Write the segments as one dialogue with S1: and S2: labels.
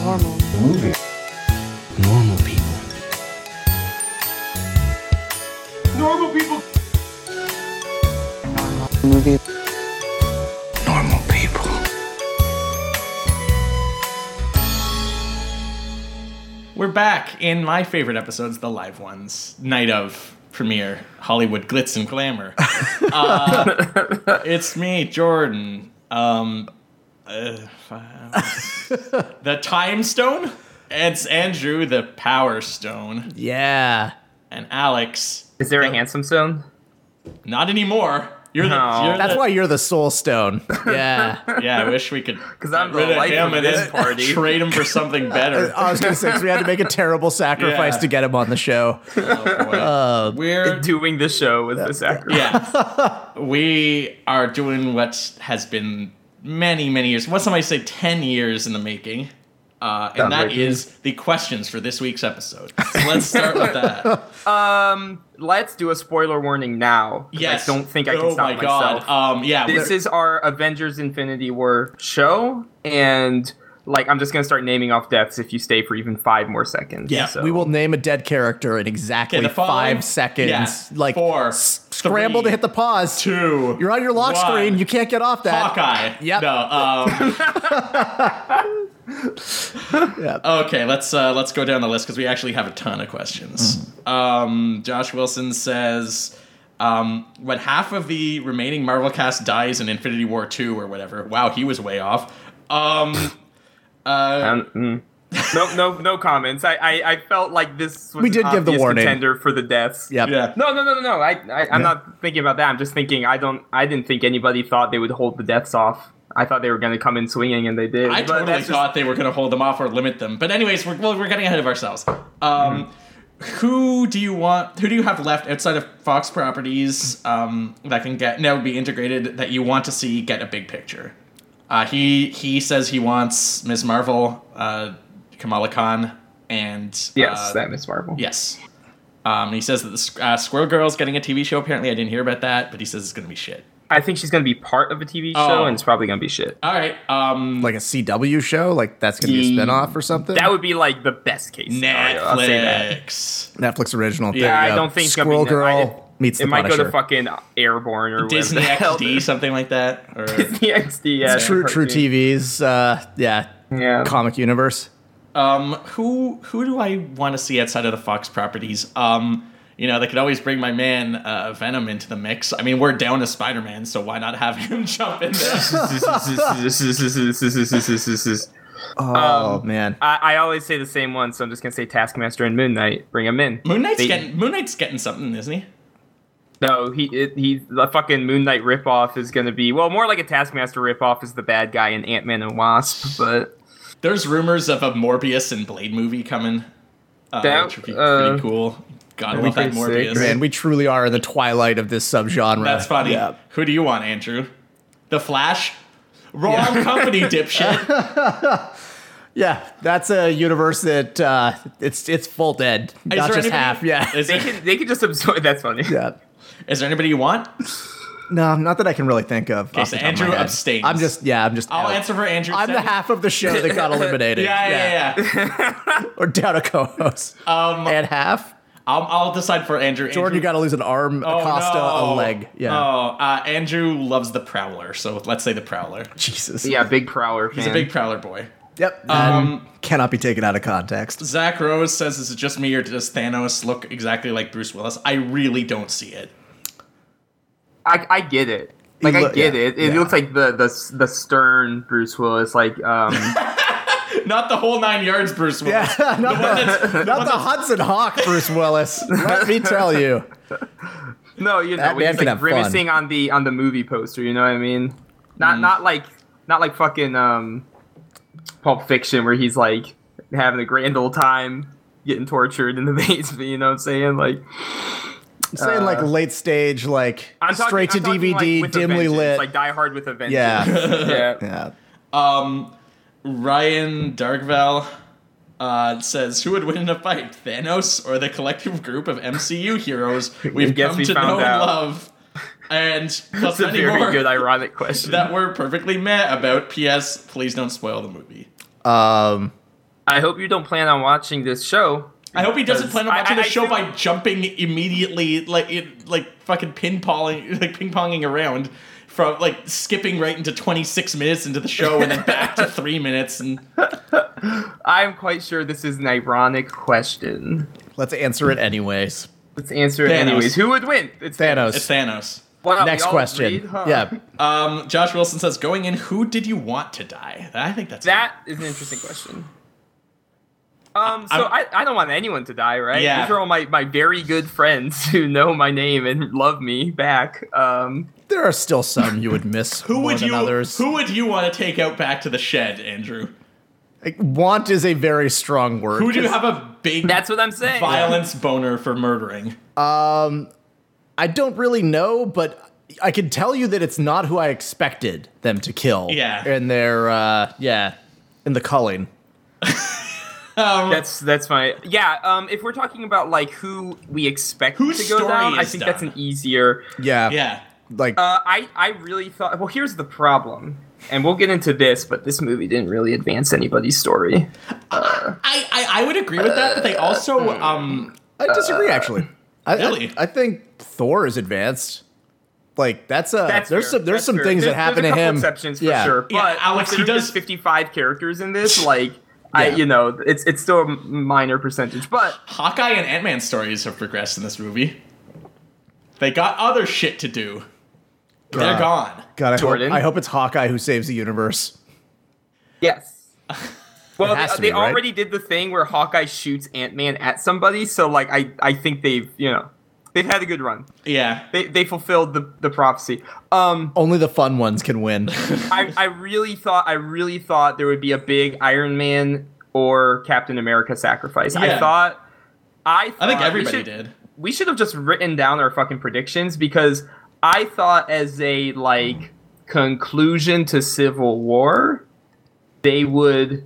S1: normal.
S2: Movie.
S3: Normal people.
S2: Normal people.
S1: Movie.
S3: Normal people.
S4: We're back in my favorite episodes, the live ones, night of premiere, Hollywood glitz and glamour. Uh, it's me, Jordan. Um, uh, the Time Stone. It's Andrew, the Power Stone,
S5: Yeah.
S4: and Alex.
S6: Is there a handsome stone?
S4: Not anymore. You're the.
S6: No.
S4: You're
S5: That's
S4: the,
S5: why you're the soul stone. Yeah.
S4: Yeah, I wish we could. Because
S6: I'm the life of this party.
S4: Trade him for something better.
S5: I was going to say, 'cause we had to make a terrible sacrifice
S4: Yeah.
S5: to get him on the show.
S4: Oh, boy.
S6: Uh,
S4: We're
S6: Doing the show with the sacrifice.
S4: yeah. we are doing what has been many, many years. What somebody say, 10 years in the making. Uh, and
S6: Sounds
S4: that
S6: like
S4: is the questions for this week's episode. So let's start with that.
S6: Um, let's do a spoiler warning now. 'cause
S4: Yes.
S6: I don't think I can
S4: oh
S6: stop
S4: my God.
S6: myself.
S4: Um, yeah.
S6: this
S4: we're-
S6: is our Avengers Infinity War show, and like I'm just gonna start naming off deaths if you stay for even five more seconds.
S4: Yeah,
S6: so.
S5: We will name a dead character in exactly
S4: Okay, the following-
S5: five seconds.
S4: yeah,
S5: like,
S4: four,
S5: s- scramble
S4: three,
S5: to hit the pause.
S4: two.
S5: You're on your lock
S4: one.
S5: screen. You can't get off that.
S4: Hawkeye.
S5: Yep.
S4: No. Um, Okay, let's uh, let's go down the list because we actually have a ton of questions. Um, Josh Wilson says, um, "When half of the remaining Marvel cast dies in Infinity War two or whatever, wow, he was way off." Um,
S6: Um, mm. no, no, no comments. I, I, I felt like this was
S5: We did
S6: an
S5: give the
S6: obvious
S5: warning.
S6: contender for the deaths.
S5: Yep.
S4: yeah,
S6: No, no, no, no, no. I, I I'm not thinking about that. I'm just thinking I don't. I didn't think anybody thought they would hold the deaths off. I thought they were going to come in swinging, and they did.
S4: I
S6: But
S4: totally
S6: that's just-
S4: thought they were going to hold them off or limit them. But anyways, we're well, we're getting ahead of ourselves. Um, Who do you want? Who do you have left outside of Fox properties um, that can get now be integrated that you want to see get a big picture? Uh, he he says he wants Ms. Marvel, uh, Kamala Khan, and
S6: yes,
S4: uh,
S6: that Miss Marvel.
S4: yes. Um, he says that the Squ- uh, Squirrel Girl's getting a TV show. Apparently, I didn't hear about that, but he says it's gonna be shit.
S6: I think she's going to be part of a TV
S4: Oh.
S6: show, and it's probably going to be shit.
S4: All right. Um,
S5: Like a CW show. Like, that's going to be a
S6: Yeah.
S5: spinoff or something.
S6: Mm, That would be like the best case. Scenario, I'll say that.
S4: Netflix.
S5: Netflix original.
S4: Yeah,
S5: There you
S6: I
S5: go.
S6: don't think it's gonna be
S5: Squirrel
S6: Net-
S5: Girl
S6: I-
S5: meets
S6: It
S5: the
S6: might
S5: Punisher.
S6: go to fucking Airborne or
S4: Disney
S6: whatever the hell
S4: XD, something like that. Or
S6: Disney XD. Yeah,
S5: It's true, true
S6: cartoon.
S5: TV's. Uh, yeah,
S6: Yeah.
S5: comic universe.
S4: um, who who do I want to see outside of the Fox properties? Um, you know, they could always bring my man uh, Venom into the mix. I mean, we're down to Spider Man, so why not have him jump in there?
S6: Um,
S5: Oh man,
S6: I, I always say the same one, so I'm just gonna say Taskmaster and Moon Knight. Bring him in.
S4: Moon Knight's
S6: They-
S4: getting Moon Knight's getting something, isn't he?
S6: No, he it, he the fucking Moon Knight ripoff is gonna be well more like a Taskmaster ripoff is the bad guy in Ant Man and Wasp, but
S4: There's rumors of a Morbius and Blade movie coming, uh,
S6: That-
S4: which would be
S6: uh,
S4: pretty cool. God, I
S6: that'd
S4: love
S6: be
S4: that
S6: pretty
S4: Morbius.
S6: sick.
S5: man, we truly are in the twilight of this subgenre.
S4: That's funny.
S5: Yeah.
S4: Who do you want, Andrew? The Flash. Wrong company, dipshit.
S5: Yeah, that's a universe that uh, it's it's full dead, not
S4: there
S5: just
S4: anybody-
S5: half. Yeah,
S4: Is
S6: they
S4: there,
S6: can they can just absorb. That's funny.
S5: yeah.
S4: is there anybody you want?
S5: No, not that I can really think of. Okay,
S4: so Andrew abstains.
S5: I'm just yeah. I'm just.
S4: I'll
S5: out.
S4: answer for Andrew.
S5: I'm the
S4: second.
S5: half of the show that got eliminated.
S4: Yeah, yeah, yeah.
S5: Or down a co-host. Um, and half.
S4: I'll, I'll decide for Andrew.
S5: Jordan,
S4: Andrew, Oh,
S5: you got to lose an arm, a Costa,
S4: no.
S5: a leg. Yeah.
S4: Oh, uh, Andrew loves the Prowler, so let's say the Prowler.
S5: Jesus.
S6: Yeah, big prowler. Fan.
S4: He's a big Prowler boy.
S5: Yep.
S4: Um,
S5: cannot be taken out of context.
S4: Zach Rose says, "Is it just me or does Thanos look exactly like Bruce Willis?" I really don't see it.
S6: I, I get it. Like
S5: lo-
S6: I get
S5: yeah,
S6: it. It
S5: yeah.
S6: looks like the the the stern Bruce Willis. Like um,
S4: Not the whole nine yards, Bruce
S5: Yeah,
S4: Willis.
S5: not the, not the Hudson Hawk, Bruce Willis. Let me tell you.
S6: no, you know,
S5: That
S6: when
S5: man can
S6: he's like
S5: have fun.
S6: grimacing on the on the movie poster. You know what I mean? Not
S4: Mm.
S6: not like not like fucking um, Pulp Fiction where he's like having a grand old time, getting tortured in the basement. You know what I'm saying? Like
S5: I'm saying like
S6: Uh,
S5: late stage, like
S6: I'm talking,
S5: straight
S6: I'm
S5: to
S6: talking, like,
S5: DVD,
S6: with a
S5: dimly
S6: vengeance,
S5: lit.
S6: like Die Hard with a vengeance.
S5: yeah,
S6: yeah.
S5: yeah.
S4: Um, Ryan Darkval uh, says, "Who would win in a fight, Thanos or the collective group of MCU heroes we've
S6: Guess
S4: come
S6: we
S4: to
S6: found
S4: know and
S6: out.
S4: love?" And plus
S6: That's a
S4: many
S6: very
S4: more
S6: good ironic question.
S4: that we're perfectly meh about. P.S. Please don't spoil the movie.
S5: Um,
S6: I hope you don't plan on watching this show.
S4: I hope he doesn't
S6: Because
S4: plan on
S6: I-
S4: watching
S6: I-
S4: the
S6: I
S4: show
S6: think-
S4: by jumping immediately, like it, like fucking ping ponging, like ping ponging around from like skipping right into twenty six minutes into the show and then back to three minutes. And
S6: I'm quite sure this is an ironic question.
S5: Let's answer it anyways.
S6: Let's answer it
S4: Thanos.
S6: anyways. Who would win? It's
S5: Thanos.
S4: it's Thanos.
S6: Wow, we
S5: Next
S6: all
S5: question.
S6: agreed, huh?
S5: Yeah.
S4: Um, Josh Wilson says, "Going in, who did you want to die?" I think that's
S6: That is an interesting question. Um, so I,
S4: I'm-
S6: I don't want anyone to die, right?
S4: Yeah.
S6: These are all my, my very good friends who know my name and love me back. Um,
S5: There are still some you would miss.
S4: Who
S5: more
S4: would
S5: than
S4: you?
S5: Others.
S4: Who would you want to take out back to the shed, Andrew?
S5: Like, want is a very strong word.
S4: Who do you have a big
S6: that's what I'm saying.
S4: violence boner for murdering?
S5: I don't really know, but I can tell you that it's not who I expected them to kill.
S4: Yeah.
S5: In their uh, yeah, in the culling.
S4: Um,
S6: That's that's my yeah. Um, if we're talking about like who we expect
S4: Whose
S6: to go
S4: story
S6: down, I
S4: is
S6: think
S4: done.
S6: that's an easier.
S5: Yeah.
S4: Yeah.
S5: Like
S6: Uh, I I really thought. Well, here's the problem, and we'll get into this, but this movie didn't really advance anybody's story.
S4: I, I, I would agree with that, but
S6: Uh,
S4: they also
S6: hmm.
S4: um
S5: I disagree actually. I, I-
S4: really?
S5: I, think Thor is advanced. Like that's a
S6: That's
S5: there's
S6: fair.
S5: some there's
S6: That's
S5: some
S6: fair.
S5: things
S6: There's-
S5: that happen
S6: there's a
S5: to
S6: couple
S5: him.
S6: Exceptions for
S5: yeah.
S6: sure.
S4: Yeah,
S6: but
S4: Alex, he
S6: considering
S4: does-
S6: there's 55 characters in this. Like I,
S5: Yeah.
S6: you know, it's it's still a minor percentage, but
S4: Hawkeye and Ant Man stories have progressed in this movie. They got other shit to do. They're
S5: Uh,
S4: gone.
S5: God, I hope,
S6: Jordan.
S5: I hope it's Hawkeye who saves the universe.
S6: yes. Well, uh,
S5: has
S6: they,
S5: to be,
S6: they
S5: right?
S6: already did the thing where Hawkeye shoots Ant Man at somebody, so like I I think they've you know they've had a good run.
S4: Yeah.
S6: They they fulfilled the the prophecy. Um.
S5: Only the fun ones can win.
S6: I, I really thought I really thought there would be a big Iron Man or Captain America sacrifice. I
S4: Yeah.
S6: thought I
S4: I
S6: thought
S4: think
S6: Uh, we
S4: everybody
S6: should-
S4: did.
S6: We should have just written down our fucking predictions because I thought as a like conclusion to Civil War, they would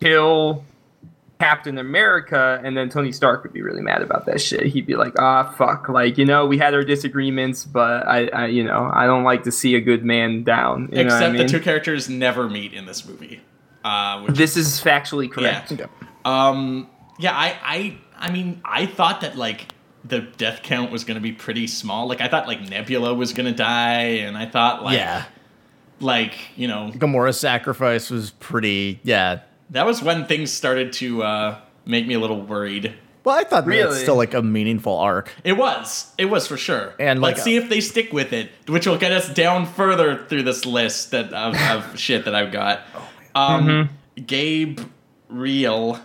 S6: kill Captain America, and then Tony Stark would be really mad about that shit. He'd be like, "Ah, fuck! Like, you know, we had our disagreements, but I, I you know, I don't like to see a good man down." You know what I
S4: Except
S6: mean?
S4: the two characters never meet in this movie. Uh, which,
S6: This is factually correct.
S4: Yeah. um, yeah, I, I, I mean, I thought that like the death count was going to be pretty small. Like I thought like Nebula was going to die, and I thought like,
S5: yeah.
S4: like you know,
S5: Gamora's sacrifice was pretty yeah.
S4: that was when things started to uh, make me a little worried.
S5: Well, I thought that that's
S6: Really?
S5: still like a meaningful arc.
S4: It was. It was for sure.
S5: And, like, uh,
S4: let's see if they stick with it, which will get us down further through this list that of, of shit that I've got.
S5: Oh,
S4: Um, Gabe Real,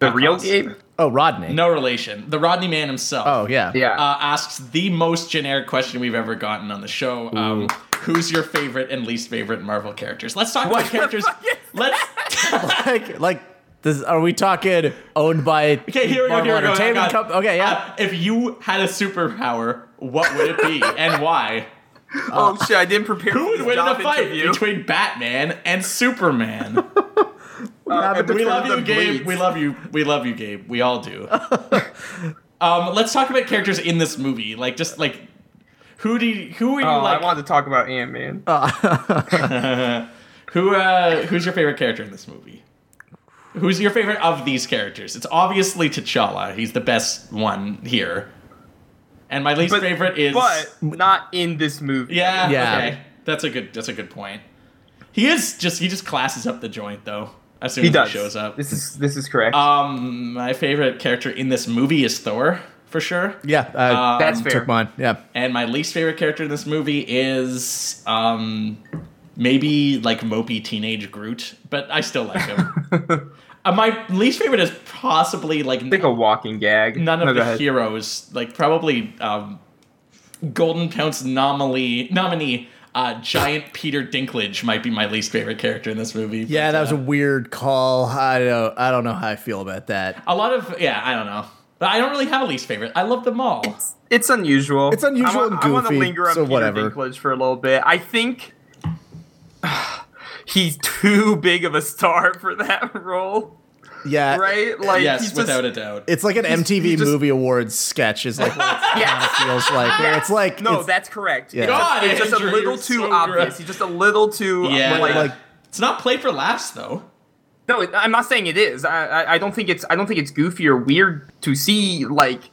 S6: The real
S4: Awesome.
S6: Gabe.
S5: Oh, Rodney.
S4: no relation. The Rodney Man himself.
S5: Oh yeah.
S6: Yeah.
S4: Uh, asks the most generic question we've ever gotten on the show. Um, who's your favorite and least favorite Marvel characters? Let's talk
S6: What
S4: about
S6: the
S4: characters.
S6: fuck is
S4: Let's.
S5: like like this are we talking owned by
S4: okay, here we go.
S5: Marvel
S4: Here we go.
S5: Entertainment
S4: I got it.
S5: Comp- Okay, yeah.
S4: Uh, if you had a superpower, what would it be and why?
S6: oh shit! I didn't prepare.
S4: Who
S6: for
S4: would
S6: this
S4: win in a
S6: job
S4: fight
S6: interview.
S4: between Batman and Superman?
S6: Uh,
S5: but
S6: and
S4: we
S6: between
S4: love
S6: the
S4: you, Gabe.
S6: bleeds.
S4: We love you. We love you, Gabe. We all do. um, let's talk about characters in this movie. Like, just like who do you, who are you
S6: Oh,
S4: like?
S6: I wanted to talk about Ant Man.
S4: who uh, who's your favorite character in this movie? Who's your favorite of these characters? It's obviously T'Challa. He's the best one here. And my least favorite is
S6: but not in this movie.
S4: yeah,
S5: Yeah.
S4: Okay, that's a good. That's a good point. He is just he just classes up the joint though. As soon
S6: he
S4: as
S6: does.
S4: he shows up.
S6: This is this is correct.
S4: Um, my favorite character in this movie is Thor for sure,
S5: Yeah, I
S6: That's fair.
S5: took mine. Yeah.
S4: and my least favorite character in this movie is um, maybe like mopey teenage Groot, but I still like him. uh, my least favorite is possibly like
S6: I think a walking gag.
S4: none of
S6: No, go
S4: the
S6: ahead.
S4: heroes, like probably um, Golden Pound's nominee nominee. Uh, giant Peter Dinklage might be my least favorite character in this movie.
S5: Yeah,
S4: but,
S5: that was
S4: uh,
S5: a weird call. I don't I don't know how I feel about that.
S4: a lot of yeah. I don't know, but I don't really have a least favorite. I love them all.
S6: It's unusual.
S5: It's unusual
S6: I
S5: and
S6: I want to
S5: goofy,
S6: linger on
S5: so
S6: Peter
S5: whatever.
S6: Dinklage for a little bit. I think he's too big of a star for that role,
S5: Yeah.
S6: right? Like,
S4: Uh, yes,
S6: he's just-
S4: without a doubt.
S5: It's like an MTV
S6: he's just-
S5: Movie Awards sketch is like what it
S6: Yeah.
S5: feels like. Where it's like
S6: No,
S5: it's,
S6: that's correct.
S5: Yeah.
S6: It's just-
S4: God,
S6: it's just
S4: Andrew,
S6: a little
S4: you're
S6: too
S4: so
S6: obvious.
S4: gross.
S6: He's just a little too
S4: Yeah.
S6: like,
S5: like
S4: it's not played for laughs though.
S6: No, it- I'm not saying it is. I, I, I don't think it's I don't think it's goofy or weird to see like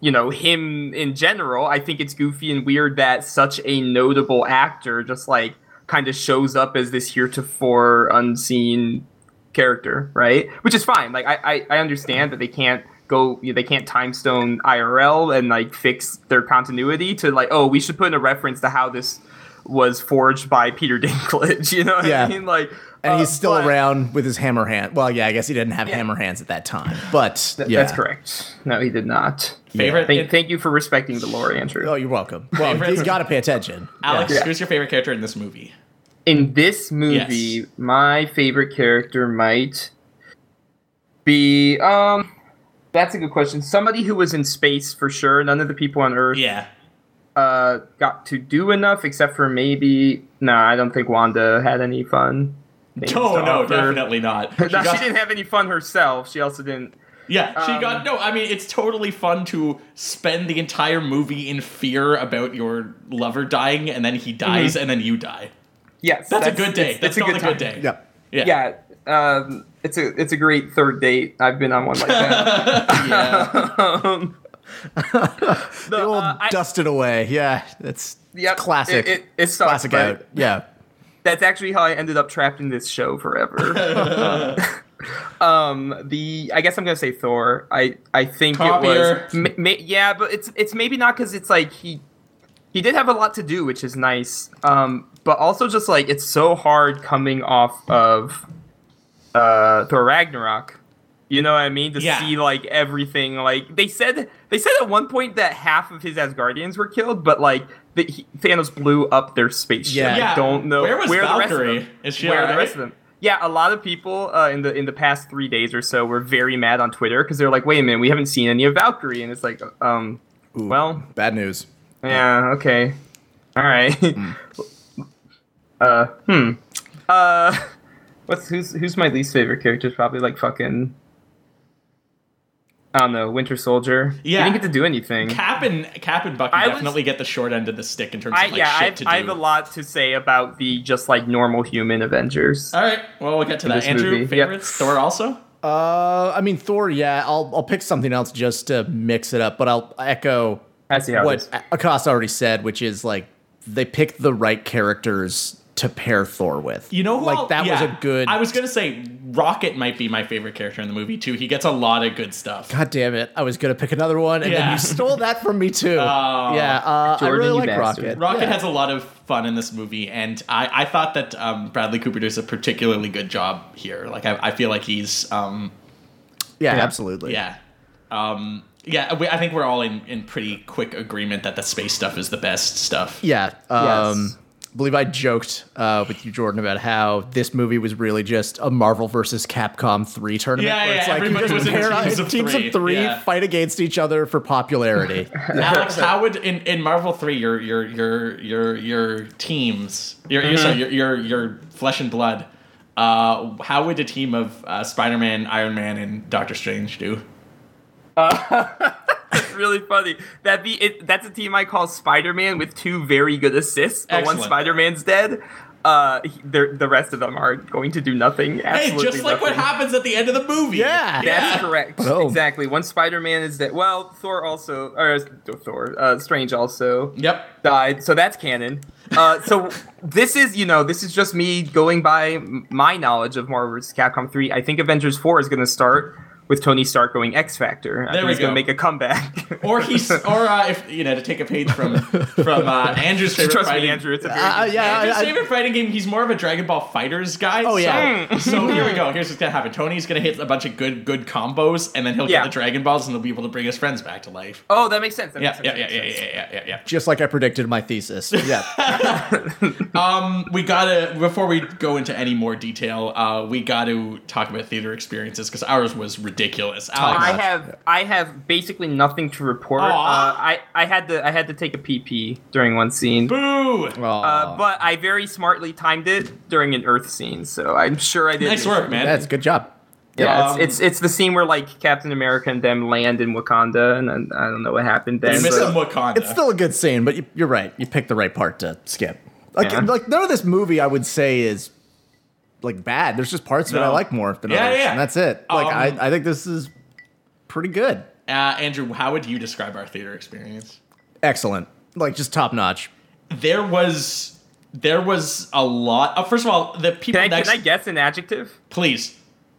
S6: you know him in general. I think it's goofy and weird that such a notable actor just like kind of shows up as this heretofore unseen character, right? Which is fine. Like I, I, I understand that they can't go you know, they can't time stone IRL and like fix their continuity to like oh we should put in a reference to how this was forged by Peter Dinklage. You know what
S5: Yeah.
S6: I mean? Like
S5: And
S6: uh,
S5: he's still
S6: but-
S5: around with his hammer hand. Well, yeah, I guess he didn't have hammer hands at that time, but
S6: Th-
S5: yeah.
S6: That's correct. No, he did not.
S4: Favorite.
S6: Thank, thank you for respecting the lore, Andrew.
S5: Oh, you're welcome. Well,
S4: Favorite-
S5: he's got to pay attention.
S4: Alex,
S5: Yeah.
S4: who's your favorite character in this movie?
S6: In this movie,
S4: Yes.
S6: my favorite character might be um that's a good question. Somebody who was in space for sure. None of the people on Earth
S4: Yeah.
S6: uh, got to do enough, except for maybe. Nah, I don't think Wanda had any fun. things
S4: Oh
S6: to
S4: no,
S6: offer.
S4: definitely not. She
S6: Nah,
S4: got-
S6: she didn't have any fun herself. She also didn't.
S4: yeah, she
S6: um,
S4: got no. I mean, it's totally fun to spend the entire movie in fear about your lover dying, and then he dies, and then you die.
S6: Yes,
S4: That's, a good day.
S6: Mm-hmm.
S4: That's
S6: it's- it's
S4: not a good
S6: time.
S4: day.
S5: Yep.
S4: Yeah.
S6: yeah, um, it's a it's a great third date. I've been on one like that. um,
S5: The old
S6: uh, I-
S5: dusted away. Yeah, that's
S6: Yep,
S5: classic.
S6: It, it, it sucks,
S5: classic
S6: but
S5: out. Yeah.
S6: That's actually how I ended up trapped in this show forever. um, the I guess I'm gonna say Thor. I I think
S4: Copier.
S6: it was ma- ma- yeah, but it's it's maybe not because it's like he he did have a lot to do, which is nice. Um, but also just like it's so hard coming off of uh, Thor Ragnarok. You know what I mean? To
S4: Yeah.
S6: see like everything, like they said, they said at one point that half of his Asgardians were killed, but like the, he, Thanos blew up their spaceship.
S5: Yeah.
S6: I don't know
S4: Where was
S6: the rest of
S4: Valkyrie?
S6: them-
S4: Is she
S6: where
S4: alright?
S6: the rest of them? Yeah, a lot of people uh, in the in the past three days or so were very mad on Twitter because they're like, "Wait a minute, we haven't seen any of Valkyrie," and it's like, um,
S5: Ooh,
S6: well,
S5: bad news.
S6: yeah, okay. All right. uh, hmm. Uh, what's who's who's my least favorite character? Is Probably like fucking. I don't know, Winter Soldier.
S4: Yeah.
S6: he didn't get to do anything.
S4: Cap and Cap and Bucky
S6: I was-
S4: definitely get the short end of the stick in terms
S6: I,
S4: of like shit
S6: yeah, I have,
S4: to do.
S6: I have a lot to say about the just like normal human Avengers.
S4: All right. Well, we'll get to that.
S6: this
S4: Andrew,
S6: movie. Yep.
S4: favorites? Thor also?
S5: Uh, I mean Thor. Yeah, I'll I'll pick something else just to mix it up, but I'll echo
S6: I see how it
S5: what
S6: is.
S5: Acosta already said, which is like they picked the right characters to pair Thor with.
S4: You know who
S5: like
S4: I'll-
S5: that was
S4: yeah.
S5: a good.
S4: I was gonna say Rocket might be my favorite character in the movie too. He gets a lot of good stuff.
S5: God damn it! I was gonna pick another one, and then
S4: Yeah. Oh,
S5: you stole that from me too. yeah, uh, I
S6: Jordan,
S5: really
S6: you
S5: like
S6: bastard.
S5: Rocket.
S4: Rocket
S5: Yeah.
S4: has a lot of fun in this movie, and I, I thought that um, Bradley Cooper does a particularly good job here. Like I, I feel like he's um,
S5: yeah, absolutely.
S4: yeah um, yeah. We, I think we're all in, in pretty quick agreement that the space stuff is the best stuff.
S5: Yeah. Um,
S6: Yes.
S5: I believe I joked uh, with you, Jordan, about how this movie was really just a Marvel versus Capcom 3 tournament.
S4: Yeah,
S5: where
S4: yeah,
S5: it's like
S4: everybody
S5: you
S4: was
S5: just
S4: in
S5: pair up-
S4: teams of
S5: teams
S4: three,
S5: of three
S4: yeah.
S5: fight against each other for popularity. Uh,
S4: Alex, how would in, in Marvel three your your your your your teams your
S6: Mm-hmm.
S4: your- sorry, your, your your flesh and blood? Uh, how would a team of uh, Spider Man, Iron Man, and Doctor Strange do?
S6: It's really funny. That be it, that's a team I call Spider Man with two very good assists. But
S4: Excellent.
S6: once Spider Man's dead, uh, he- they're- the rest of them are going to do nothing.
S4: Hey,
S6: Absolutely
S4: just like what
S6: nothing.
S4: happens at the end of the movie.
S5: yeah.
S6: That's correct.
S5: Boom.
S6: Exactly. Once Spider Man is dead, well, Thor also, or uh, Thor, uh, Strange also
S4: Yep.
S6: died. So that's canon. Uh, so this is, you know, this is just me going by m- my knowledge of Marvel vs. Capcom 3. I think Avengers 4 is going to start with Tony Stark going X Factor.
S4: There
S6: I think
S4: we
S6: he's
S4: go.
S6: going to make a comeback.
S4: Or he's or uh, if you know to take a page from from uh, Andrew's favorite
S6: Trust
S4: fighting
S6: me, Andrew. It's a very
S5: Uh, yeah,
S4: Andrew's
S5: I- I-
S4: favorite fighting game. He's more of a Dragon Ball Fighters guy.
S5: Oh, yeah.
S6: Mm.
S4: So, so here we go. Here's what's gonna happen. Tony's gonna hit a bunch of good good combos, and then he'll
S6: Yeah.
S4: get the Dragon Balls, and he'll be able to bring his friends back to life.
S6: Oh, that makes sense. That
S4: Yeah,
S6: makes
S4: yeah,
S6: sense.
S4: yeah, yeah,
S6: Makes sense.
S4: yeah, yeah, yeah, yeah.
S5: Just like I predicted in my thesis. Yeah.
S4: Um, we gotta before we go into any more detail, uh, we gotta talk about theater experiences because ours was ridiculous.
S6: I
S4: Alex,
S6: have I have basically nothing to report. Uh,
S4: Aw.
S6: I I had to I had to take a PP during one scene,
S4: boo!
S6: uh, but I very smartly timed it during an Earth scene, so I'm sure I did.
S4: Nice work, man.
S5: That's good job.
S6: Yeah,
S4: Um,
S6: it's, it's it's the scene where like Captain America and them land in Wakanda, and then I don't know what happened then.
S4: You missed
S6: but-
S4: some Wakanda.
S5: It's still a good scene, but you, you're right. You picked the right part to skip. Like,
S6: Yeah.
S5: like none of this movie, I would say, is like bad. There's just parts that
S4: No.
S5: I like more than
S4: Yeah,
S5: others,
S4: yeah.
S5: and that's it. Like
S4: Um,
S5: I, I think this is pretty good,
S4: Uh, Andrew, how would you describe our theater experience?
S5: excellent, like just top notch.
S4: There was there was a lot. Uh, first of all, the people
S6: Can I,
S4: next.
S6: can I guess an adjective?
S4: please.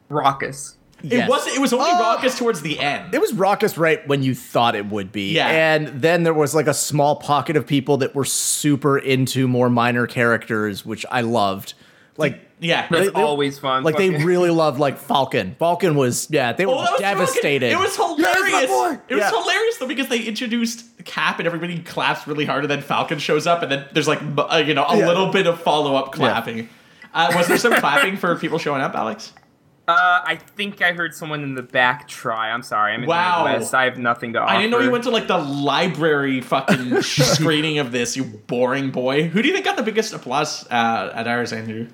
S6: Raucous.
S5: Yes.
S4: It was it was only
S5: Oh.
S4: raucous towards the end.
S5: It was raucous right when you thought it would be.
S4: Yeah.
S5: And then there was like a small pocket of people that were super into more minor characters, which I loved. Like
S4: yeah. Oh,
S6: That's
S5: They- they-
S6: always fun.
S5: like they
S6: Fucking-
S5: really loved like Falcon. Falcon was yeah, they were
S4: Oh, that was
S5: devastated.
S4: fucking- It was hilarious. it was
S5: Yeah.
S4: hilarious though because they introduced Cap and everybody claps really hard, and then Falcon shows up, and then there's like bu- uh, you know a
S5: Yeah.
S4: little bit of follow up clapping. Uh, was there some clapping for people showing up, Alex?
S6: Uh, I think I heard someone in the back try. I'm sorry. I'm in
S4: Wow.
S6: the Midwest. I have nothing to offer.
S4: I didn't know you went to like the library fucking screening of this. You boring boy. Who do you think got the biggest applause uh, at ours, Andrew?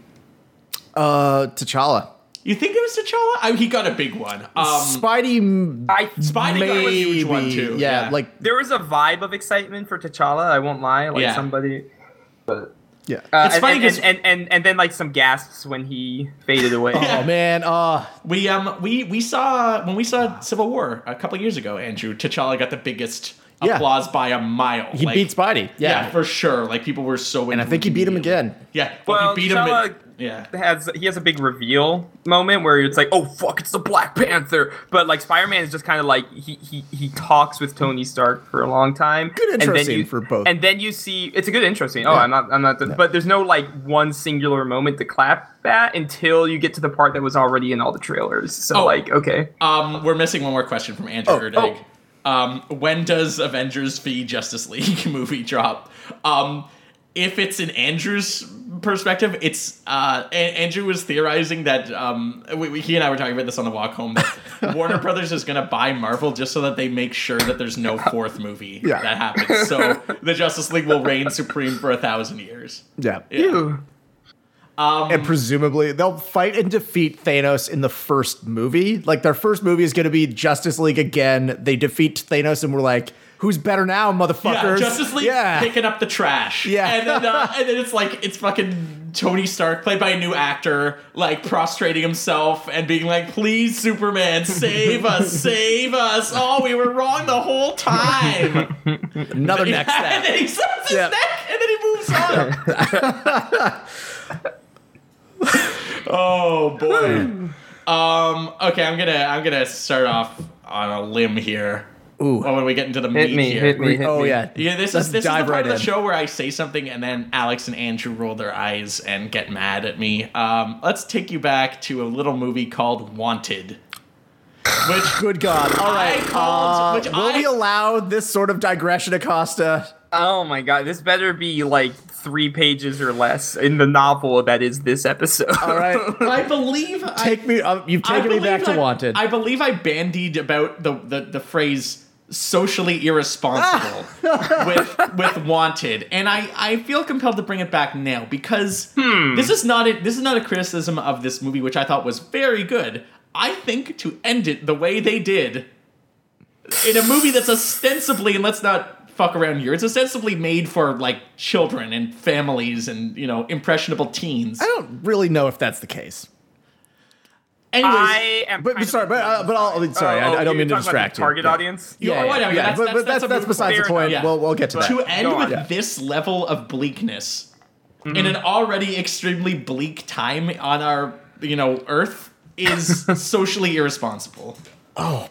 S5: uh T'Challa.
S4: You think it was T'Challa? I, he got a big one. Um,
S5: Spidey m-
S6: I,
S4: Spidey got a huge one
S5: maybe.
S4: too.
S5: Yeah, like
S6: there was a vibe of excitement for T'Challa. I won't lie. Like
S4: Yeah.
S6: somebody.
S5: yeah.
S6: Uh,
S4: It's
S6: and,
S4: funny
S6: and,
S4: 'cause-
S6: and, and, and then like some gasps when he faded away.
S5: Oh man, uh
S4: We um we we saw when we saw Civil War a couple years ago, Andrew T'Challa got the biggest
S5: Yeah.
S4: applause by a mile.
S5: he
S4: Like,
S5: beat Spidey.
S4: yeah.
S5: Yeah.
S4: for sure. Like people were so.
S5: and I think he beat him again.
S4: Yeah,
S6: Well,
S4: well, he beat him.
S6: T'Challa-
S4: yeah,
S6: Has he has a big reveal moment where it's like, oh fuck, it's the Black Panther. But like Spider Man is just kind of like he, he he talks with Tony Stark for a long time.
S5: Good intro
S6: and then
S5: scene
S6: you,
S5: for both.
S6: And then you see it's a good intro scene. Oh,
S5: Yeah.
S6: I'm not I'm not. But there's no like one singular moment to clap at until you get to the part that was already in all the trailers. So
S4: Oh.
S6: like okay,
S4: Um, we're missing one more question from Andrew
S5: Oh,
S4: Erdig. Um, when does Avengers v Justice League movie drop? Um, if it's in Andrew's perspective, it's uh, A- Andrew was theorizing that um, we, we- he and I were talking about this on the walk home. That Warner Brothers is going to buy Marvel just so that they make sure that there's no fourth movie
S5: Yeah.
S4: that happens. So the Justice League will reign supreme for a thousand years.
S5: Yeah.
S4: Yeah. Um,
S5: And presumably they'll fight and defeat Thanos in the first movie. Like their first movie is going to be Justice League again. They defeat Thanos and we're like, who's better now,
S4: Yeah,
S5: motherfuckers?
S4: Justice League
S5: Yeah.
S4: picking up the trash.
S5: Yeah.
S4: and then, uh, and then it's like it's fucking Tony Stark played by a new actor, like prostrating himself and being like, "Please, Superman, save us, save us! Oh, we were wrong the whole time."
S5: Another next
S4: and
S5: step.
S4: then he snaps his
S5: Yeah.
S4: neck, and then he moves on. oh boy. Um. Okay, I'm gonna I'm gonna start off on a limb here.
S5: Ooh.
S4: Well, when we get into the
S6: hit
S4: meat
S6: me,
S4: here,
S6: hit me, hit
S5: Oh
S6: me.
S5: yeah.
S4: yeah, this
S5: Let's
S4: is this is the
S5: dive
S4: part
S5: right
S4: of the
S5: in.
S4: show where I say something and then Alex and Andrew roll their eyes and get mad at me. Um, let's take you back to a little movie called Wanted, which
S5: Good God. All
S4: I
S5: right.
S4: called-
S5: uh,
S4: which
S5: will
S4: I-
S5: we allow this sort of digression, Acosta?
S6: Oh my god, this better be like three pages or less in the novel that is this episode.
S5: All right.
S4: I believe I-
S5: Take me. Uh, you've
S4: I
S5: taken me
S4: believe
S5: back to
S4: I-
S5: Wanted.
S4: I believe I bandied about the the, the phrase socially irresponsible with with Wanted, and I I feel compelled to bring it back now because this is not a, this is not a criticism of this movie, which I thought was very good. I think to end it the way they did in a movie that's ostensibly and let's not fuck around here it's ostensibly made for like children and families and you know impressionable teens
S5: I don't really know if that's the case.
S4: anyways
S6: I am.
S5: But,
S6: kind
S5: but
S6: of-
S5: sorry, but, uh, but I'll, sorry,
S6: Oh,
S5: I, I don't
S6: you're
S5: mean to
S6: talking about the
S5: distract you.
S6: Target
S5: Yeah.
S6: audience.
S4: Yeah, yeah, yeah. Oh, That's-
S5: but,
S4: that's-
S5: but
S4: that's
S5: that's,
S4: a
S5: that's,
S4: moot
S5: besides the
S6: point.
S5: point.
S4: Yeah.
S5: We'll, we'll get to that.
S4: to end
S6: Go
S4: with
S6: on.
S5: Yeah.
S4: this level of bleakness
S6: Mm-hmm.
S4: in an already extremely bleak time on our you know earth is socially irresponsible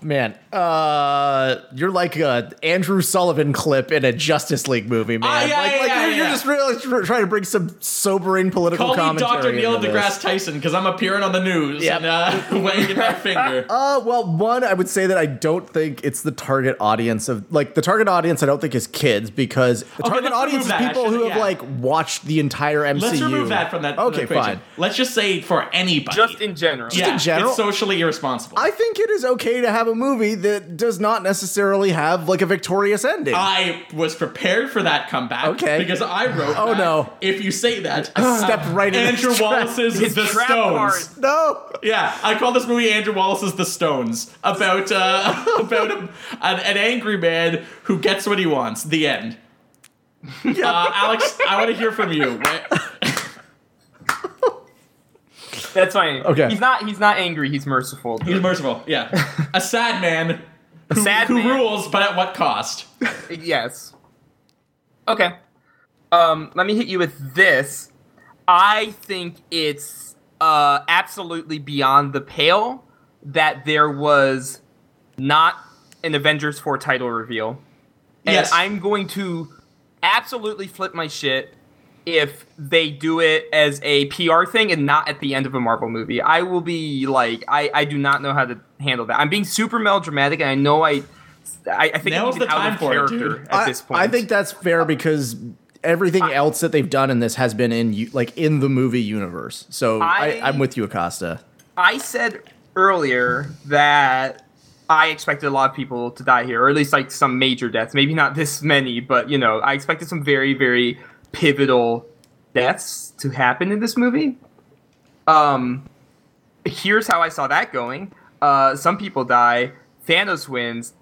S5: Man, uh, you're like a Andrew Sullivan clip in a Justice League movie, man.
S4: Ah, yeah,
S5: like,
S4: yeah,
S5: like
S4: yeah,
S5: you're, you're
S4: yeah.
S5: just really tr- trying to bring some sobering political
S4: call me
S5: commentary.
S4: dr neil
S5: into
S4: degrasse
S5: this.
S4: tyson because i'm appearing on the news
S5: Yep.
S4: and uh, waving my finger
S5: Uh, well, one, I would say that I don't think it's the target audience of like the target audience. I don't think is kids because the target
S4: let's
S5: audience is
S4: remove that,
S5: people who
S4: actually,
S5: have
S4: yeah.
S5: like watched the entire MCU.
S4: let's remove that from that
S5: Okay,
S4: equation.
S5: fine.
S4: let's just say for anybody
S6: Just in general.
S4: yeah,
S5: in general-
S4: it's socially irresponsible
S5: I think it is okay to have a movie that does not necessarily have like a victorious ending.
S4: I was prepared for that comeback.
S5: Okay.
S4: Because I wrote.
S5: Oh,
S4: that,
S5: no.
S4: If you say that,
S5: stepped right into
S4: Andrew
S5: his trap.
S4: Wallace's
S6: His
S4: The
S6: trap
S4: Stones.
S6: card.
S5: no,
S4: Yeah, I call this movie Andrew Wallace's The Stones about uh, about a, an, an angry man who gets what he wants. The end. Uh, Alex, I want to hear from you. Wh-
S6: That's fine.
S5: Okay.
S6: He's not. He's not angry. He's merciful.
S4: He's merciful. Yeah, a sad man
S6: A sad
S4: who
S6: man.
S4: rules, but at what cost?
S6: Yes. Okay. Um, let me hit you with this. I think it's uh, absolutely beyond the pale that there was not an Avengers 4 title reveal. And
S4: Yes.
S6: I'm going to absolutely flip my shit if they do it as a PR thing and not at the end of a Marvel movie. I will be like, I, I do not know how to handle that. I'm being super melodramatic, and I know I. I, I think
S4: Now's
S6: it's
S4: the
S6: out
S4: time
S6: of
S4: for it,
S6: character
S4: dude.
S6: at this point.
S5: I think that's fair because everything else that they've done in this has been in u- like in the movie universe. So I,
S6: I-
S5: I, am with you, Acosta.
S6: I said earlier that I expected a lot of people to die here, or at least like some major deaths. Maybe not this many, but you know, I expected some very, very pivotal deaths to happen in this movie. Um, here's how I saw that going. Uh, some people die. Thanos wins.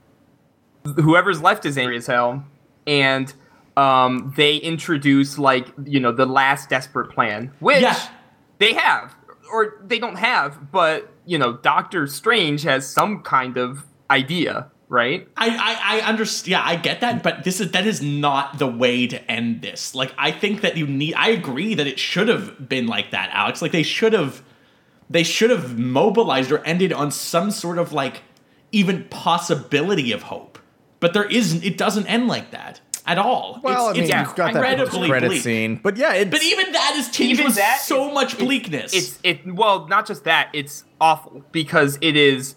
S6: Whoever's left is angry as hell, and um, they introduce like you know the last desperate plan, which
S4: Yeah.
S6: they have or they don't have, but you know Doctor Strange has some kind of idea, right?
S4: I, I, I understand. Yeah, I get that, but this is that is not the way to end this. Like, I think that you need. I agree that it should have been like that, Alex. Like, they should have, they should have mobilized or ended on some sort of like even possibility of hope. But there isn't. It doesn't end like that at all.
S5: Well,
S4: it's,
S5: I mean,
S4: it's
S6: yeah,
S5: you've got that
S4: incredibly
S5: post-credit
S4: bleak.
S5: scene, but yeah, it's,
S4: But even that is tinged
S6: Even
S4: with
S6: that
S4: so
S6: is-
S4: much bleakness.
S6: It's it well, not just that, it's awful because it is.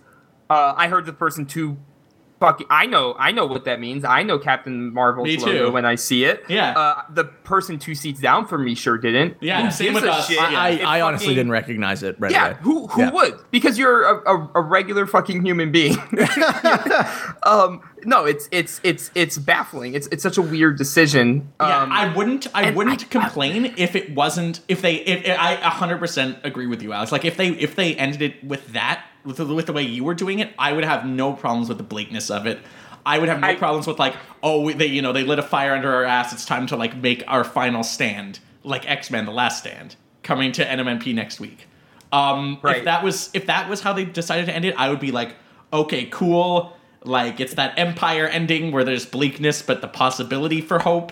S6: Uh, I heard the person too. Fucking, I know, I know what that means. I know Captain Marvel's
S4: Me
S6: logo
S4: too.
S6: when I see it.
S4: Yeah.
S6: Uh, the person two seats down from me sure didn't.
S4: Yeah,
S6: Who
S4: same
S6: gives
S4: with
S6: a
S4: us.
S6: shit?
S4: I-
S5: I,
S6: It
S5: I honestly
S6: fucking-
S5: didn't recognize it right
S6: Yeah,
S5: away.
S6: who who
S5: Yeah.
S6: would? Because you're a, a, a regular fucking human being. um, no, it's it's it's it's baffling. It's it's such a weird decision.
S4: Yeah,
S6: Um,
S4: I wouldn't. I
S6: and
S4: wouldn't
S6: I- I-
S4: complain if it wasn't. If they, if, if I, hundred percent agree with you, Alex. Like if they, if they ended it with that, with the, with the way you were doing it, I would have no problems with the bleakness of it. I would have no
S6: I-
S4: problems with like, oh, we, they, you know, they lit a fire under our ass. It's time to like make our final stand, like X Men: The Last Stand, coming to NMNP next week. Um,
S6: Right.
S4: If that was if that was how they decided to end it, I would be like, okay, cool. Like it's that Empire ending where there's bleakness, but the possibility for hope.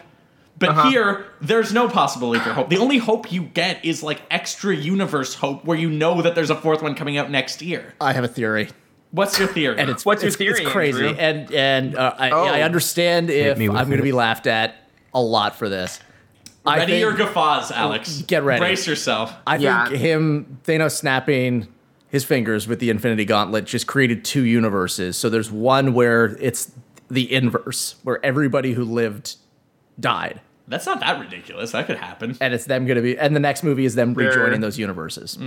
S4: But
S6: Uh-huh.
S4: here, there's no possibility for hope. The only hope you get is like extra universe hope, where you know that there's a fourth one coming out next year.
S5: I have a theory,
S4: What's your theory?
S5: and it's
S6: What's your
S5: it's,
S6: theory,
S5: It's crazy,
S6: Andrew?
S5: and and uh, I,
S6: Oh.
S5: I understand if
S3: me
S5: I'm
S3: with
S5: going to
S3: it.
S5: be laughed at a lot for this. I
S4: ready
S5: think, Oh,
S4: your guffaws, Alex.
S5: Get ready.
S4: Brace yourself.
S5: I
S6: Yeah.
S5: think him Thanos snapping his fingers with the Infinity Gauntlet just created two universes. So there's one where it's the inverse, where everybody who lived died,
S4: That's not that ridiculous. That could happen.
S5: and it's them going to be. And the next movie is them rejoining
S6: Sure. Mm.
S5: those universes.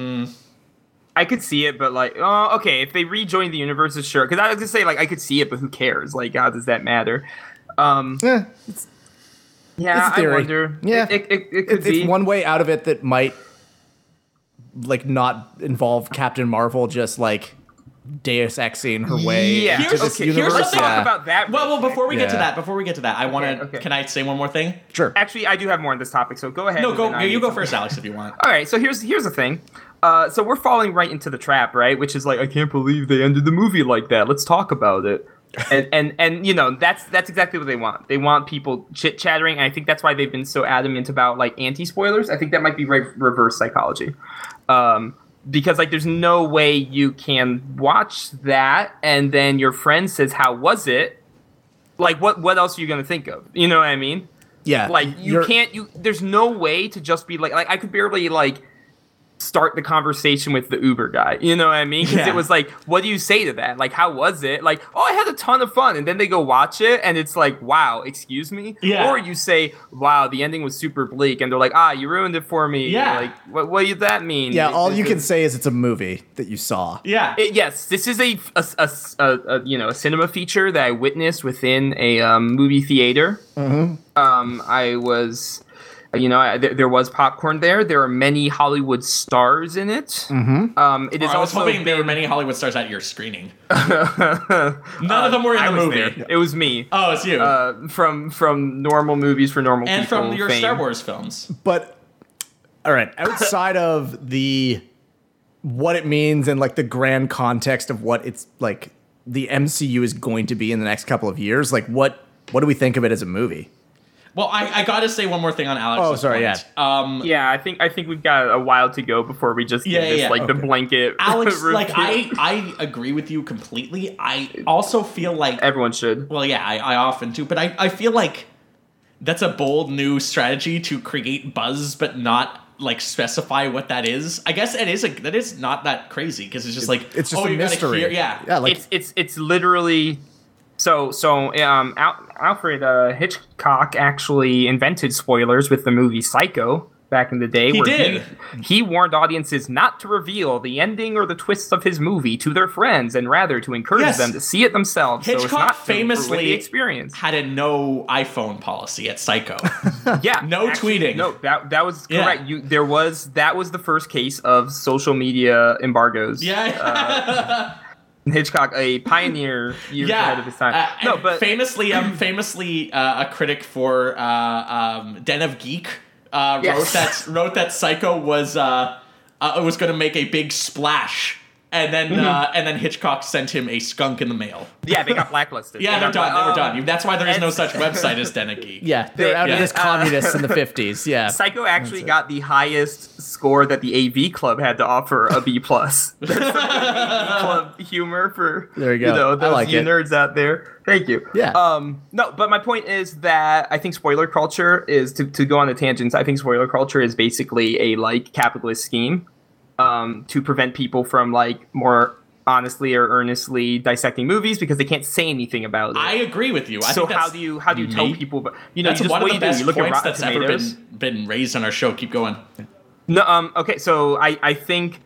S6: I could see it, but like, oh, okay, if they rejoin the universes, sure. Because I was gonna say, like, I could see it, but who cares? Like, how does that matter? Um,
S5: Eh,
S6: yeah,
S5: it's a
S6: I
S5: theory.
S6: wonder.
S5: Yeah.
S6: it, it, it, it could
S5: it's
S6: be.
S5: one way out of it that might like not involve Captain Marvel just like Deus Exing her way
S6: Yeah.
S5: into
S4: Here's-
S5: this
S4: okay, here's
S5: universe.
S6: Let's
S4: something-
S6: talk
S5: Yeah.
S6: about that.
S4: Well, well,
S6: real quick.
S4: before we get to
S5: Yeah.
S4: that, before we get to that, I want to.
S6: Okay, okay.
S4: Can I say one more thing?
S5: sure.
S6: actually, I do have more on this topic, so go ahead.
S4: No,
S6: and
S4: go.
S6: then I
S4: You
S6: need
S4: go
S6: something.
S4: first, Alex, if you want.
S6: All right, so here's here's the thing. Uh, so we're falling right into the trap, right? Which is like, I can't believe they ended the movie like that. Let's talk about it. and and and you know that's that's exactly what they want. They want people chit chattering, and I think that's why they've been so adamant about like anti spoilers. I think that might be re- reverse psychology, um, because like there's no way you can watch that and then your friend says, "How was it?" Like what what else are you gonna think of? You know what I mean?
S5: Yeah.
S6: like you
S5: You're-
S6: can't you there's no way to just be like like i could barely like start the conversation with the uber guy you know what i mean because
S4: Yeah.
S6: it was like what do you say to that like how was it like oh i had a ton of fun and then they go watch it and it's like wow excuse me
S4: Yeah.
S6: or you say wow the ending was super bleak and they're like ah you ruined it for me
S4: Yeah.
S6: like what, what did that mean
S5: Yeah, all you can
S6: It's-
S5: say is it's a movie that you saw.
S4: Yeah.
S6: it- yes, this is a, a, a- a- a, you know a cinema feature that I witnessed within a um, movie theater. Um, I was, you know, I, there, there was popcorn there. There are many Hollywood stars in it. Um, it is
S4: I was
S6: also
S4: hoping there were
S6: been-
S4: many Hollywood stars at your screening. None of them were in
S6: I
S4: the
S6: was
S4: movie.
S6: there. It was me.
S4: Oh, it's you.
S6: Uh, from from normal movies for normal
S4: and
S6: people
S4: from your
S6: fame.
S4: Star Wars films.
S5: But all right, outside of the what it means and like the grand context of what it's like the MCU is going to be in the next couple of years. Like what what do we think of it as a movie?
S4: Well, I, I gotta say one more thing on Alex.
S5: Oh, sorry, yeah.
S4: Um,
S6: Yeah, I think I think we've got a while to go before we just
S4: Yeah,
S6: yeah,
S4: yeah,
S6: this,
S4: yeah.
S6: like the blanket.
S4: Alex, like
S6: review.
S4: I, I agree with you completely. I also feel like
S6: everyone should.
S4: well, yeah, I, I often do, but I, I feel like that's a bold new strategy to create buzz, but not like specify what that is. I guess it is a that is not that crazy because it's just like
S5: It's just
S4: oh,
S5: a
S4: you gotta
S5: mystery.
S4: hear- yeah,
S5: yeah, like
S6: it's it's it's literally so so um Al- Alfred uh, Hitchcock actually invented spoilers with the movie Psycho back in the day
S4: He did.
S6: He, he warned audiences not to reveal the ending or the twists of his movie to their friends and rather to encourage
S4: Yes.
S6: them to see it themselves so it's
S4: Hitchcock
S6: not
S4: famously-
S6: famously the experience
S4: had a no iPhone policy at Psycho.
S6: yeah
S4: No tweeting.
S6: no that that was
S4: Yeah.
S6: correct you there was that was the first case of social media embargoes
S4: yeah,
S6: Hitchcock a pioneer years
S4: yeah.
S6: ahead of his time
S4: Uh,
S6: no
S4: and
S6: but
S4: famously, um, famously uh, a critic for uh, um, Den of Geek uh,
S6: Yes.
S4: wrote that wrote that Psycho was uh, uh, was going to make a big splash, and then
S6: Mm-hmm.
S4: uh, and then Hitchcock sent him a skunk in the mail.
S6: Yeah, they got blacklisted.
S4: Yeah, they're
S6: They got
S4: done. They were
S6: bla- um,
S4: done. That's why there is no
S6: and-
S4: such website as Den of Geek.
S5: yeah, they're
S6: they-
S5: out
S4: yeah.
S5: as communists in the 50s. Yeah.
S6: Oh. Psycho actually got the highest score that the AV Club had to offer, a B plus. There's some AV Club humor for
S5: There you go. I
S6: know those
S5: like
S6: you
S5: it.
S6: nerds out there. Thank you.
S5: Yeah.
S6: Um. No, but my point is that I think spoiler culture is to to go on the tangents. I think spoiler culture is basically a like capitalist scheme, um, to prevent people from like more honestly or earnestly dissecting movies because they can't say anything about it.
S4: I agree with you. I
S6: so
S4: think that's,
S6: how do you how do you tell
S4: unique.
S6: people? But you know,
S4: That's
S6: you just,
S4: one
S6: what
S4: of
S6: do
S4: the
S6: you do?
S4: best
S6: You look at
S4: points
S6: Rotten
S4: that's
S6: Tomatoes.
S4: ever been been raised on our show. Keep going.
S6: No, um, okay, so I, I think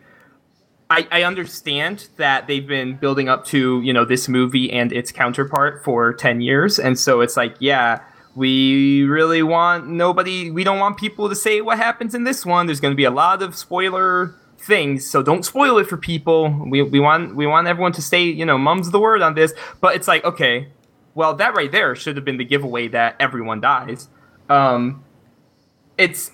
S6: I, I understand that they've been building up to, you know, this movie and its counterpart for 10 years. And so it's like, yeah, we really want nobody, we don't want people to say what happens in this one. There's going to be a lot of spoiler things so don't spoil it for people we, we want we want everyone to stay you know mum's the word on this but it's like okay well that right there should have been the giveaway that everyone dies um it's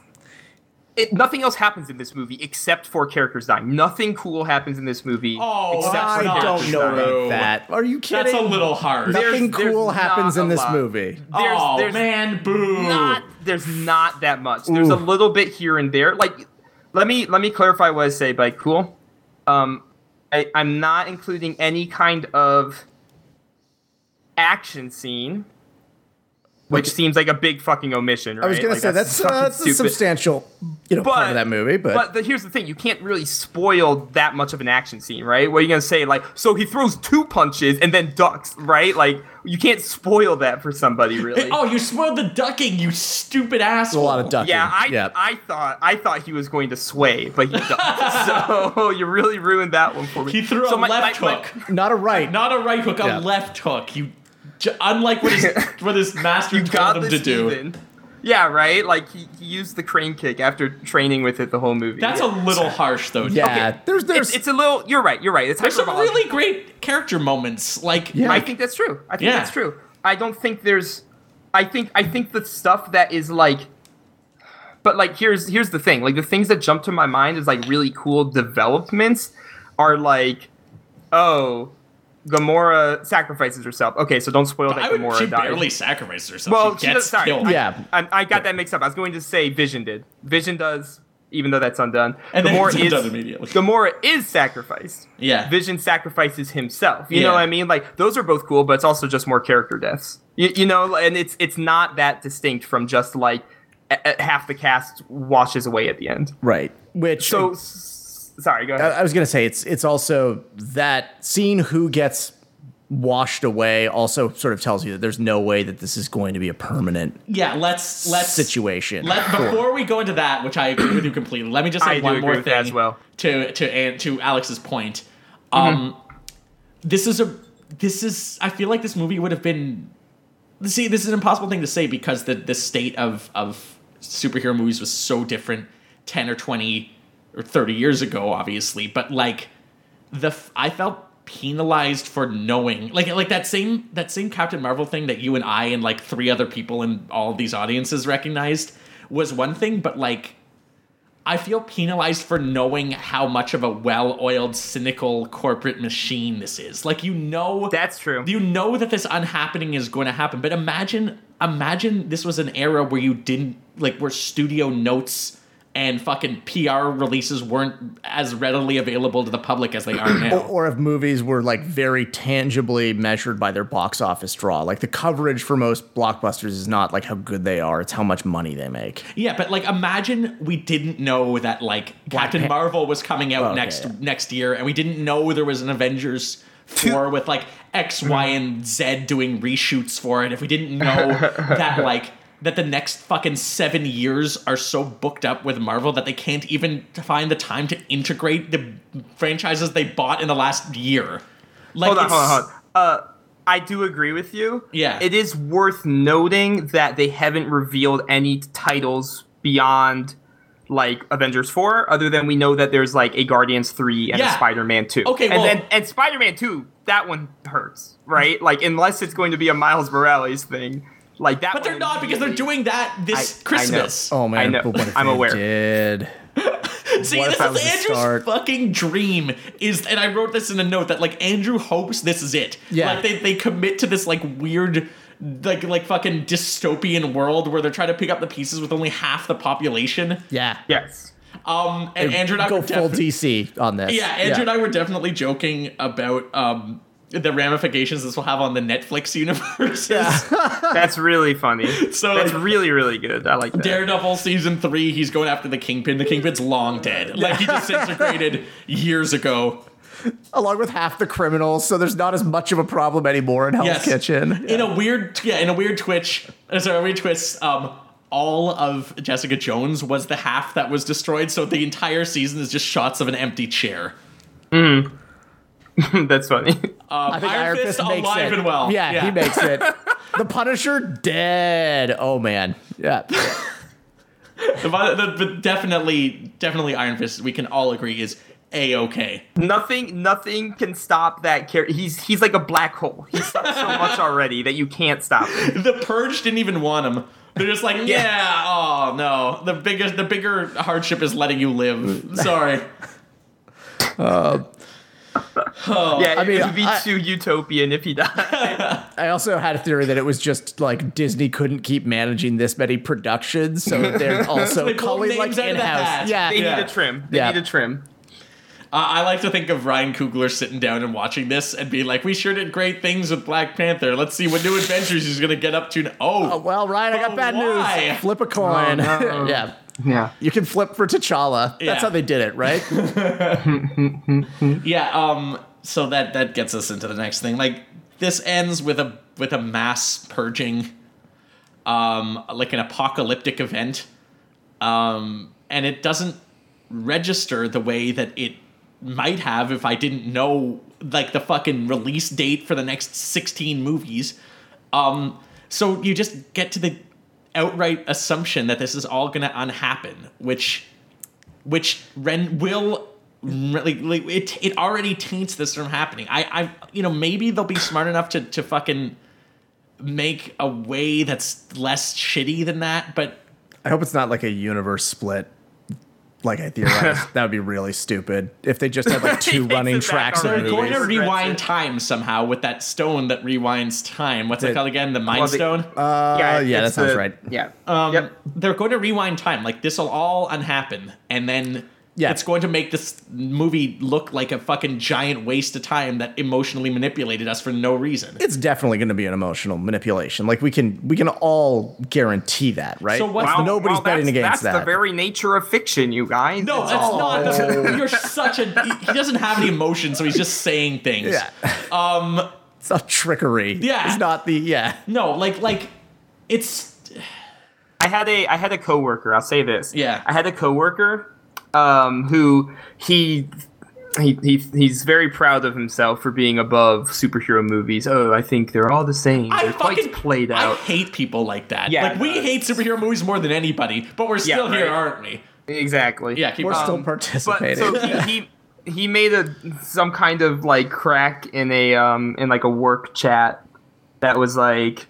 S6: it, nothing else happens in this movie except for characters dying. Nothing cool happens in this movie.
S4: Oh,
S6: except
S4: that's
S5: I
S6: for
S4: not
S5: don't
S6: characters
S5: know
S6: dying.
S4: true.
S5: about that. Are you kidding?
S4: That's a little hard.
S6: There's-
S5: Nothing
S6: there's
S5: cool
S6: not
S5: happens
S6: a
S5: in this
S6: lot.
S5: movie.
S6: There's,
S4: oh
S6: there's
S4: man, boo!
S6: not there's not that much. There's a
S5: Ooh.
S6: little bit here and there. Like, let me let me clarify what I say by cool. Um, I, I'm not including any kind of action scene, which seems like a big fucking omission. Right?
S5: I was gonna
S6: Like,
S5: say that's uh,
S6: fucking
S5: that's a
S6: stupid.
S5: substantial, you know, part of that movie. But,
S6: the, here's the thing: you can't really spoil that much of an action scene, right? What are you gonna say? Like, so he throws two punches and then ducks, right? Like, you can't spoil that for somebody, really.
S4: Oh, you spoiled the ducking, you stupid asshole!
S5: a lot of ducking.
S6: yeah, I,
S5: yeah.
S6: I thought I thought he was going to sway, but he ducked. so you really ruined that one for me.
S4: He threw
S6: So
S4: a
S6: my-
S4: left
S6: my- my-
S4: hook,
S5: not a right.
S4: not a right hook,
S5: Yeah.
S4: a left hook. You, j- unlike what his what his master
S6: you
S4: told
S6: got
S4: him
S6: this
S4: to do.
S6: heathen. Yeah, right. Like he, he used the crane kick after training with it the whole movie.
S4: That's a
S6: yeah.
S4: little harsh, though.
S5: yeah,
S6: okay.
S5: there's there's
S6: It's, it's a little. You're right. You're right. It's
S4: there's some
S6: hyperbolic.
S4: really great character moments. Like,
S5: Yeah.
S6: I
S4: like
S6: think that's true. I think
S4: Yeah.
S6: that's true. I don't think there's. I think I think the stuff that is like. But like here's here's the thing. Like the things that jump to my mind is like really cool developments, are like, oh, Gamora sacrifices herself. Okay, so don't spoil that
S4: I would.
S6: Gamora
S4: she
S6: died.
S4: barely sacrificed herself.
S6: Well,
S4: she
S6: she
S4: gets
S6: does- sorry.
S4: killed.
S6: I-
S5: yeah.
S6: I, I got that mixed up. I was going to say Vision did. Vision does, even though that's undone.
S4: And then
S6: Gamora
S4: it's
S6: is
S4: undone immediately.
S6: Gamora is sacrificed.
S4: Yeah.
S6: Vision sacrifices himself. You
S4: Yeah.
S6: know what I mean? Like those are both cool, but it's also just more character deaths. You, you know, and it's it's not that distinct from just like a, a- half the cast washes away at the end.
S5: right. Which
S6: So s- sorry, go
S5: I,
S6: ahead.
S5: I was gonna say it's it's also that seeing who gets washed away also sort of tells you that there's no way that this is going to be a permanent
S4: yeah. Let's let's
S5: situation.
S4: Let, before we go into that, which I agree with you completely, let me just
S6: I
S4: say
S6: do
S4: one
S6: agree
S4: more
S6: with
S4: thing
S6: that as well. Mm-hmm.
S4: to to and to Alex's point. Um, This is a this is I feel like this movie would have been see this is an impossible thing to say because the the state of of superhero movies was so different ten or twenty or thirty years ago, obviously, but like the f- I felt penalized for knowing like like that same that same Captain Marvel thing that you and I and like three other people in all these audiences recognized was one thing, but like I feel penalized for knowing how much of a well-oiled, cynical corporate machine this is. Like you know
S6: That's true.
S4: you know that this unhappening is going to happen but imagine imagine this was an era where you didn't like where studio notes and fucking pr releases weren't as readily available to the public as they are now
S5: or if movies were like very tangibly measured by their box office draw. Like the coverage for most blockbusters is not like how good they are, it's how much money they make.
S4: yeah but like imagine we didn't know that like captain
S5: Pan- Oh,
S4: marvel was coming out
S5: Okay,
S4: next
S5: yeah.
S4: next year and we didn't know there was an avengers 4 with like x
S5: Mm-hmm.
S4: y and z doing reshoots for it if we didn't know that like that the next fucking seven years are so booked up with Marvel that they can't even find the time to integrate the franchises they bought in the last year. Like,
S6: hold on, hold
S4: it's-
S6: on, hold on. Uh, I do agree with you.
S4: Yeah.
S6: It is worth noting that they haven't revealed any titles beyond like Avengers 4, other than we know that there's like a Guardians 3 and
S4: Yeah.
S6: a Spider Man 2.
S4: Okay,
S6: and
S4: well-
S6: then and Spider Man 2, that one hurts, right? Like unless it's going to be a Miles Morales thing. Like that
S4: But they're
S6: one
S4: not because they're doing that this
S6: I- I know.
S4: Christmas.
S5: Oh man,
S6: I know.
S5: but what if
S6: I'm
S5: they
S6: aware.
S5: Did.
S4: See,
S5: What
S4: this
S5: if I was
S4: is
S5: the
S4: Andrew's
S5: start?
S4: fucking dream. Is and I wrote this in a note that like Andrew hopes this is it.
S5: Yeah.
S4: Like they, they commit to this like weird like like fucking dystopian world where they're trying to pick up the pieces with only half the population.
S5: Yeah.
S6: Yes.
S4: Um and Andrew and I
S5: go
S4: were
S5: full
S4: defi-
S5: DC on this.
S4: Yeah, Andrew and I were definitely joking about um the ramifications this will have on the Netflix universe.
S6: That's really funny.
S4: So,
S6: That's
S4: like-
S6: really, really good. I like that.
S4: Daredevil season three, he's going after the Kingpin. The Kingpin's long dead. Like he disintegrated years ago.
S5: Along with half the criminals, so there's not as much of a problem anymore in Hell's
S4: Yes.
S5: Kitchen.
S4: in a weird yeah in a weird twitch uh, sorry a weird twist um all of jessica jones was the half that was destroyed so the entire season is just shots of an empty chair
S6: That's funny.
S4: um,
S5: I think Iron, Fist, makes
S4: alive
S5: it.
S4: and well
S5: Yeah, he makes it. the Punisher dead. Oh man. Yeah.
S4: The- the- the- definitely definitely iron fist we can all agree is a-ok
S6: Nothing, nothing can stop that character. He's he's like a black hole. He's stopped so much already that you can't stop him.
S4: the purge didn't even want him they're just like yeah, oh no the biggest the bigger hardship is letting you live sorry
S6: Yeah,
S5: mean,
S6: it would be
S5: I-
S6: too utopian if he died.
S5: I also had a theory that it was just like Disney couldn't keep managing this many productions, so they're also
S4: They pulled
S5: calling like
S4: names out of
S5: in
S4: the hat.
S5: house. Yeah.
S6: They
S4: Yeah.
S6: need a trim. They
S5: Yeah.
S6: need a trim.
S4: I I like to think of Ryan Coogler sitting down and watching this and being like, "We sure did great things with Black Panther. Let's see what new adventures he's gonna get up to." n- Oh,
S5: Oh, well, Ryan, I got
S4: But
S5: bad
S4: why?
S5: news. Flip a coin.
S6: Oh, no.
S5: yeah.
S6: Yeah.
S5: You can flip for T'Challa.
S4: Yeah.
S5: That's how they did it, right?
S4: yeah. Um. So that that gets us into the next thing. Like this ends with a with a mass purging, um, like an apocalyptic event, um, and it doesn't register the way that it might have if I didn't know like the fucking release date for the next sixteen movies. Um, so you just get to the outright assumption that this is all going to unhappen, which, which Ren will really like, it. It already taints this from happening. I, I, you know, maybe they'll be smart enough to to fucking make a way that's less shitty than that, but.
S5: I hope it's not like a universe split. Like I theorized, that would be really stupid if they just had like
S6: He
S5: two
S6: takes
S5: running
S6: it back
S5: tracks. of
S6: already.
S4: They're
S5: movies.
S4: going to
S6: Regrets
S4: rewind
S6: it.
S4: time somehow with that stone that rewinds time. What's it
S5: The-
S4: called again? The Mind
S6: Well, the-
S4: Stone.
S5: Uh, yeah,
S6: it's
S5: that sounds
S6: the-
S5: right.
S6: Yeah.
S4: Um,
S6: yep.
S4: They're going to rewind time. Like this will all unhappen, and then
S5: Yeah.
S4: it's going to make this movie look like a fucking giant waste of time that emotionally manipulated us for no reason.
S5: It's definitely going to be an emotional manipulation. Like we can we can all guarantee that, right?
S4: So what's-
S5: Like,
S4: Wow,
S5: nobody's
S6: wow,
S5: betting
S6: that's,
S5: against
S6: that's
S5: that.
S6: the very nature of fiction, you guys.
S4: no,
S6: It's
S4: that's
S6: all-
S4: not. that's- you're such a. He he doesn't have any emotion, so he's just saying things.
S5: yeah. Um, it's not trickery.
S4: Yeah.
S5: It's not the yeah.
S4: No, like like, it's
S6: I had a I had a coworker. I'll say this.
S4: Yeah.
S6: I had a coworker um, who he. He, he, he's very proud of himself for being above superhero movies. Oh, I think they're all the same.
S4: I
S6: they're
S4: fucking
S6: quite played
S4: I
S6: out.
S4: hate people like that.
S6: Yeah,
S4: like we
S6: no,
S4: hate superhero movies more than anybody, but we're still here,
S6: right.
S4: aren't we?
S6: Exactly.
S4: Yeah, keep
S5: We're
S4: on.
S5: still
S6: um, But
S5: participating.
S6: so he, he he made a some kind of like crack in a um in like a work chat that was like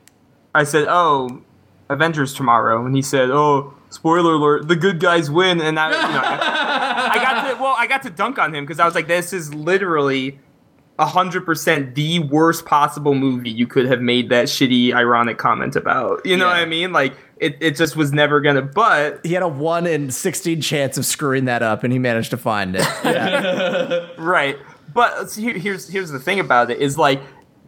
S6: I said, "Oh, Avengers tomorrow." And he said, "Oh, spoiler alert, the good guys win, and I, you know, I, I got to well, I got to dunk on him because I was like, this is literally hundred percent the worst possible movie you could have made that shitty ironic comment about. You know what
S4: Yeah.
S6: I mean? Like it, it just was never gonna. But
S5: He had a one in sixteen chance of screwing that up, and he managed to find it.
S6: right, but so here, here's here's the thing about it is like.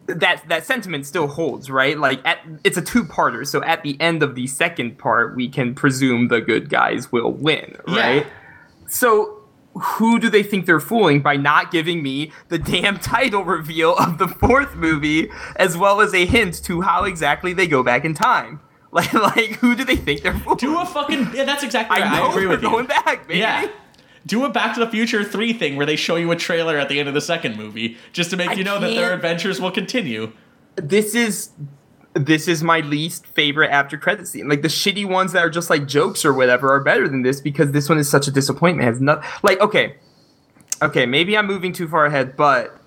S6: That that sentiment still holds, right? Like, at, it's a two-parter, so at the end of the second part, we can presume the good guys will win, right? So who do they think they're fooling by not giving me the damn title reveal of the fourth movie as well as a hint to how exactly they go back in time? Like like who do they think they're fooling?
S4: Do a fucking. Yeah, that's exactly. Right.
S6: I
S4: I,
S6: know
S4: agree
S6: we're
S4: with you.
S6: going back, eh? baby.
S4: Yeah. Do a Back to the Future 3 thing where they show you a trailer at the end of the second movie just to make
S6: I
S4: you know that their
S6: can't-
S4: adventures will continue.
S6: This is this is my least favorite after credit scene. Like the shitty ones that are just like jokes or whatever are better than this because this one is such a disappointment. It has not like okay. Okay, maybe I'm moving too far ahead, but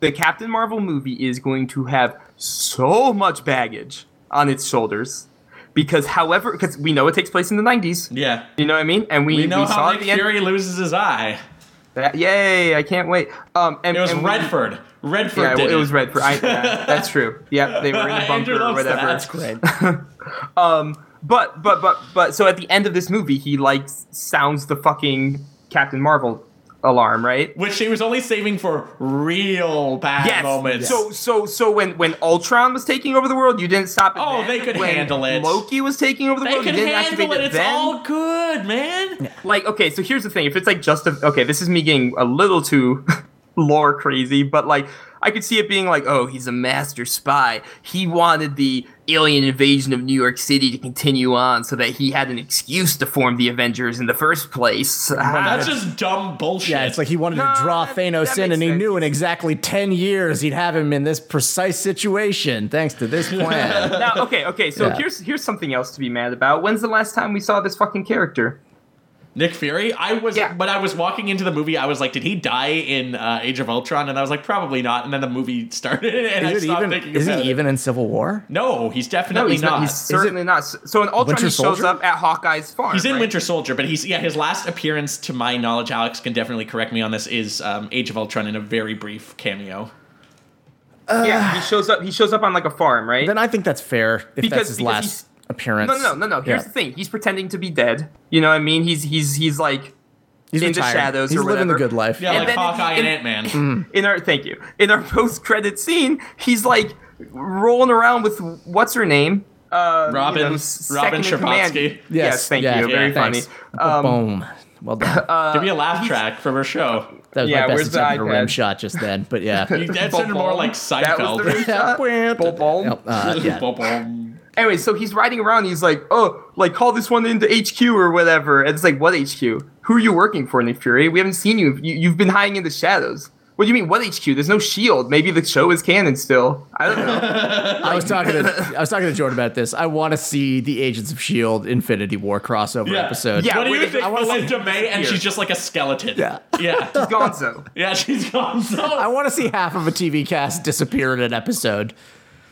S6: the Captain Marvel movie is going to have so much baggage on its shoulders because however because we know it takes place in the 90s
S4: Yeah.
S6: you know what i mean and we,
S4: We know
S6: saw
S4: how
S6: at
S4: Nick
S6: the end
S4: Fury loses his eye.
S6: that, yay i can't wait um and
S4: It was
S6: and we-
S4: Redford. Redford
S6: yeah,
S4: did
S6: it was Redford. I, yeah, that's true. Yeah, they were in a
S4: Andrew
S6: bunker or
S4: loves that.
S6: whatever.
S5: That's great.
S6: But but but but so at the end of this movie, he like sounds the fucking Captain Marvel alarm, right?
S4: Which she was only saving for real bad
S6: Yes.
S4: moments.
S6: So so so when when Ultron was taking over the world, you didn't stop. It
S4: Oh,
S6: then.
S4: they could
S6: When
S4: handle it.
S6: Loki was taking over the
S4: they
S6: world.
S4: can
S6: you didn't
S4: handle
S6: activate
S4: it.
S6: it.
S4: It's
S6: then.
S4: all good, man.
S6: like okay so here's the thing if it's like just a, okay this is me getting a little too lore crazy but like i could see it being like oh he's a master spy he wanted the alien invasion of new york city to continue on so that he had an excuse to form the avengers in the first place
S4: That's just dumb bullshit.
S5: Yeah, it's like he wanted
S6: No,
S5: to draw
S6: that-
S5: Thanos
S6: that
S5: in, and
S6: makes
S5: he
S6: sense.
S5: knew in exactly 10 years he'd have him in this precise situation thanks to this plan.
S6: now okay okay so
S5: Yeah.
S6: here's here's something else to be mad about when's the last time we saw this fucking character
S4: Nick Fury. I was
S6: Yeah.
S4: when I was walking into the movie, I was like, did he die in uh, Age of Ultron? And I was like, probably not. And then the movie started, and I
S5: is it
S4: stopped
S5: even,
S4: thinking
S5: is
S4: about
S5: he
S4: it.
S5: even in Civil War?
S4: No, he's definitely
S6: no he's
S4: not.
S6: not he's
S4: He's,
S6: certainly not so in ultron
S5: Winter
S6: he shows
S5: Soldier?
S6: up at hawkeye's farm
S4: in
S6: right?
S4: Winter Soldier, but he's yeah. His last appearance, to my knowledge, Alex can definitely correct me on this, is um, Age of Ultron in a very brief cameo.
S6: yeah he shows up he shows up on like a farm right
S5: Then I think that's fair if
S6: Because-
S5: that's his
S6: because
S5: last
S6: he's-
S5: appearance.
S6: No, no, no, no. Here's
S5: Yeah.
S6: the thing. He's pretending to be dead. You know what I mean? He's he's he's like
S5: He's
S6: in the
S5: retired.
S6: shadows
S5: He's
S6: or
S5: living the
S6: whatever.
S5: good life.
S4: Yeah,
S6: And
S4: like
S6: then in the-
S4: Hawkeye and
S6: in-
S4: Ant Man.
S6: in our thank you. In our post credit scene, he's like rolling around with what's her name? Uh,
S4: Robin-
S6: who's
S4: Robin
S6: second in command.
S4: Scherbatsky.
S5: Yes,
S6: Yes, thank
S5: yeah,
S6: you. Very
S5: thanks.
S6: funny. Um, uh,
S5: Boom. Well done.
S4: Give me a laugh track from her show.
S5: that was
S6: yeah,
S5: my best
S6: where's the
S5: attempt at a rim
S6: iPad?
S5: shot just then, but yeah.
S4: That sounded more like
S6: That was the
S4: Seinfeld.
S6: rim shot. Boom.
S5: Yep, uh, yeah.
S4: Boom.
S6: Anyway, so he's riding around. He's like, "Oh, like call this one into HQ or whatever." And it's like, "What HQ? Who are you working for, Nick Fury? We haven't seen you. you you've been hiding in the shadows." What do you mean? What HQ? There's no shield. Maybe the show is canon still. I don't know.
S5: I was talking to I was talking to Jordan about this. I want to see the Agents of Shield E Infinity War crossover
S4: Yeah.
S5: episode.
S6: Yeah,
S4: What do you
S6: wait,
S4: think?
S6: I wanna
S4: Melinda May, and
S6: here.
S4: she's just like a skeleton.
S5: Yeah.
S4: yeah,
S6: Gonzo.
S4: yeah. She's gone.
S5: I
S4: So
S5: want to see half of a TV cast disappear in an episode.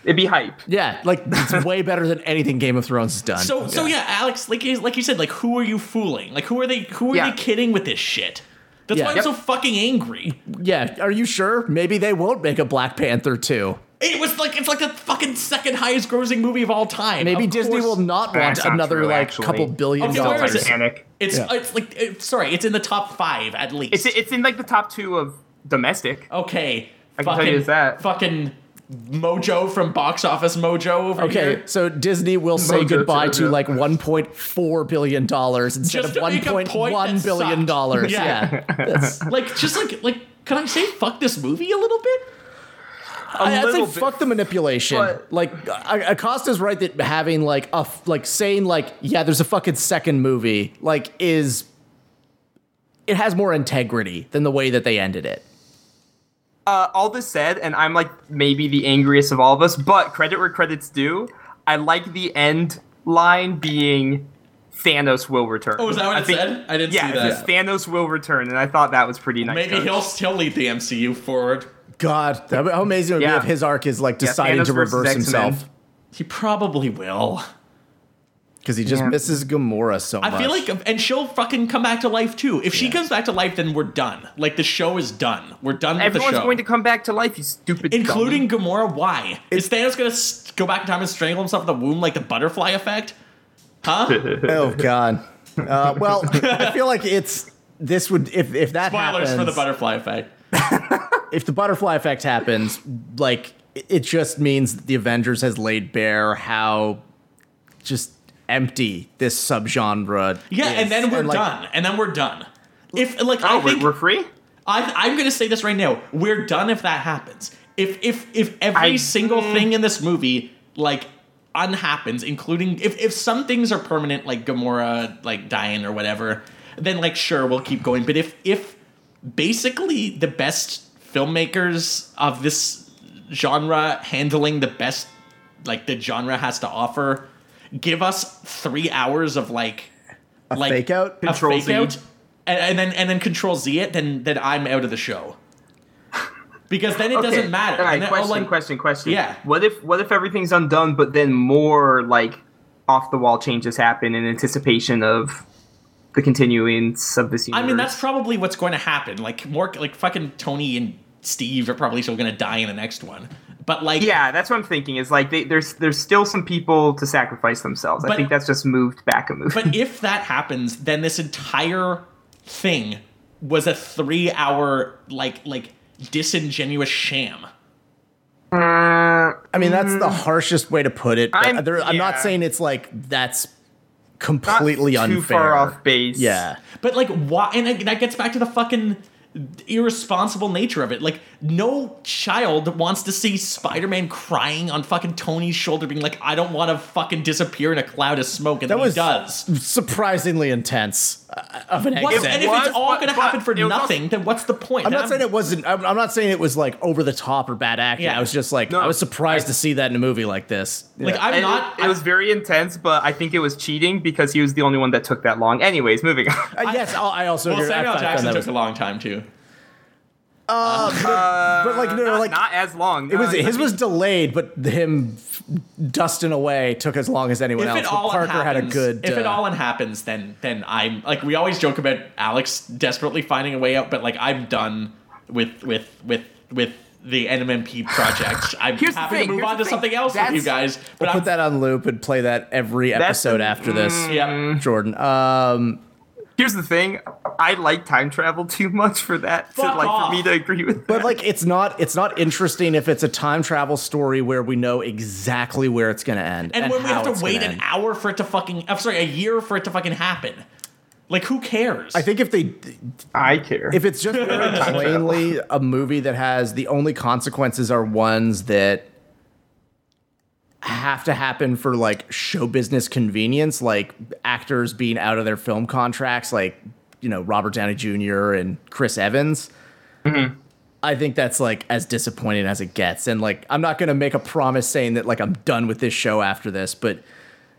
S6: It'd be hype.
S5: Yeah, like it's way better than anything Game of Thrones has done.
S4: so, so yeah, Alex. Like, you- like you said, like who are you fooling? Like who are they? Who are
S6: Yeah.
S4: they kidding with this shit? That's
S5: Yeah.
S4: why I'm
S5: Yep.
S4: so fucking angry.
S5: yeah, are you sure? Maybe they won't make a Black Panther 2.
S4: It was like it's like the fucking second highest grossing movie of all time.
S5: Maybe
S4: Of
S5: Disney
S4: course-
S5: will not want
S6: That's not
S5: another
S6: true,
S5: like
S6: actually.
S5: couple billion
S4: Okay, where
S5: dollars.
S4: is it?
S6: Panic.
S4: It's
S5: Yeah.
S4: it's like it, sorry, it's in the top five at least.
S6: It's it's in like the top two of domestic.
S4: okay.
S6: I can tell you it's that.
S4: fucking Mojo from Box Office Mojo over
S5: Okay,
S4: here.
S5: so Disney will say
S6: Mojo
S5: goodbye to
S6: Jojo.
S5: like 1.4 billion dollars instead
S4: Just
S5: of
S4: to make a point
S5: 1.1
S4: that
S5: billion
S4: sucked.
S5: dollars.
S4: Yeah.
S5: Yeah, That's-
S4: Like just like like can I say fuck this movie a little bit?
S6: A
S5: I, I'd say
S6: bit.
S5: fuck the manipulation.
S6: But-
S5: like I- Acosta's right that having like a f- like saying like yeah, there's a fucking second movie like is it has more integrity than the way that they ended it.
S6: uh, all this said, and I'm like maybe the angriest of all of us, but credit where credit's due. I like the end line being Thanos will return.
S4: Oh, is that what
S6: I
S4: it said? I didn't
S6: yeah,
S4: see
S6: it
S4: that.
S6: says Thanos will return, and I thought that was pretty nice.
S4: Maybe
S6: touch.
S4: he'll still lead the MCU forward.
S5: God, that would- how amazing it would
S6: Yeah.
S5: be if his arc is like deciding
S6: Thanos
S5: to
S6: versus
S5: reverse
S6: X-Men.
S5: himself.
S4: He probably will.
S5: because he just
S6: Yeah.
S5: misses Gamora so much.
S4: I feel like, and she'll fucking come back to life too. If she comes back to life, then we're done. Like the show is done. We're done with
S6: Everyone's
S4: the show.
S6: going to come back to life, you stupid.
S4: including Gamora. Why is Thanos gonna s go back in time and strangle himself in the womb like the butterfly effect? Huh?
S5: oh god. Uh, well, I feel like it's this would if if that
S4: Spoilers
S5: happens,
S4: for the butterfly effect.
S5: if the butterfly effect happens, like it- it just means that the Avengers has laid bare how just empty this subgenre.
S4: Yeah,
S5: is.
S4: and then we're
S5: like,
S4: done. And then we're done. If like
S6: Oh,
S4: I think
S6: we're, we're free.
S4: I, I'm gonna say this right now, we're done if that happens. If if if every
S6: I-
S4: single thing in this movie like unhappens, including if if some things are permanent, like Gamora like dying or whatever, then like sure we'll keep going. But if if basically the best filmmakers of this genre handling the best like the genre has to offer, give us three hours of like a like
S5: fake out?
S4: a
S6: Control
S4: fake
S6: Z.
S4: out, and, and then and then control Z it, then then I'm out of the show. Because then it doesn't matter.
S6: All right,
S4: And then, oh,
S6: question,
S4: like-
S6: question, question.
S4: Yeah.
S6: What if what if everything's undone, but then more like off the wall changes happen in anticipation of the continuance of this universe?
S4: I mean, that's probably what's going to happen. Like more like fucking Tony and Steve are probably still going to die in the next one. But like
S6: yeah, that's what I'm thinking. Is like they, there's there's still some people to sacrifice themselves.
S4: But-
S6: I think that's just moved back a movie.
S4: but if that happens, then this entire thing was a 3-hour like like disingenuous sham.
S6: Uh,
S5: I mean, that's the harshest way to put it. But
S6: I'm-
S5: I'm, there, I'm not
S6: yeah.
S5: saying it's like that's
S6: not
S5: completely
S6: too
S5: unfair.
S6: far off base.
S5: Yeah.
S4: But like, why? And like, that gets back to the fucking irresponsible nature of it. Like, no child wants to see Spider-Man crying on fucking Tony's shoulder, being like, "I don't want to fucking disappear in a cloud of smoke," and
S5: That
S4: then
S5: was
S4: he does.
S5: surprisingly intense uh, of an
S4: What-
S5: exit.
S4: and if
S6: was,
S4: it's all
S6: but-
S4: going to
S6: but
S4: happen for
S6: it was also-
S4: nothing, then what's the point?
S5: I'm
S4: Then
S5: not saying it wasn't. I'm, I'm not saying it was like over the top or bad acting.
S4: Yeah.
S5: I was just like,
S6: No,
S5: I was surprised
S6: I-
S5: to see that in a movie like this.
S4: Like,
S5: Yeah.
S4: I'm
S6: And
S4: not.
S6: it, it was very intense, but I think it was cheating because he was the only one that took that long. Anyways, moving on.
S5: Uh, yes, I, I also.
S4: well,
S5: agree. I
S4: Samuel
S5: thought that
S4: Jackson
S5: was-
S4: took a long time too.
S5: but like, no, no,
S4: Uh,
S6: not,
S5: like
S6: not as long. Uh,
S5: it was.
S6: No,
S5: His was delayed, but him dusting away took as long as anyone
S4: If
S5: else.
S4: it
S5: But
S4: all
S5: Parker
S4: happens,
S5: had a good.
S4: If it
S5: uh,
S4: all happens, then then I'm like we always joke about Alex desperately finding a way out, but like I'm done with with with with the NMMP project. I'm
S6: Here's the
S4: happy
S6: thing,
S4: to move
S6: here's
S4: on
S6: the
S4: to
S6: thing.
S4: something else with you
S6: That's-
S4: guys. But I'm
S5: put that on loop and play that every
S6: That's-
S5: episode after this.
S4: mm, yeah.
S5: Jordan. Um,
S6: Here's the thing: I like time travel too much for that. To,
S4: Fuck
S6: like
S4: off.
S6: for me to agree with.
S5: but like, it's not. It's not interesting if it's a time travel story where we know exactly where it's going to end
S4: And, when we
S5: how
S4: have
S5: it's
S4: to
S5: gonna
S4: wait an
S5: end.
S4: hour for it to fucking I'm sorry, a year for it to fucking happen. Like who cares?
S5: I think if they
S6: I care.
S5: if it's just very plainly a movie that has the only consequences are ones that have to happen for like show business convenience, like actors being out of their film contracts, like you know Robert Downey Jr. and Chris Evans. I think that's like as disappointing as it gets, and like I'm not gonna make a promise saying that like I'm done with this show after this, but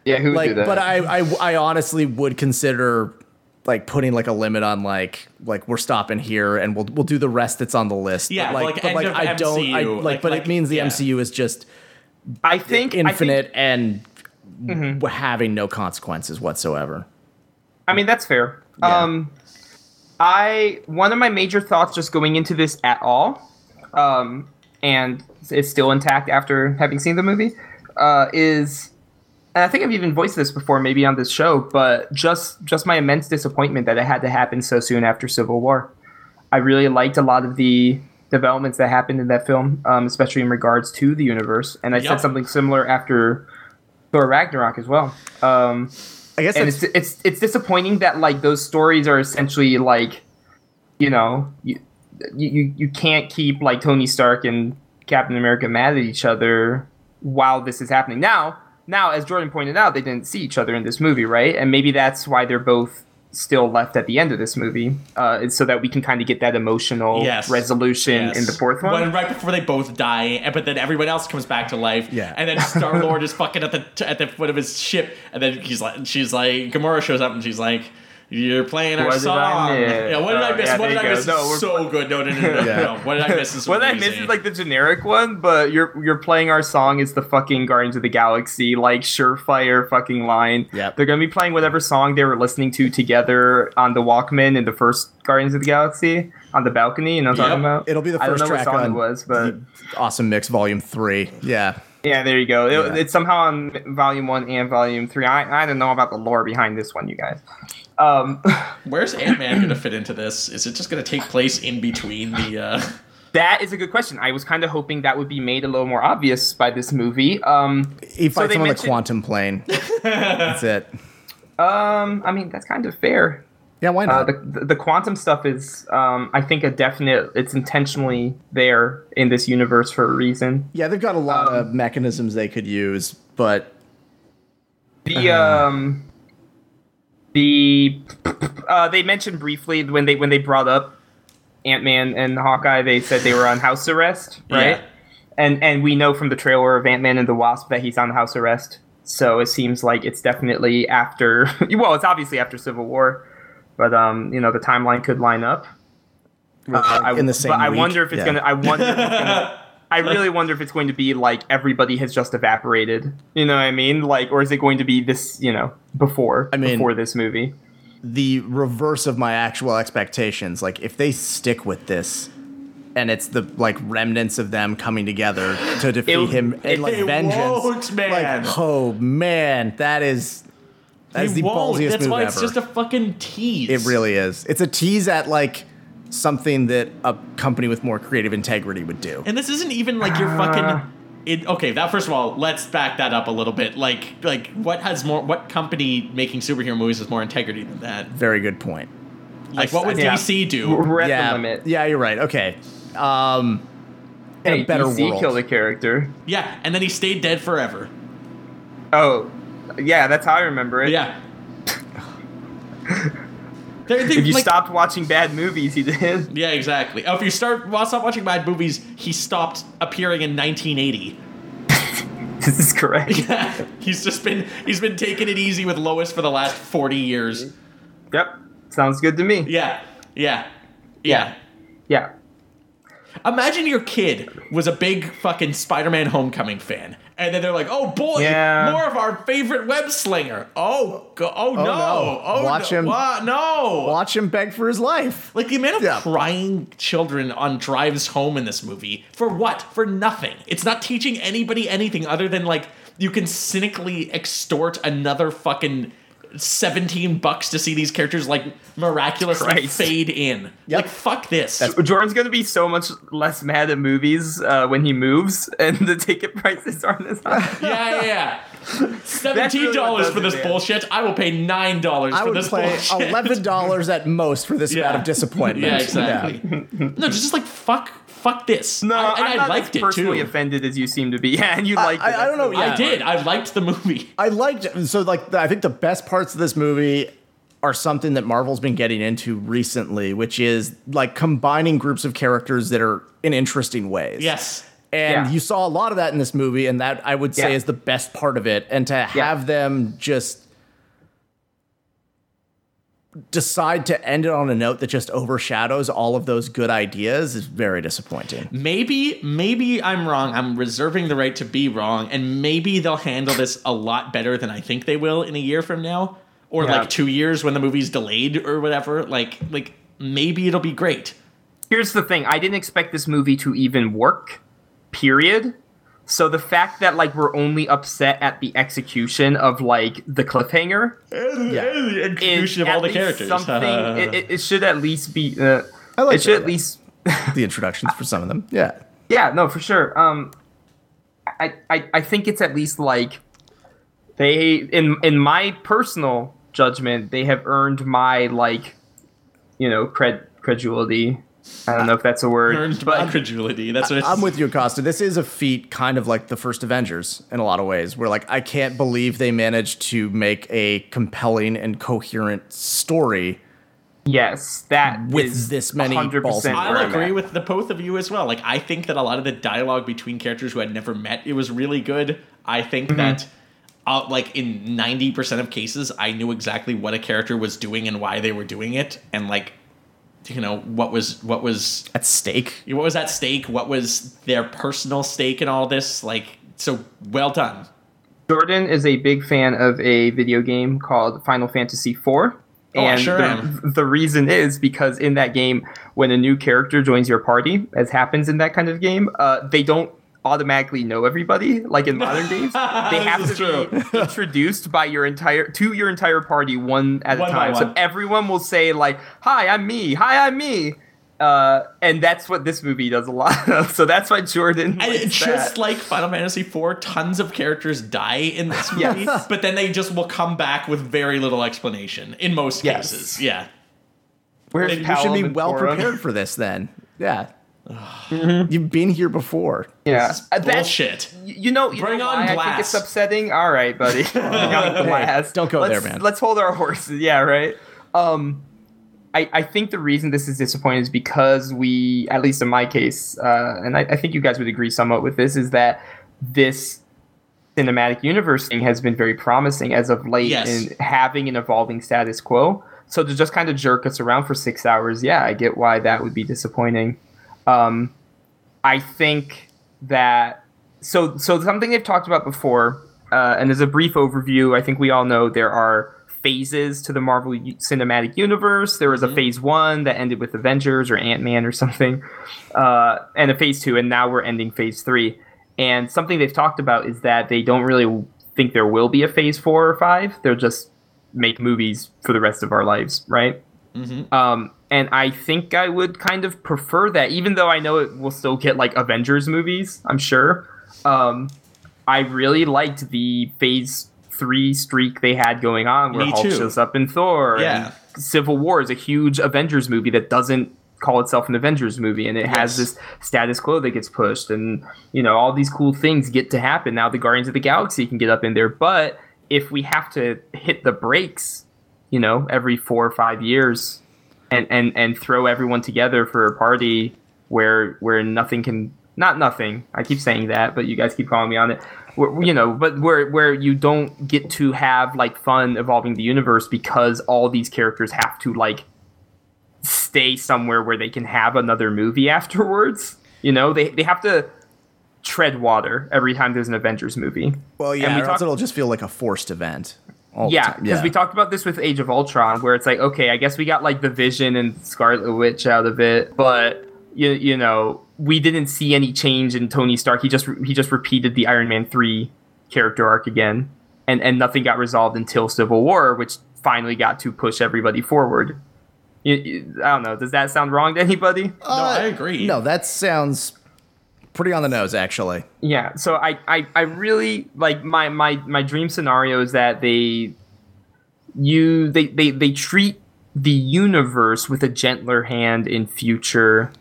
S1: Yeah, who would
S5: like
S1: do that?
S5: but I, I i honestly would consider like putting like a limit on like like we're stopping here and we'll we'll do the rest that's on the list
S4: Yeah,
S5: but
S4: like
S5: like, but,
S4: end
S5: like
S4: of
S5: i don't I,
S4: MCU,
S5: like,
S4: like-
S5: but
S4: like-
S5: it means the
S4: yeah.
S5: mcu is just
S6: I think I think- Mm-hmm.
S5: infinite and w- having no consequences whatsoever
S6: I mean, that's fair.
S5: Yeah.
S6: Um, I one of my major thoughts just going into this at all, um, and it's still intact after having seen the movie, uh, is, and I think I've even voiced this before, maybe on this show, but just just my immense disappointment that it had to happen so soon after Civil War. I really liked a lot of the developments that happened in that film, um, especially in regards to the universe, and I
S4: Yup.
S6: said something similar after Thor Ragnarok as well. Um,
S5: i guess
S6: and
S5: that's,
S6: it's, it's it's disappointing that like those stories are essentially like you know you you, you can't keep like tony stark and captain america mad at each other while this is happening now now as jordan pointed out they didn't see each other in this movie right and maybe that's why they're both still left at the end of this movie uh, is so that we can kind of get that emotional
S4: Yes.
S6: resolution in the fourth one
S4: When- right before they both die, and but then everyone else comes back to life.
S5: Yeah.
S4: and then Star Lord is fucking at the at the foot of his ship, and then he's like, she's like, Gamora shows up, and she's like, You're playing our
S6: What did I
S4: song.
S6: miss?
S4: Yeah, what did I
S6: Oh,
S4: miss? what
S6: yeah, there
S4: did
S6: you
S4: I
S6: go.
S4: miss?
S6: No,
S4: is
S6: we're-
S4: so good. No, no, no, no, no,
S5: Yeah.
S4: no. What did I miss? Is
S6: What I
S4: amazing.
S6: miss is like the generic one, but your your playing our song is the fucking Guardians of the Galaxy, like surefire fucking line.
S5: Yep.
S6: They're gonna be playing whatever song they were listening to together on the Walkman in the first Guardians of the Galaxy on the balcony, you know what I'm
S4: Yep.
S6: talking about?
S5: It'll be the
S6: I don't
S5: first
S6: know
S5: track
S6: what song
S5: on
S6: it was, but
S5: the Awesome Mix Volume Three. Yeah,
S6: yeah, there you go. It,
S5: Yeah.
S6: It's somehow on volume one and volume three. I, I don't know about the lore behind this one, you guys. Um
S4: Where's Ant Man going to fit into this? Is it just going to take place in between the? uh
S6: That is a good question. I was kind of hoping that would be made a little more obvious by this movie. Um,
S5: he fights
S6: they
S5: him on the
S6: mentioned-
S5: quantum plane. That's it.
S6: um, I mean, that's kind of fair.
S5: Yeah, why
S6: Uh,
S5: not?
S6: the, the quantum stuff is, um, I think, a definite. It's intentionally there in this universe for a reason.
S5: yeah, they've got a lot
S6: um,
S5: of mechanisms they could use, but
S6: The um, the uh, they mentioned briefly when they when they brought up Ant Man and Hawkeye, they said they were on house arrest, right?
S4: Yeah.
S6: And and we know from the trailer of Ant Man and the Wasp that he's on house arrest. So it seems like it's definitely after. Well, it's obviously after Civil War, but um, you know the timeline could line up. Uh, I,
S5: in the same
S6: But I
S5: week,
S6: wonder if it's
S5: yeah.
S6: gonna. I wonder. If it's gonna, I really wonder if it's going to be like everybody has just evaporated. You know what I mean? Like, or is it going to be this? You know, before
S5: I mean-
S6: before this movie.
S5: the reverse of my actual expectations. Like if they stick with this and it's the like remnants of them coming together to defeat
S6: It-
S5: him and like
S4: They
S5: vengeance.
S4: won't, man.
S5: Like, oh man, that is that's
S4: They
S5: the
S4: won't.
S5: ballsiest
S4: That's
S5: move
S4: why
S5: ever.
S4: it's just a fucking tease.
S5: it really is. It's a tease at like something that a company with more creative integrity would do.
S4: And this isn't even like your
S6: Ah.
S4: fucking. It, okay, that first of all, let's back that up a little bit. Like, like what has more? What company making superhero movies has more integrity than that?
S5: Very good point.
S4: Like, what would
S6: Yeah.
S4: DC do?
S6: We're at
S5: yeah,
S6: the limit.
S5: yeah, you're right. Okay, um, in
S6: Hey,
S5: a better
S6: DC
S5: world.
S6: killed a character.
S4: Yeah, and then he stayed dead forever.
S6: Oh, yeah, that's how I remember it.
S4: Yeah. They're- they're,
S6: If you
S4: like-
S6: stopped watching bad movies, he did.
S4: Yeah, exactly. Oh, if you start well, stop watching bad movies, he stopped appearing in 1980.
S6: This is correct.
S4: Yeah, he's just been he's been taking it easy with Lois for the last 40 years.
S6: Yep. Sounds good to me.
S4: Yeah, yeah, yeah.
S6: Yeah.
S4: Imagine your kid was a big fucking Spider-Man Homecoming fan, and then they're like, "Oh boy,
S6: Yeah.
S4: more of our favorite web slinger." Oh, go, oh, no.
S5: no.
S4: oh
S5: Watch
S4: no.
S5: him-
S4: Wha- no,
S5: Watch him beg for his life.
S4: Like the amount of
S5: Yeah.
S4: crying children on drives home in this movie for what? For nothing. It's not teaching anybody anything other than like you can cynically extort another fucking seventeen bucks to see these characters like miraculously
S6: Christ.
S4: fade in.
S5: Yep.
S4: Like fuck this.
S6: Jordan's gonna be so much less mad at movies uh, when he moves, and the ticket prices aren't as high.
S4: yeah, yeah, yeah. Seventeen
S6: really what
S4: dollars
S6: does
S4: for
S6: it,
S4: this
S6: man.
S4: bullshit. I will pay nine dollars
S5: I
S4: for
S5: would
S4: this
S5: play
S4: bullshit.
S5: eleven dollars at most for this amount of disappointment.
S4: Yeah, exactly. no, just like fuck, fuck this.
S6: No,
S4: I,
S6: I,
S4: and
S6: am not
S4: liked
S6: as personally
S4: it too.
S6: offended as you seem to be. Yeah, and you liked
S5: I-
S6: it.
S5: I don't know,
S6: That's
S5: yeah.
S4: I did. I liked the movie.
S5: I liked so like the, I think the best parts of this movie are something that Marvel's been getting into recently, which is like combining groups of characters that are in interesting ways.
S4: Yes.
S5: And
S6: Yeah.
S5: you saw a lot of that in this movie, and that I would say
S6: Yeah.
S5: is the best part of it. And to have them just decide to end it on a note that just overshadows all of those good ideas is very disappointing.
S4: Maybe, maybe I'm wrong. I'm reserving the right to be wrong, and maybe they'll handle this a lot better than I think they will in a year from now, or
S6: Yeah.
S4: like two years when the movie's delayed or whatever. Like, like maybe it'll be great.
S6: here's the thing i didn't expect this movie to even work period so the fact that like we're only upset at the execution of like the cliffhanger
S5: Yeah.
S6: is
S4: Execution of
S6: at
S4: all the
S6: least
S4: characters.
S6: something it, it- it should at least be uh,
S5: I like
S6: it should
S5: that.
S6: at least
S5: The introductions for some of them. Yeah.
S6: yeah no for sure um I, I i think it's at least like they in in my personal judgment they have earned my like you know cred credulity i don't know if that's a word
S4: Earned
S6: but
S4: by credulity. That's what it's,
S5: I'm with you, Acosta. This is a feat kind of like the first Avengers in a lot of ways, where like I can't believe they managed to make a compelling and coherent story.
S6: Yes, that
S5: With
S6: is
S5: this many
S6: 100%
S5: balls in the
S6: where
S4: I'll
S6: I'm
S4: agree
S6: at.
S4: with the both of you as well. Like I
S5: Mm-hmm.
S4: think that a lot of the dialogue between characters who I'd never met, it was really good. I think that uh, like in 90% of cases i knew exactly what a character was doing and why they were doing it and like you know what was what was
S5: At stake.
S4: what was at stake what was their personal stake in all this like so well done
S6: Jordan is a big fan of a video game called Final Fantasy IV.
S4: Oh, I
S6: and
S4: sure
S6: the,
S4: am.
S6: the reason is because in that game, when a new character joins your party, as happens in that kind of game, uh, they don't automatically know everybody like in modern games. They have to
S4: is
S6: be introduced by your entire to your entire party one at
S4: One
S6: a
S4: by
S6: time.
S4: one.
S6: So everyone will say like, "Hi, I'm me. Hi, I'm me." Uh, and that's what this movie does a lot of. So that's why Jordan.
S4: And
S6: likes
S4: it's
S6: that.
S4: just like Final Fantasy IV, tons of characters die in this movie,
S6: Yes.
S4: but then they just will come back with very little explanation in most
S6: Yes.
S4: cases. Yeah.
S6: Where's
S5: You should
S6: Palom
S5: be
S6: and
S5: well
S6: Forum?
S5: prepared for this then. Yeah. You've been here before.
S6: Yeah,
S4: It's
S6: Uh, that's-
S4: bullshit.
S6: Y- You know, you
S4: Bring
S6: know
S4: on
S6: why I think it's
S4: glass.
S6: upsetting. All right, buddy. Bring on glass.
S5: don't go
S6: Let's-
S5: there, man.
S6: Let's hold our horses. Yeah, right. Um, I, I think the reason this is disappointing is because we, at least in my case, uh, and I, I think you guys would agree somewhat with this, is that this cinematic universe thing has been very promising as of late
S4: Yes.
S6: in having an evolving status quo. So to just kind of jerk us around for six hours, yeah, I get why that would be disappointing. Um, I think that so so something they've talked about before, uh, and as a brief overview, I think we all know there are phases to the Marvel U- Cinematic Universe. There was a phase one that ended with Avengers or Ant Man or something, uh, and a phase two, and now we're ending phase three. And something they've talked about is that they don't really think there will be a phase four or five. They'll just make movies for the rest of our lives, right?
S4: Mm-hmm.
S6: Um, and I think I would kind of prefer that, even though I know it will still get like Avengers movies, I'm sure. Um, I really liked the phase three streak they had going on where
S4: Me
S6: Hulk
S4: too.
S6: shows up in Thor.
S4: Yeah.
S6: And Civil War is a huge Avengers movie that doesn't call itself an Avengers movie and it
S4: Yes.
S6: has this status quo that gets pushed and you know all these cool things get to happen now the Guardians of the Galaxy can get up in there but if we have to hit the brakes you know every 4 or 5 years and and and throw everyone together for a party where where nothing can not nothing i keep saying that but you guys keep calling me on it where, you know but where where you don't get to have like fun evolving the universe because all these characters have to like stay somewhere where they can have another movie afterwards you know they they have to tread water every time there's an avengers movie
S5: Well, yeah,
S6: And we
S5: or
S6: talked-
S5: else it'll just feel like a forced event. all the
S6: yeah,
S5: time.
S6: because we talked about this with Age of Ultron, where it's like, okay, I guess we got like the Vision and Scarlet Witch out of it, but you you know we didn't see any change in Tony Stark. He just he just repeated the Iron Man three character arc again, and and nothing got resolved until Civil War, which finally got to push everybody forward. You- you- I don't know. Does that sound wrong to anybody?
S4: no, I agree.
S5: Uh, No, that sounds pretty on the nose, actually.
S6: Yeah, so I, I, I really like my, my my dream scenario is that they you they, they they treat the universe with a gentler hand in future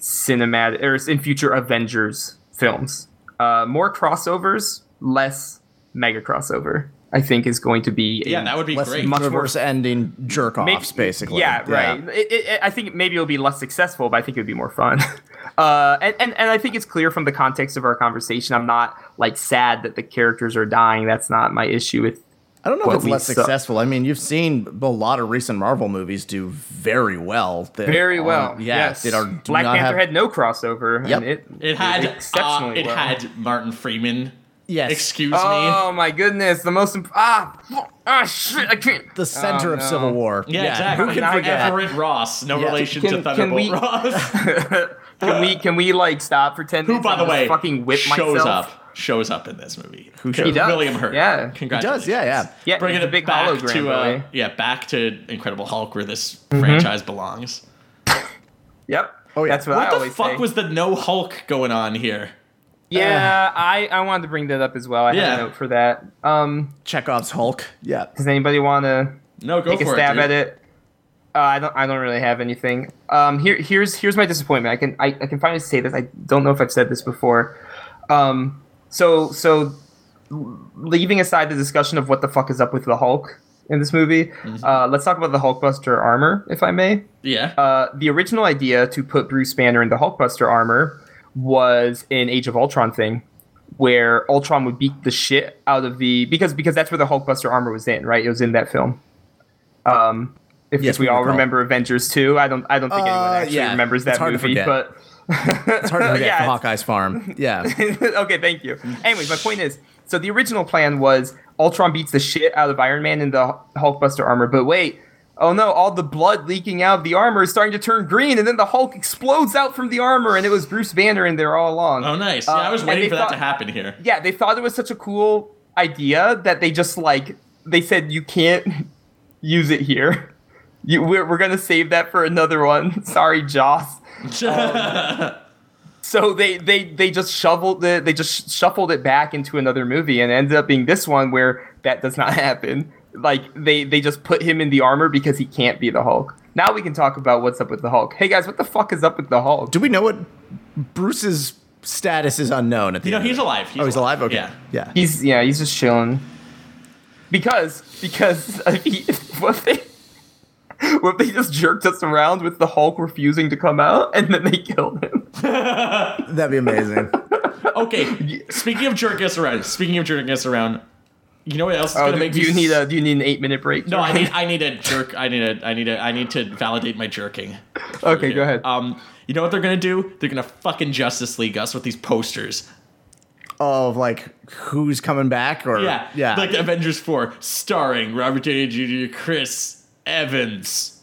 S6: cinematic or in future Avengers films. Uh, more crossovers, less mega crossover. I think is going to be a
S4: Yeah, that would be
S5: Less
S4: great.
S6: much more-
S5: universe ending jerk offs,
S6: Maybe-
S5: basically.
S6: Yeah, right. It, it, it- I think maybe it'll be less successful, but I think it'd be more fun. Uh, and, and, and I think it's clear from the context of our conversation. I'm not like sad that the characters are dying. That's not my issue with.
S5: I don't know
S6: What
S5: if it's
S6: we
S5: less
S6: saw.
S5: successful. I mean, you've seen a lot of recent Marvel movies do very well. that
S6: Very
S5: are-
S6: well.
S4: Um,
S5: yeah,
S6: yes.
S5: They are, do
S6: Black
S5: not
S6: Panther
S5: have,
S6: had no crossover.
S5: Yep.
S6: And it,
S4: It had
S6: did
S4: uh,
S6: exceptionally
S4: it
S6: well.
S4: had Martin Freeman.
S5: Yes.
S4: Excuse me.
S6: Oh my goodness! The most imp- ah ah shit! I can't.
S5: the center
S6: Oh,
S5: of
S6: no.
S5: Civil War.
S4: Yeah, exactly.
S5: Who can
S6: Now I
S5: forget?
S6: got-
S4: Everett Ross, no
S5: Yeah.
S4: relation
S6: Can-
S4: to
S6: can
S4: Thunderbolt
S6: we-
S4: Ross.
S6: can we can we like stop for ten
S4: Who,
S6: minutes?
S4: by
S6: and
S4: the
S6: just
S4: way,
S6: fucking whip
S4: shows
S6: myself?
S4: up. Shows up in this movie. Who
S5: shows He
S6: does.
S4: William Hurt.
S6: Yeah. He
S5: It
S4: Congratulations.
S5: does, yeah, yeah.
S6: Yeah,
S4: Bringing
S6: it's a
S4: it
S6: big
S4: back to
S6: hologram. by the
S4: uh,
S6: way. Mm-hmm.
S4: yeah, back to Incredible Hulk where this franchise belongs.
S6: Yep.
S5: Oh, yeah.
S6: That's what, I
S4: What the
S6: always
S4: fuck
S6: say.
S4: was the no Hulk going on here?
S6: Yeah, I, I wanted to bring that up as well. I
S4: Yeah.
S6: had a note for that. Um,
S5: Chekhov's Hulk. Yeah.
S6: does anybody want to
S4: No, go
S6: take a
S4: for
S6: stab
S4: it.
S6: at
S4: dude.
S6: it? Uh, I don't. I don't really have anything. Um, here, here's here's my disappointment. I can I, I can finally say this. I don't know if I've said this before. Um, so so, leaving aside the discussion of what the fuck is up with the Hulk in this movie,
S4: Mm-hmm.
S6: uh, let's talk about the Hulkbuster armor, if I may.
S4: Yeah.
S6: Uh, the original idea to put Bruce Banner in the Hulkbuster armor was an Age of Ultron thing where Ultron would beat the shit out of the because because that's where the Hulkbuster armor was in, right? It was in that film. Um, if,
S5: Yes,
S6: if we
S5: we
S6: all
S5: recall.
S6: remember Avengers two, I don't I don't think anyone
S5: Uh,
S6: actually
S5: yeah,
S6: remembers
S5: it's
S6: that
S5: hard to
S6: movie,
S5: forget.
S6: but
S5: It's hard to forget
S6: Yeah,
S5: for
S6: it's-
S5: Hawkeye's farm. Yeah.
S6: okay, thank you. Anyways, my point is, so the original plan was Ultron beats the shit out of Iron Man in the Hulkbuster armor, but wait, oh no, all the blood leaking out of the armor is starting to turn green, and then the Hulk explodes out from the armor, and it was Bruce Banner in there all along.
S4: Oh, nice. Yeah,
S6: Uh,
S4: I was
S6: and
S4: waiting
S6: they
S4: for that
S6: thought-
S4: to happen here.
S6: Yeah, they thought it was such a cool idea that they just like they said you can't use it here. You, we're, we're gonna save that for another one. Sorry, Joss. um, So they they they just shoveled it. They just shuffled it back into another movie, and it ended up being this one where that does not happen. Like they they just put him in the armor because he can't be the Hulk. Now we can talk about what's up with the Hulk. Hey guys, what the fuck is up with the Hulk?
S5: Do we know what Bruce's status is unknown at the
S4: you know,
S5: end?
S4: he's alive. He's
S5: Oh, he's alive? Okay.
S4: Yeah.
S5: Yeah.
S6: He's yeah, he's just chilling. Because because I mean, what if they what if they just jerked us around with the Hulk refusing to come out, and then they killed him.
S5: That'd be amazing.
S4: Okay. speaking of jerking us around, speaking of jerking us around, you know what else is
S6: Oh,
S4: gonna
S6: do,
S4: make
S6: do
S4: me
S6: you
S4: s-
S6: need a do you need an eight minute break?
S4: No, I need I need a jerk. I need a I need a I need to validate my jerking.
S6: okay, go ahead.
S4: Um, you know what they're gonna do? They're gonna fucking Justice League us with these posters.
S5: Of like who's coming back or
S4: Yeah,
S5: yeah.
S4: Like Avengers Four, starring Robert Downey Jr., Chris Evans,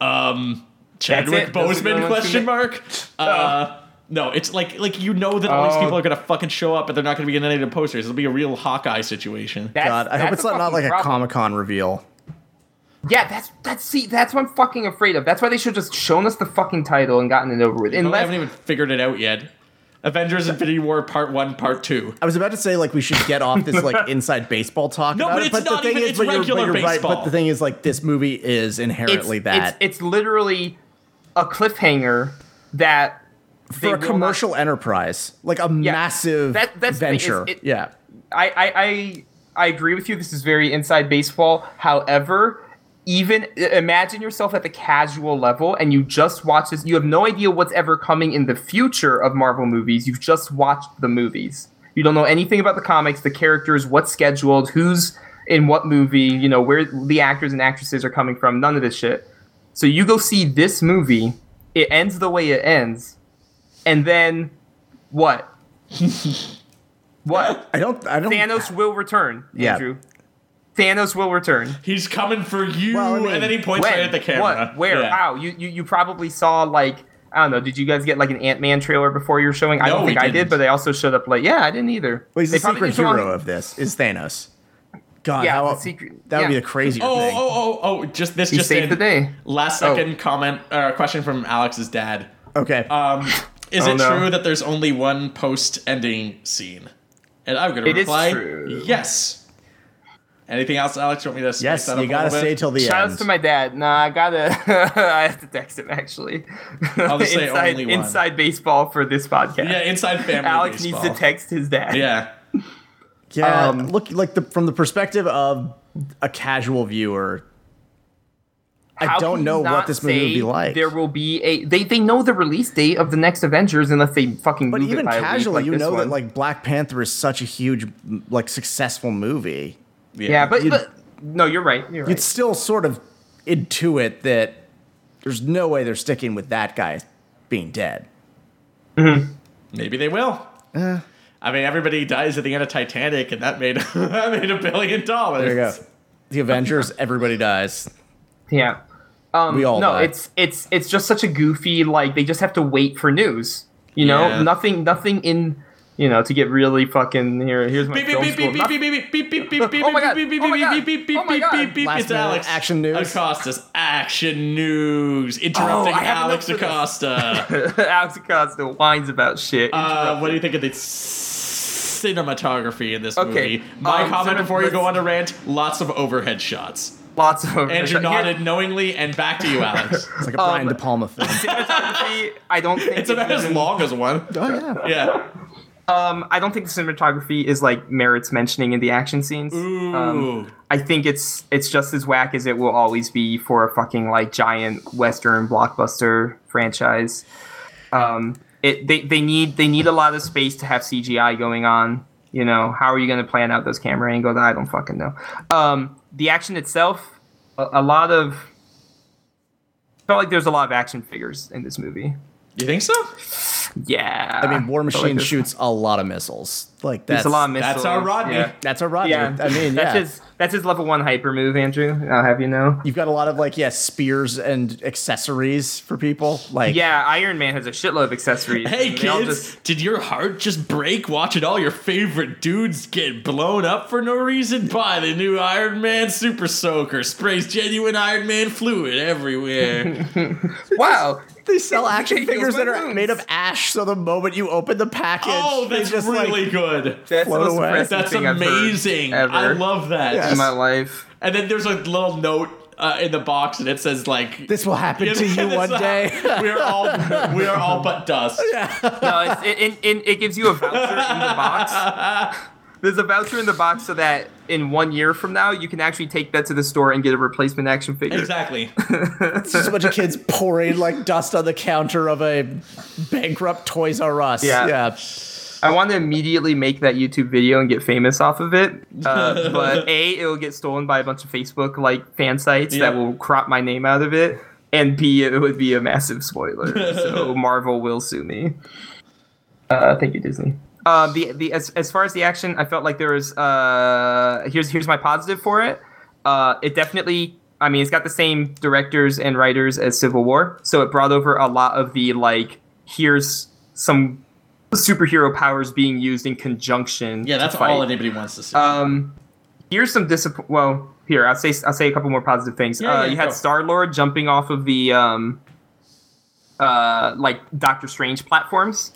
S4: um, Chadwick
S6: it? Those are the
S4: Boseman?
S6: ones
S4: Question
S6: who-
S4: mark. Uh, no, it's like like you know that all these
S6: Oh.
S4: people are gonna fucking show up, but they're not gonna be in any of the posters. It'll be a real Hawkeye situation.
S6: That's-
S5: God, I
S6: that's
S5: hope it's
S6: the
S5: not, not like
S6: fucking
S5: a
S6: problem.
S5: Comic Con reveal.
S6: Yeah, that's that's see, that's what I'm fucking afraid of. That's why they should have just shown us the fucking title and gotten it over with.
S4: I
S6: Unless
S4: haven't even figured it out yet. Avengers Infinity War Part One, Part Two.
S5: I was about to say like we should get off this like inside baseball talk.
S4: No,
S5: about
S4: but
S5: it,
S4: it's not even- it's
S5: but you're- but
S4: regular
S5: you're right,
S4: baseball.
S5: but the thing is, like this movie is
S6: it's,
S5: inherently
S6: it's
S5: that
S6: it's literally a cliffhanger that they
S5: for a
S6: will not-
S5: commercial enterprise, like a massive
S6: That- that's the thing,
S5: venture.
S6: it's- it-
S5: yeah,
S6: I, I I I agree with you. This is very inside baseball. However, even i- imagine yourself at the casual level and you just watch this. You have no idea what's ever coming in the future of Marvel movies. You've just watched the movies. You don't know anything about the comics, the characters, what's scheduled, who's in what movie, you know, where the actors and actresses are coming from, none of this shit. So you go see this movie, it ends the way it ends, and then what? what?
S5: I don't, I don't.
S6: Thanos will return.
S5: Yeah.
S6: Andrew. Thanos will return.
S4: He's coming for you,
S5: Well, I mean,
S4: and then he points
S6: When?
S4: right at the camera.
S6: What? Where?
S4: Yeah.
S6: How? You, you you probably saw like I don't know. Did you guys get like an Ant Man trailer before you were showing? I
S4: No,
S6: don't
S4: we
S6: think I
S4: didn't.
S6: did, but they also showed up late. Yeah, I didn't either.
S5: Well, he's
S6: They
S5: the
S6: probably
S5: secret
S6: didn't show on-
S5: hero of this is Thanos. God,
S6: Yeah,
S5: how
S6: the secret-
S5: that would be
S6: yeah.
S5: the crazier
S4: Oh,
S5: thing.
S4: oh, oh, oh! Just this. just
S6: saved
S4: in.
S6: the day.
S4: Last
S6: Oh.
S4: second comment or question from Alex's dad.
S5: Okay,
S4: Um, is
S6: Oh,
S4: it
S6: no.
S4: true that there's only one post-ending scene? And I'm gonna
S6: It is
S4: reply,
S6: true.
S4: yes. Anything else, Alex? You want me to? space
S5: yes,
S4: that up
S5: you
S4: a
S5: gotta
S4: little
S5: stay
S4: bit?
S5: till the
S6: Shout
S5: end.
S6: outs to my dad. Nah, I gotta. I have to text him actually. I'll
S4: just say
S6: inside,
S4: only one.
S6: inside baseball for this podcast.
S4: Yeah, inside family.
S6: Alex
S4: baseball.
S6: needs to text his dad.
S4: Yeah.
S5: yeah,
S6: um,
S5: look, like the from the perspective of a casual viewer, I
S6: How
S5: don't
S6: can
S5: know
S6: you
S5: what
S6: not
S5: this movie would
S6: say
S5: be like.
S6: There will be a they they know the release date of the next Avengers unless they fucking
S5: But
S6: move
S5: even
S6: it by a week
S5: casually,
S6: like
S5: you
S6: this
S5: know that
S6: one.
S5: like Black Panther is such a huge, m- like successful movie.
S4: Yeah.
S6: yeah, but,
S5: you'd-
S6: but no, you're right. You're
S5: It's
S6: right.
S5: still sort of intuit that there's no way they're sticking with that guy being dead.
S4: Maybe they will.
S5: Uh.
S4: I mean, everybody dies at the end of Titanic, and that made that made a billion dollars.
S5: There you go. The Avengers, everybody dies.
S6: Yeah. Um,
S5: We all
S6: no,
S5: die.
S6: it's it's it's just such a goofy like they just have to wait for news. You know,
S4: Yeah.
S6: nothing nothing in you know to get really fucking here. Here's my
S4: Beep beep
S6: film
S4: beep
S6: school.
S4: beep beep beep beep beep beep beep beep
S6: Oh my God.
S4: beep beep
S6: Oh my
S4: beep
S6: God.
S4: beep beep beep
S6: Oh my
S4: beep
S6: God.
S4: beep beep.
S5: Last
S4: It's
S5: minute
S4: Alex
S5: action news.
S4: Acosta's action news interrupting
S6: Oh, I have
S4: Alex
S6: enough for this.
S4: Acosta.
S6: Not- Alex Acosta whines about shit.
S4: Uh, what do you think of the cinematography in this
S6: Okay,
S4: movie? My
S6: um,
S4: comment
S6: cinemat-
S4: before you go
S6: let's-
S4: on a rant: lots of overhead shots.
S6: Lots of
S4: Andrew
S6: Here-
S4: nodded knowingly, and back to you, Alex.
S5: It's like a Brian De
S6: Um,
S5: Palma film.
S6: cinematography, I don't think
S4: It's about as
S6: even-
S4: long as one.
S5: oh yeah.
S4: Yeah.
S6: Um, I don't think the cinematography is like merits mentioning in the action scenes.
S4: Ooh.
S6: Um, I think it's it's just as whack as it will always be for a fucking like giant western blockbuster franchise. Um, it they, they need they need a lot of space to have CGI going on. You know, how are you going to plan out those camera angles? I don't fucking know. Um, the action itself, a, a lot of felt like there's a lot of action figures in this movie.
S4: You think so?
S6: Yeah,
S5: I mean, War
S6: Felt like
S5: Machine
S6: there's-
S5: shoots a lot of missiles. Like that's
S6: It's a lot of missiles.
S4: That's our Rodney.
S6: Yeah.
S5: That's a Rodney.
S6: Yeah.
S5: I mean, yeah.
S6: that's his that's his level one hyper move, Andrew. I'll have you know.
S5: You've got a lot of like yeah spears and accessories for people. Like
S6: Yeah, Iron Man has a shitload of accessories.
S4: Hey
S6: and they all
S4: kids,
S6: just-
S4: did your heart just break watching all your favorite dudes get blown up for no reason? Buy the new Iron Man Super Soaker. Sprays genuine Iron Man fluid everywhere.
S6: wow,
S5: they sell
S6: It
S5: action
S6: heals
S5: figures
S6: my
S5: that are
S6: wounds.
S5: made of ash. So the moment you open the package,
S4: oh,
S5: they
S4: that's
S5: just
S4: really
S5: like,
S4: good.
S6: that's the
S5: Float
S6: most
S5: away.
S6: depressing
S4: That's
S6: thing I've heard
S4: amazing.
S6: ever
S4: I love that.
S5: Yeah.
S6: in my life.
S4: And then there's a little note uh, in the box, and it says like,
S5: this will happen to you one day.
S4: we are all we are all but dust."
S6: No, it's, it, it, it, it gives you a voucher in the box. There's a voucher in the box so that in one year from now you can actually take that to the store and get a replacement action figure.
S4: Exactly.
S5: It's just a bunch of kids pouring like dust on the counter of a bankrupt Toys R Us.
S6: Yeah.
S5: yeah.
S6: I want to immediately make that YouTube video and get famous off of it, uh, but a it'll get stolen by a bunch of Facebook like fan sites
S4: Yeah.
S6: that will crop my name out of it, and b it would be a massive spoiler. so Marvel will sue me. Uh, thank you, Disney. Uh, the the as, as far as the action, I felt like there was uh here's here's my positive for it. Uh, it definitely. I mean, it's got the same directors and writers as Civil War, so it brought over a lot of the like. Here's some superhero powers being used in conjunction.
S4: Yeah,
S6: to
S4: that's
S6: fight.
S4: all anybody wants to see.
S6: Um, here's some disappoint. Well, here I'll say I'll say a couple more positive things.
S4: Yeah,
S6: uh,
S4: yeah,
S6: you had
S4: go.
S6: Star Lord jumping off of the um, uh, like Doctor Strange platforms.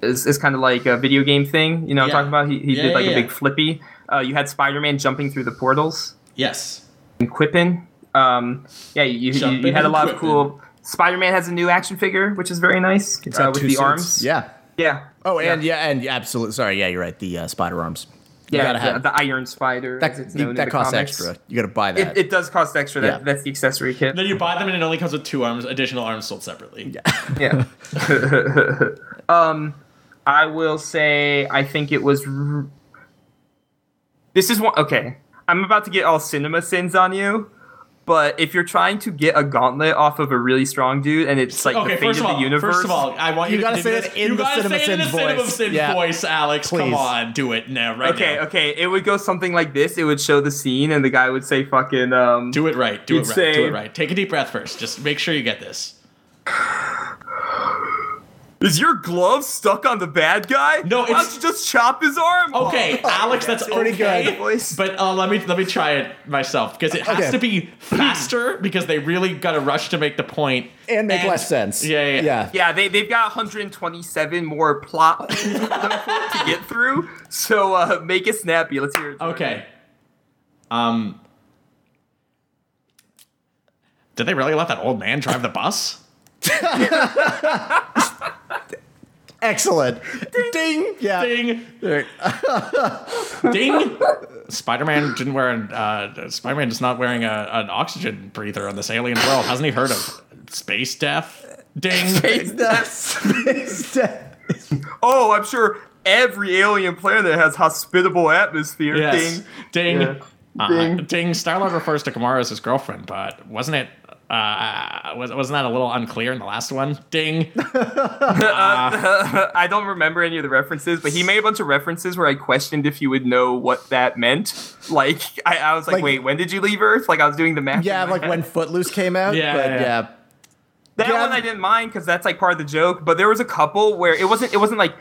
S6: Is is kind of like a video game thing. You know, what
S4: Yeah.
S6: I'm talking about. He, he
S4: Yeah,
S6: did like
S4: yeah,
S6: a
S4: yeah.
S6: big flippy. Uh, you had Spider Man jumping through the portals
S4: yes.
S6: and Quippin. Um, yeah, you, you, you
S4: Jumping
S6: had a
S4: and
S6: lot of
S4: Quippin.
S6: cool. Spider Man has a new action figure, which is very nice
S5: It's
S6: uh,
S5: got
S6: with
S5: two
S6: the
S5: suits.
S6: arms.
S5: Yeah.
S6: yeah.
S5: Oh, and yeah, and yeah, absolutely. Sorry, yeah, you're right. The uh, spider arms. You
S6: Yeah,
S5: gotta
S6: the,
S5: have
S6: the Iron Spider. as
S5: that.
S6: it's known in
S5: that
S6: the
S5: costs
S6: comics.
S5: extra. You gotta buy that.
S6: It, it does cost extra.
S5: Yeah.
S6: That, That's the accessory kit.
S4: Then you buy them and it only comes with two arms, additional arms sold separately. Yeah.
S6: Yeah. um, I will say I think it was. r- This is one. Okay, I'm about to get all cinema sins on you, but if you're trying to get a gauntlet off of a really strong dude and it's like
S4: Okay,
S6: the fate
S4: first
S6: of
S4: of all,
S6: the universe,
S4: first of all, I want you,
S5: You
S4: to
S5: gotta
S4: do
S5: say
S4: this.
S5: it in
S4: you
S5: the
S4: gotta say it in the
S5: CinemaSins
S4: cinema
S5: voice.
S4: sin
S5: Yeah.
S4: voice, Alex. Come
S5: Please.
S4: on, do it now, right
S6: okay,
S4: now.
S6: okay, it would go something like this. It would show the scene, and the guy would say, "Fucking um,
S4: Do it right. Do it right.
S6: You'd
S4: Do
S6: say-
S4: it right. Take a deep breath first. Just make sure you get this.
S6: is your glove stuck on the bad guy?
S4: No,
S6: Why
S4: it's-
S6: don't you just chop his arm?" off?"
S4: Okay, Alex, that's
S5: Oh, pretty
S4: okay,
S5: good.
S6: Voice.
S4: But uh, let me let me try it myself because it has
S5: Okay.
S4: to be faster because they really got to rush to make the point
S5: and make less sense.
S4: Yeah, yeah, yeah.
S6: Yeah, they, they've got 127 more plot points to get through. So uh, make it snappy. Let's hear it. Jordan.
S4: Okay. Um. Did they really let that old man drive the bus?
S5: Excellent. Ding. Yeah.
S4: Ding,
S5: There-
S4: ding. Spider-Man didn't wear an. Uh, Spider-Man is not wearing a, an oxygen breather on this alien world. Hasn't he heard of space death? Ding.
S6: Hey, that's-
S5: It's de-
S6: oh, I'm sure every alien planet has hospitable atmosphere.
S4: Yes.
S6: Ding.
S4: Ding.
S6: Yeah.
S4: Uh,
S6: Ding.
S4: ding. Star Lord refers to Gamora as his girlfriend, but wasn't it? Uh, was, wasn't that a little unclear in the last one? Ding.
S6: Uh, I don't remember any of the references, but he made a bunch of references where I questioned if you would know what that meant. Like, I, I was like,
S5: Like-
S6: wait, when did you leave Earth? Like, I was doing the math. in
S5: yeah,
S6: my
S5: like
S6: head.
S5: when Footloose came out.
S4: Yeah,
S5: but
S4: yeah.
S5: yeah.
S6: That
S5: Yeah.
S6: one I didn't mind because that's like part of the joke. But there was a couple where it wasn't. It wasn't like,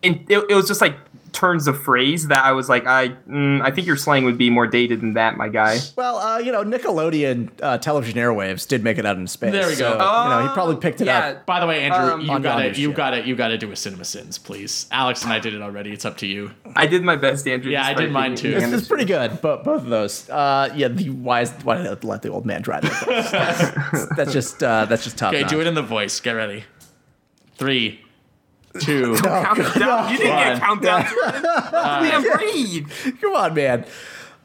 S6: in, it, it was just like turns of phrase that I was like, I, mm, I think your slang would be more dated than that, my guy.
S5: Well, uh, you know, Nickelodeon uh, television airwaves did make it out into space.
S4: There we go.
S5: so, you know, he probably
S6: Oh,
S5: picked it up.
S4: By the way, Andrew,
S6: Um,
S4: you
S5: on
S4: got
S5: Yonder's
S4: to you
S5: ship.
S4: got to you got to do a cinema sins, please. Alex and I did it already. It's up to you.
S6: I did my best, Andrew.
S4: Yeah, I
S6: despite
S4: did mine
S6: being
S4: too.
S6: an
S5: It's, it's
S6: amateur.
S5: pretty good, but both of those. Uh, yeah, the why is why did I let the old man drive? the bus? That's, that's just uh, that's just top.
S4: Okay,
S5: notch.
S4: do it in the voice. Get ready. Three, two.
S6: Countdown. you didn't get
S4: Fine.
S6: a countdown. Jordan. Let me breathe.
S5: Come on, man.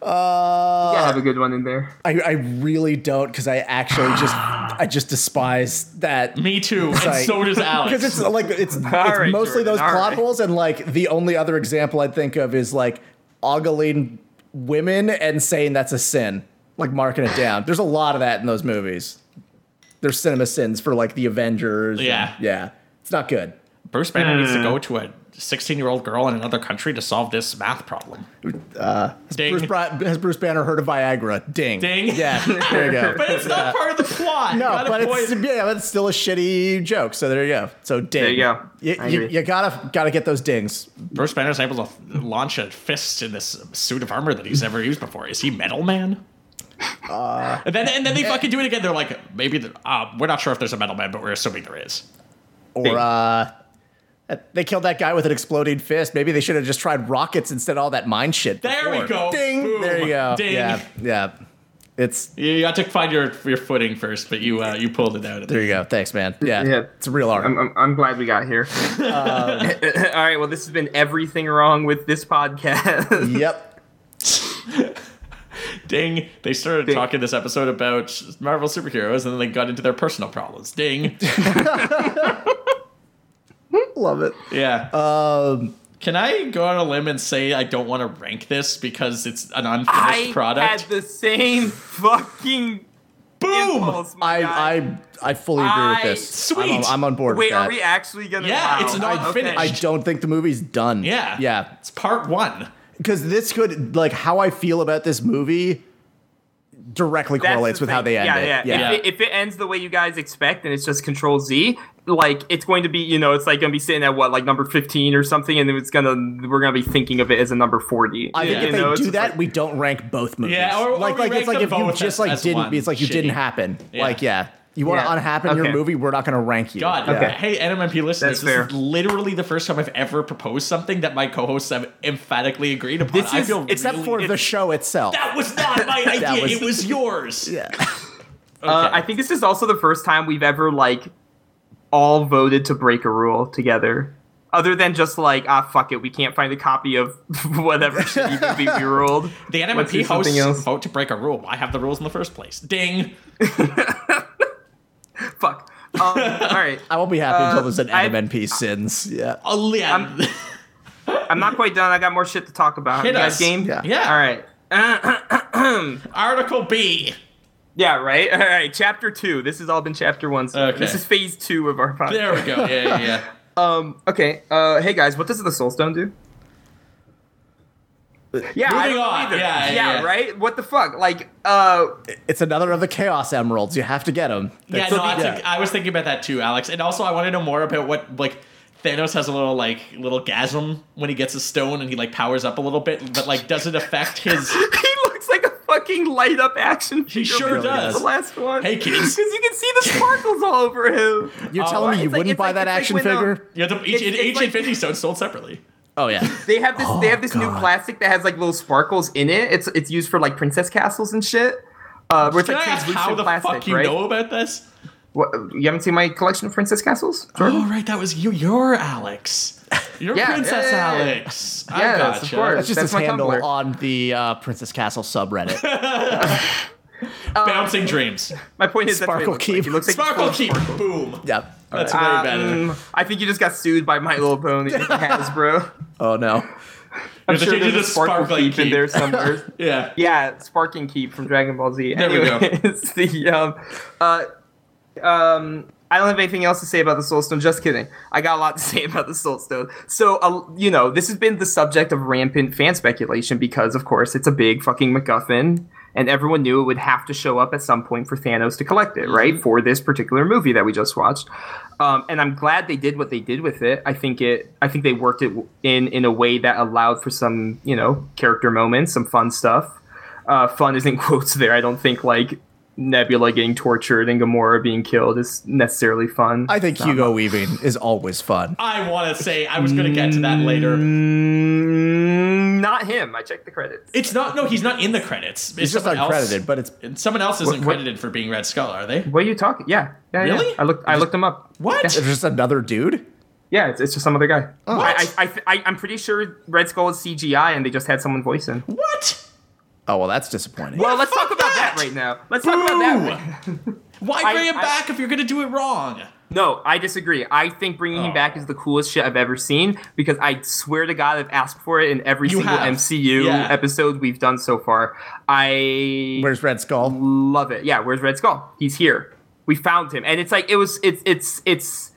S5: Uh,
S6: yeah, have a good one in there.
S5: I, I really don't because I actually just I just despise that
S4: Me too. And
S5: like-
S4: so does Alex.
S5: because it's like it's, it's
S6: right,
S5: mostly
S6: Jordan,
S5: those
S6: all
S5: plot
S6: right.
S5: holes and like the only other example I'd think of is like ogling women and saying that's a sin, like marking it down. There's a lot of that in those movies. There's cinema sins for like the Avengers. and-
S4: Yeah.
S5: yeah, it's not good.
S4: Bruce Banner needs to go to a 16 year old girl in another country to solve this math problem. Ding.
S5: Uh, Bruce Bra- has Bruce Banner heard of Viagra? Ding.
S4: Ding.
S5: Yeah, there you go.
S4: but it's not part of the plot. You
S5: No,
S4: gotta
S5: but it's
S4: point-
S5: yeah, but it's still a shitty joke. So there you go. So ding.
S6: There you go.
S5: You,
S6: I
S5: you,
S6: agree.
S5: you gotta gotta get those dings.
S4: Bruce Banner's able to f- launch a fist in this suit of armor that he's never used before. Is he Metal Man?
S5: Uh,
S4: and then and then
S5: eh.
S4: they fucking do it again. They're like, maybe the, uh, we're not sure if there's a Metal Man, but we're assuming there is.
S5: Or
S6: Ding.
S5: uh, they killed that guy with an exploding fist. Maybe they should have just tried rockets instead of all that mine shit.
S4: There we
S5: before.
S4: go.
S5: Ding.
S4: Boom.
S5: There you go.
S4: Ding.
S5: Yeah. Yeah. It's
S4: You, you got to find your your footing first, but you uh, you pulled it out. At
S5: there
S4: the,
S5: you go. Thanks, man. Yeah.
S6: Yeah.
S5: It's a real art.
S6: I'm, I'm, I'm glad we got here.
S5: Um,
S6: All right, well, this has been everything wrong with this podcast.
S5: yep.
S4: ding! They started
S6: Ding.
S4: talking this episode about Marvel superheroes, and then they got into their personal problems. Ding!
S5: Love it.
S4: Yeah. Um. Can I go on a limb and say I don't want to rank this because it's an unfinished
S6: I
S4: product?
S6: had the same fucking
S4: Boom!
S6: impulse, my
S5: I
S6: guy.
S5: I I fully agree with
S6: I-
S5: this.
S4: Sweet.
S5: I'm, I'm on board
S6: Wait,
S5: with that.
S6: are we actually gonna?
S4: Yeah,
S6: wow.
S4: it's not
S6: okay.
S4: finished.
S5: I don't think the movie's done.
S4: Yeah.
S5: Yeah.
S4: It's part one.
S5: because this could like how I feel about this movie directly
S6: That's
S5: correlates
S6: the
S5: with how
S6: thing.
S5: they end
S6: yeah,
S5: it.
S6: Yeah,
S4: Yeah.
S6: If, it, if it ends the way you guys expect and it's just Control Z, like it's going to be, you know, it's like going to be sitting at what, like number fifteen or something, and then it's gonna we're gonna be thinking of it as a number forty.
S5: I think
S4: Yeah.
S5: if
S6: You
S5: they
S6: know, it's
S5: do
S6: just
S5: that,
S6: like-
S5: we don't rank both movies.
S4: Yeah, or- or
S5: like
S4: we
S5: like
S4: rank
S5: it's like
S4: them
S5: if you
S4: both
S5: just
S4: as-
S5: like
S4: as
S5: didn't
S4: one.
S5: it's like you
S4: Shitty.
S5: didn't happen.
S4: Yeah.
S5: Like yeah, you want to
S6: Yeah.
S5: unhappen your
S6: Okay.
S5: movie, we're not going to rank you.
S4: God,
S5: yeah.
S4: okay. hey, NMMP listeners,
S6: That's
S4: this
S6: fair.
S4: is literally the first time I've ever proposed something that my co-hosts have emphatically agreed upon.
S6: This
S4: I
S6: is-
S4: feel
S5: except
S4: really-
S5: for the show itself.
S4: that was not my
S5: That
S4: idea.
S5: was-
S4: it was yours.
S5: yeah,
S6: Uh,
S4: Okay.
S6: I think this is also the first time we've ever like all voted to break a rule together. Other than just like ah fuck it, we can't find a copy of whatever shitty movie we ruled.
S4: the
S6: Let's do
S4: NMMP
S6: something
S4: hosts
S6: else.
S4: vote to break a rule. I have the rules in the first place. Ding.
S6: Fuck. Um, all right,
S5: I won't be happy until there's an
S6: I-
S5: NMNP sins. Yeah,
S4: Oh, yeah.
S6: I'm- I'm not quite done. I got more shit to talk about.
S4: Hit
S6: you guys
S4: us.
S6: game?
S5: Yeah.
S4: Yeah.
S6: All right.
S4: Article B.
S6: Yeah, right. All right, chapter two. This has all been chapter one. So
S4: Okay.
S6: This is phase two of our podcast.
S4: There we go. Yeah, yeah, yeah.
S6: Um. Okay. Uh. Hey guys, what does the soul stone do? Yeah,
S4: Moving
S6: I don't know
S4: on.
S6: either.
S4: Yeah, yeah, yeah.
S6: right. What the fuck? Like, uh,
S5: it's another of the Chaos Emeralds. You have to get them.
S4: yeah, no, I, think- I was thinking about that too, Alex. And also, I want to know more about what like Thanos has a little like little gasm when he gets a stone and he like powers up a little bit, but like does it affect his?
S6: he looks like a fucking light up action figure.
S4: sure
S6: when he gets
S4: does.
S6: The last one.
S4: Hey, kids. Oh,
S6: because you can see the sparkles all over him.
S5: You're
S4: uh,
S5: telling me you
S6: it's like-
S5: wouldn't
S6: it's
S5: buy
S6: like-
S5: that
S6: it's
S5: action
S6: like when, um,
S5: figure?
S4: Yeah, the, each,
S6: It's-
S4: each
S6: it's like-
S4: Infinity Stone's sold separately.
S5: oh yeah.
S6: They have this. they have this new
S5: God.
S6: plastic that has like little sparkles in it. It's it's used for like princess castles and shit. Uh, where it's
S4: Can
S6: like
S4: I ask
S6: translucent
S4: how the
S6: plastic,
S4: fuck you
S6: right?
S4: know about this?
S6: What, you haven't seen my collection of princess castles?
S4: Oh, right, that was you. You're Alex. You're
S6: Yeah,
S4: Princess
S6: yeah, yeah, yeah.
S4: Alex. I
S6: Yes, of
S4: gotcha.
S6: course. Um,
S5: That's just
S6: That's
S5: his
S6: my
S5: handle
S6: Tumblr.
S5: on the uh, Princess Castle subreddit.
S4: Bouncing dreams.
S6: My point is,
S5: Sparkle
S6: that's what he
S5: Keep.
S6: looks like. He looks like
S4: Sparkle
S6: he's full
S4: keep.
S6: of
S4: Boom.
S5: yep.
S4: That's
S5: All
S4: way
S5: right.
S6: sparkles.
S4: better.
S6: Um, I think you just got sued by My Little Pony and Hasbro.
S5: oh no.
S6: I'm
S4: You're
S6: sure
S4: changing
S6: there's a
S4: to
S6: sparkle
S4: Sparkling
S6: keep, in
S4: Keep.
S6: there somewhere.
S4: yeah.
S6: yeah, sparking keep from Dragon Ball Z.
S4: There we go.
S6: Anyways, the um, uh, um, I don't have anything else to say about the Soul Stone. Just kidding. I got a lot to say about the Soul Stone. So, uh, you know, this has been the subject of rampant fan speculation because, of course, it's a big fucking MacGuffin, and everyone knew it would have to show up at some point for Thanos to collect it, right? For this particular movie that we just watched. Um, and I'm glad they did what they did with it. I think it. I think they worked it in in a way that allowed for some, you know, character moments, some fun stuff uh, fun is in quotes there. I don't think like Nebula getting tortured and Gamora being killed is necessarily fun.
S5: I think Hugo Weaving is always fun.
S4: I want to say I was going to get to that later.
S6: Mm, not him. I checked the credits.
S4: It's not. No, he's not in the credits. It's
S5: He's just
S4: someone else.
S5: uncredited, but it's
S4: And someone else isn't
S6: What- what-
S4: credited for being Red Skull, are they?
S6: What are you talking? Yeah, yeah, yeah.
S4: Really?
S6: I looked. I looked him up.
S4: What?
S5: there's just another dude.
S6: Yeah, it's, it's just some other guy.
S4: What?
S6: I, I, I, I, I'm pretty sure Red Skull is CGI and they just had someone voice him.
S4: What?
S5: Oh well, that's disappointing.
S6: Well, let's talk about that right now. Let's talk about that. right
S4: Why
S6: I-
S4: bring him
S6: I-
S4: back if you're gonna do it wrong?
S6: No, I disagree. I think bringing him
S4: Oh.
S6: back is the coolest shit I've ever seen because I swear to God, I've asked for it in every
S4: You
S6: single
S4: have.
S6: MCU
S4: Yeah.
S6: episode we've done so far. I
S5: Where's Red Skull?
S6: love it. Yeah, where's Red Skull? He's here. We found him, and it's like it was. It's it's it's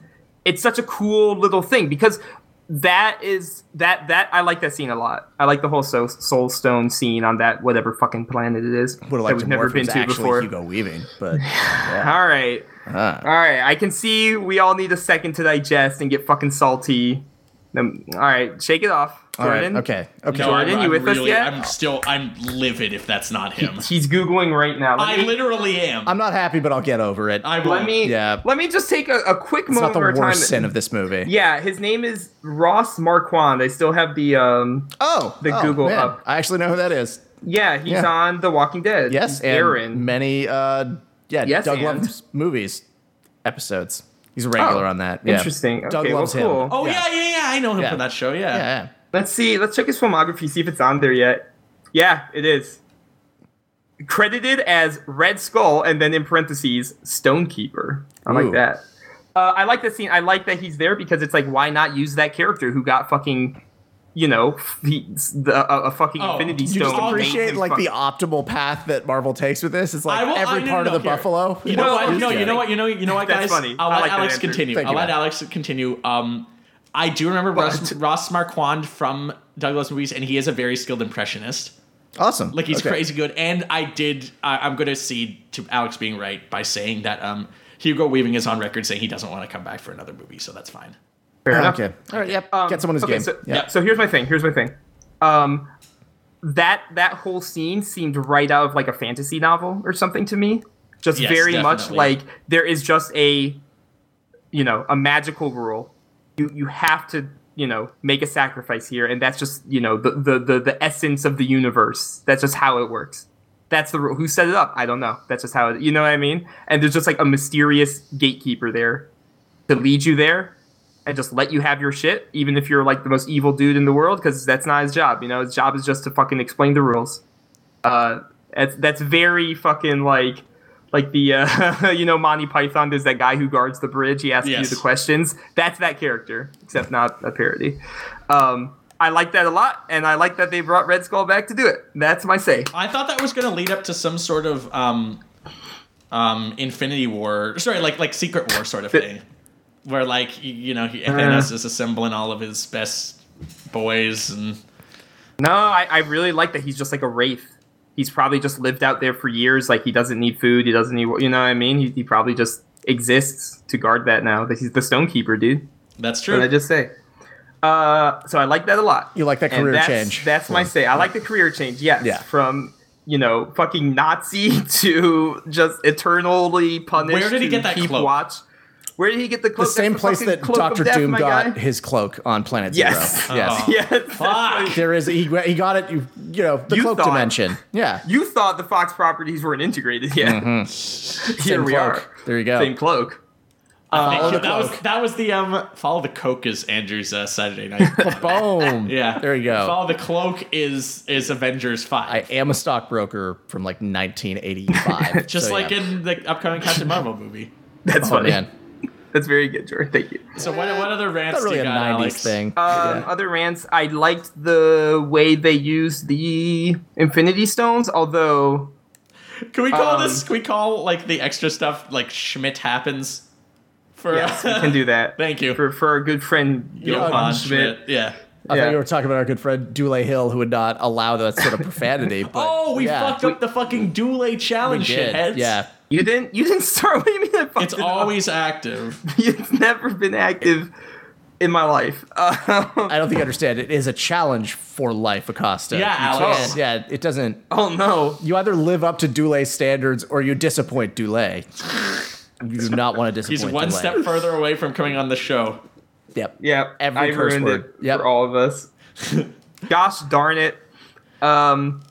S6: it's such a cool little thing because that is that that I like that scene a lot. I like the whole Soul, Soul Stone scene on that whatever fucking planet it is
S5: Would have
S6: that
S5: liked
S6: we've
S5: to
S6: never
S5: more
S6: been to
S5: actually
S6: before.
S5: Hugo Weaving, but
S6: All right.
S5: uh,
S6: All right, I can see we all need a second to digest and get fucking salty. Um, all right, shake it off,
S5: all right,
S6: Jordan.
S5: okay, okay.
S4: No,
S6: Jordan,
S4: I'm,
S6: you
S4: I'm
S6: with us
S4: really,
S6: yet?
S4: I'm still, I'm livid if that's not him.
S6: He's googling right now. Let
S4: I
S6: me,
S4: literally am.
S5: I'm not happy, but I'll get over it.
S4: I will.
S6: let me,
S5: Yeah.
S6: let me just take a, a quick
S5: it's not
S6: moment
S5: the
S6: of
S5: worst
S6: our time.
S5: sin of this movie.
S6: yeah, his name is Ross Marquand. I still have the um.
S5: Oh,
S6: The
S5: oh,
S6: Google
S5: man.
S6: up.
S5: I actually know who that is.
S6: Yeah, he's
S5: Yeah.
S6: on The Walking Dead.
S5: Yes,
S6: He's
S5: and
S6: Aaron.
S5: many uh, yeah,
S6: Yes,
S5: Doug
S6: and.
S5: loves movies episodes. He's a regular
S6: Oh,
S5: on that. Yeah.
S6: interesting.
S5: Doug
S6: Okay, well,
S5: loves
S6: cool.
S5: him.
S4: oh yeah. yeah, yeah, I know him
S5: Yeah.
S4: from that show. Yeah.
S5: Yeah,
S6: Let's see. Let's check his filmography. See if it's on there yet. Yeah, it is. Credited as Red Skull, and then in parentheses, Stonekeeper. I
S5: Ooh.
S6: like that. Uh, I like the scene. I like that he's there because it's like, why not use that character who got fucking, you know, he, the, a, a fucking
S4: Oh,
S6: Infinity
S4: you
S5: You
S6: Stone.
S5: just
S4: Don't
S5: appreciate
S6: Made
S5: like
S6: him
S5: the
S6: fuck-
S5: optimal path that Marvel takes with this. It's like
S4: I will, I-
S5: every
S4: no, no,
S5: part
S4: no,
S5: of the
S4: here.
S5: buffalo.
S4: You know
S5: Well,
S4: what?
S5: used
S4: No,
S5: it.
S4: you know what? You know you know what,
S6: That's
S4: guys.
S6: funny.
S4: I'll
S6: I
S4: let
S6: like that
S4: Alex
S6: answer.
S4: continue.
S5: Thank
S4: I'll
S5: you,
S4: let
S5: man.
S4: Alex continue. Um, I do remember Ross, Ross Marquand from Douglas movies, and he is a very skilled impressionist.
S5: Awesome.
S4: Like he's
S5: Okay.
S4: crazy good. And I did. I I'm going to cede to Alex being right by saying that um, Hugo Weaving is on record saying he doesn't want to come back for another movie, so that's fine.
S6: Fair enough.
S5: Okay. All right. Yep.
S6: Um,
S5: Get someone who's
S6: okay,
S5: game.
S6: So,
S5: yeah.
S4: Yep.
S6: so here's my thing. Here's my thing. Um, that that whole scene seemed right out of like a fantasy novel or something to me. Just
S4: Yes,
S6: very much
S4: definitely.
S6: like there is just a, you know, a magical rule. You you have to you know make a sacrifice here, and that's just you know the the the, the essence of the universe. That's just how it works. That's the rule. Who set it up? I don't know. That's just how it. You know what I mean? And there's just like a mysterious gatekeeper there to lead you there and just let you have your shit, even if you're like the most evil dude in the world, because that's not his job. You know, his job is just to fucking explain the rules. Uh, that's that's very fucking like like the uh, you know Monty Python. There's that guy who guards the bridge. He asks
S4: Yes.
S6: you the questions. That's that character, except not a parody. Um, I like that a lot, and I like that they brought Red Skull back to do it. That's my say.
S4: I thought that was going to lead up to some sort of um, um, Infinity War, sorry, like like Secret War sort of thing, where like y- you know he, Thanos is assembling all of his best boys and
S6: No, I, I really like that he's just like a wraith. He's probably just lived out there for years. Like he doesn't need food. He doesn't need you know what I mean. He, he probably just exists to guard that now. That he's the stonekeeper, dude.
S4: that's
S6: What
S4: true.
S6: did I just say? Uh, so I like that a lot.
S5: You like that
S6: And
S5: career
S6: that's,
S5: change.
S6: That's my say. I like the career change. Yes,
S5: Yeah.
S6: from you know fucking Nazi to just eternally punished.
S4: Where did he
S6: to
S4: get that
S6: keep
S4: cloak?
S6: watch? Where did he get the
S5: the
S6: cloak? That's
S5: same place
S6: fucking
S5: that
S6: cloak of
S5: Doctor
S6: death,
S5: Doom
S6: my
S5: got
S6: guy.
S5: his cloak on Planet
S6: Yes.
S5: Zero. Yes.
S4: Oh.
S6: Yes. that's
S4: Fuck.
S6: what-
S5: There is he, he got it. You, you know the
S6: You
S5: cloak
S6: thought-
S5: dimension. Yeah.
S6: You thought the Fox properties weren't integrated yet. Here
S5: Mm-hmm. Same
S6: we
S5: cloak.
S6: are.
S5: There you go.
S6: Same cloak.
S4: Thank you.
S5: the
S4: that was
S5: cloak.
S4: that was the um, follow the coke is Andrew's uh, Saturday night.
S5: Boom.
S4: yeah,
S5: There you go.
S4: Follow the cloak is is Avengers
S5: I
S4: five.
S5: am a stockbroker from like 1985.
S4: just
S5: so,
S4: like
S5: yeah.
S4: in the upcoming Captain Marvel movie.
S6: That's
S5: Oh,
S6: funny.
S5: man.
S6: That's very good, Jordan. Thank you.
S4: So what, what other rants
S5: Not really
S4: do
S5: a
S4: you got,
S5: 90s
S4: Alex?
S5: thing.
S6: Um,
S5: Yeah.
S6: Other rants, I liked the way they used the Infinity Stones, although
S4: Can we call
S6: Um,
S4: this? Can we call like the extra stuff like Schmidt happens? For
S6: yes, we can do that.
S4: Thank you.
S6: for for our good friend Johann,
S4: Johann
S6: Schmidt.
S4: Schmidt. Yeah.
S5: I
S6: yeah.
S5: thought you were talking about our good friend Dule Hill, who would not allow that sort of profanity. But
S4: Oh, we
S5: yeah,
S4: fucked up the fucking Dule
S5: we
S4: challenge,
S5: did.
S4: shitheads.
S5: Yeah,
S6: You didn't you didn't start. What do you mean? I fucked
S4: It's
S6: it up?
S4: always active.
S6: it's never been active in my life. Um,
S5: I don't think you understand. It is a challenge for life, Acosta.
S4: Yeah,
S5: You
S4: Alex.
S5: can't- Yeah, it doesn't.
S6: oh no,
S5: You either live up to Dule's standards or you disappoint Dule. You do not want to disappoint.
S4: He's one
S5: Dulé.
S4: step further away from coming on the show.
S5: Yep.
S6: Yeah,
S5: Every
S6: I
S5: curse
S6: ruined
S5: word.
S6: it
S5: Yep.
S6: for all of us. Gosh darn it. Um,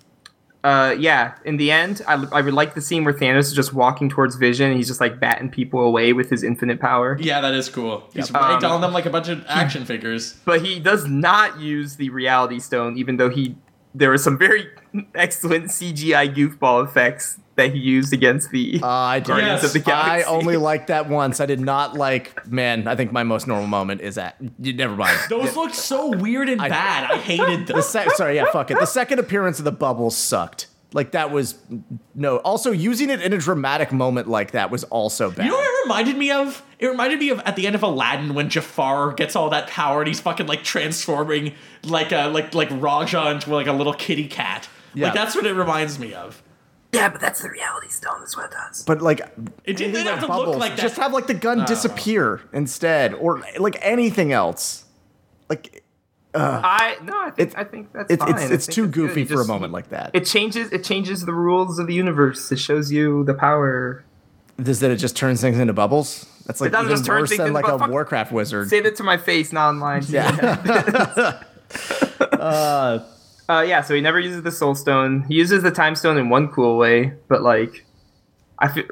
S6: uh, yeah. In the end, I I would like the scene where Thanos is just walking towards Vision and he's just like batting people away with his infinite power.
S4: Yeah, that is cool. He's right
S6: Um,
S4: on them like a bunch of action figures.
S6: But he does not use the Reality Stone, even though he there were some very excellent CGI goofball effects that he used against the
S5: Uh, I did.
S6: Guardians of the
S5: I
S6: Galaxy.
S5: only liked that once. I did not like. Man, I think my most normal moment is that. You, never mind.
S4: Those looked so weird and bad. I hated
S5: The
S4: them.
S5: sec- sorry, yeah, fuck it. The second appearance of the bubbles sucked. Like that was no. Also, using it in a dramatic moment like that was also bad.
S4: You know what it reminded me of? It reminded me of at the end of Aladdin when Jafar gets all that power and he's fucking like transforming like a like like Raja into like a little kitty cat.
S5: Yeah.
S4: Like that's what it reminds me of.
S6: Yeah, but that's the reality stone, is what it does.
S5: but like,
S4: It didn't
S5: anything
S4: have to look like that.
S5: Just have like the gun disappear instead, or like anything else. Like
S6: I no, I think
S5: It's-
S6: I think that's
S5: uh, it's
S6: fine. I
S5: it's it's
S6: think
S5: too
S6: that's good.
S5: goofy
S6: It
S5: for a
S6: just-
S5: moment like that.
S6: It changes it changes the rules of the universe. It shows you the power.
S5: Does that it just turns things into bubbles? That's like
S6: doesn't
S5: even
S6: just turn
S5: worse
S6: things
S5: than
S6: into
S5: like a
S6: bubbles.
S5: Warcraft wizard.
S6: Say that to my face, not online.
S5: Yeah.
S6: Uh, yeah, so he never uses the soul stone. He uses the time stone in one cool way, but like, I feel,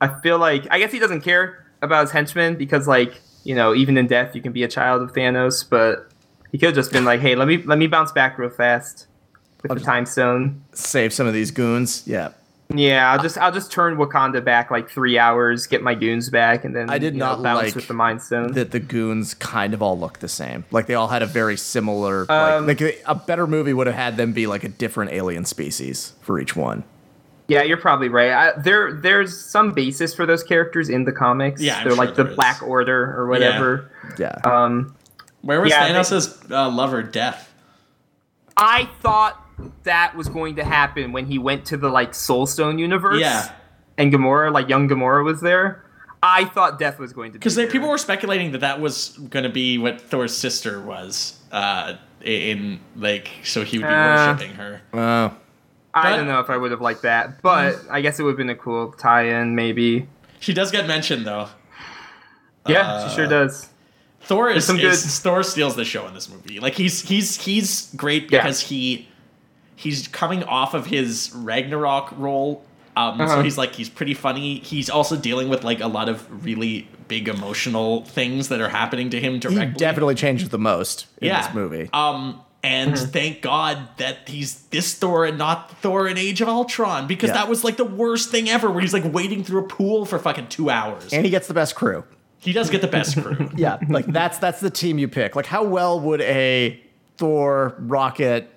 S6: I feel like I guess he doesn't care about his henchmen because like you know even in death you can be a child of Thanos, but he could have just been like, hey, let me let me bounce back real fast with the time stone.
S5: Save some of these goons. Yeah.
S6: Yeah, I'll just I'll just turn Wakanda back like three hours, get my goons back, and then
S5: I did
S6: you
S5: not
S6: know, balance
S5: like
S6: with the mind stone.
S5: that the goons kind of all look the same. Like they all had a very similar.
S6: Um,
S5: like, like a better movie would have had them be like a different alien species for each one.
S6: Yeah, you're probably right. I, there, there's some basis for those characters in the comics.
S4: Yeah, I'm
S6: they're
S4: sure
S6: like the
S4: there is.
S6: Black Order or whatever.
S5: Yeah.
S6: Um,
S4: Where was
S6: Yeah, I think-
S4: Thanos' uh, lover death?
S6: I thought that was going to happen when he went to the like Soulstone universe.
S4: Yeah.
S6: And Gamora, like young Gamora, was there. I thought Death was going to
S4: Because
S6: be
S4: people were speculating that that was going to be what Thor's sister was uh, in like, so he would be
S6: Uh.
S4: worshipping her.
S5: Oh.
S6: I
S4: but-
S6: don't know if I would have liked that, but
S4: Mm.
S6: I guess it would have been a cool tie-in, maybe.
S4: She does get mentioned though.
S6: Yeah, she
S4: Uh,
S6: sure does.
S4: Thor is,
S6: some
S4: is-
S6: good-
S4: Thor steals the show in this movie. Like he's he's he's great
S6: Yeah.
S4: because he he's coming off of his Ragnarok role. Um,
S6: Uh-huh.
S4: So he's like he's pretty funny. He's also dealing with like a lot of really big emotional things that are happening to him
S5: He
S4: directly.
S5: definitely changes the most in
S4: yeah.
S5: this movie.
S4: Um, and
S6: Mm-hmm.
S4: thank God that he's this Thor and not Thor in Age of Ultron because
S5: Yeah.
S4: that was like the worst thing ever. Where he's like wading through a pool for fucking two hours.
S5: and he gets the best crew.
S4: he does get the best crew.
S5: Yeah. Like that's that's the team you pick. Like how well would a Thor, Rocket,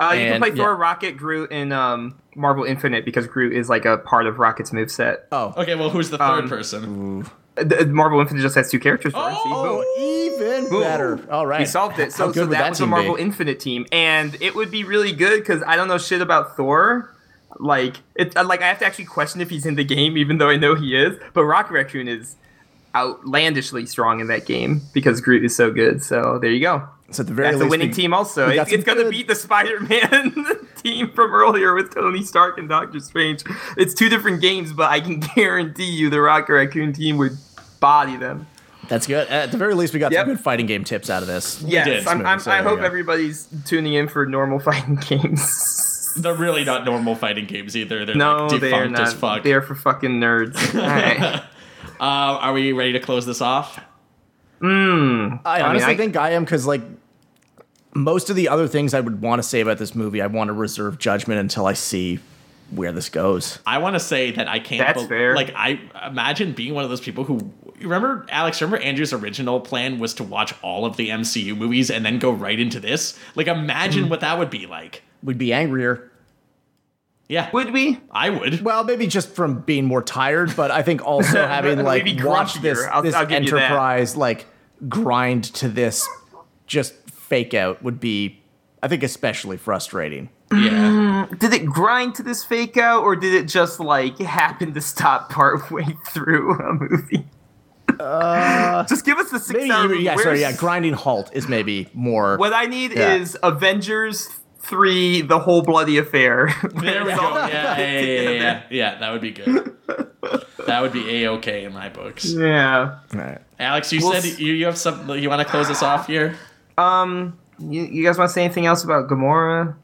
S6: Uh, you can
S5: And-
S6: play
S5: yeah.
S6: Thor, Rocket, Groot in um, Marvel Infinite because Groot is like a part of Rocket's moveset.
S5: oh,
S4: Okay, well, who's the third
S6: Um,
S4: person?
S6: Uh, th- Marvel Infinite just has two characters. for it, so you vote.
S5: even better. All Oh, right.
S6: We solved it. So,
S5: How good
S6: so
S5: would
S6: that,
S5: that
S6: was the
S5: team be?
S6: Marvel Infinite team, and it would be really good because I don't know shit about Thor. Like it, uh, like I have to actually question if he's in the game, even though I know he is. But Rocket Raccoon is outlandishly strong in that game because Groot is so good. So there you go.
S5: So at the very
S6: That's a
S5: least,
S6: winning
S5: we-
S6: team. Also,
S5: we got
S6: it's, it's
S5: some
S6: gonna
S5: good-
S6: beat the Spider-Man team from earlier with Tony Stark and Doctor Strange. It's two different games, but I can guarantee you the Rocket Raccoon team would body them.
S5: That's good. At the very least, we got
S6: Yep.
S5: some good fighting game tips out of this.
S4: did.
S6: Yes, I'm, I'm,
S5: So,
S6: I
S5: yeah.
S6: hope everybody's tuning in for normal fighting games.
S4: They're really not normal fighting games either. They're
S6: No,
S4: like
S6: they are
S4: defunct as
S6: not.
S4: fuck.
S6: They are for fucking nerds. Alright.
S4: Uh, are we ready to close this off?
S5: I honestly
S6: I-
S5: think I am because like most of the other things I would want to say about this movie, I want to reserve judgment until I see where this goes.
S4: I want to say that I can't.
S6: That's fair.
S4: Like I imagine being one of those people who you remember Alex. Remember Andrew's original plan was to watch all of the MCU movies and then go right into this. Like imagine what that would be like.
S5: We'd be angrier.
S4: Yeah,
S6: Would we?
S4: I would.
S5: Well, maybe just from being more tired, but I think also having
S6: We'd
S5: like
S6: be
S5: watched
S6: grumpier.
S5: this
S6: I'll-
S5: this
S6: I'll give you that.
S5: enterprise like grind to this just fake out would be, I think, especially frustrating.
S4: yeah,
S6: Did it grind to this fake out, or did it just like happen to stop partway through a movie? just give us the six
S5: Uh, Maybe
S6: hour.
S5: you- yeah,
S6: where's-
S5: sorry, yeah, grinding halt is maybe more.
S6: What I need
S5: Yeah.
S6: is Avengers three: The Whole Bloody Affair.
S4: there we go. Yeah, yeah, yeah, yeah, yeah. Yeah, that would be good. That would be a okay in my books.
S6: yeah.
S5: Right.
S4: Alex, you
S6: We'll
S4: said
S6: s-
S4: you, you have some. You want to close us off here?
S6: Um, you, you guys want to say anything else about Gamora?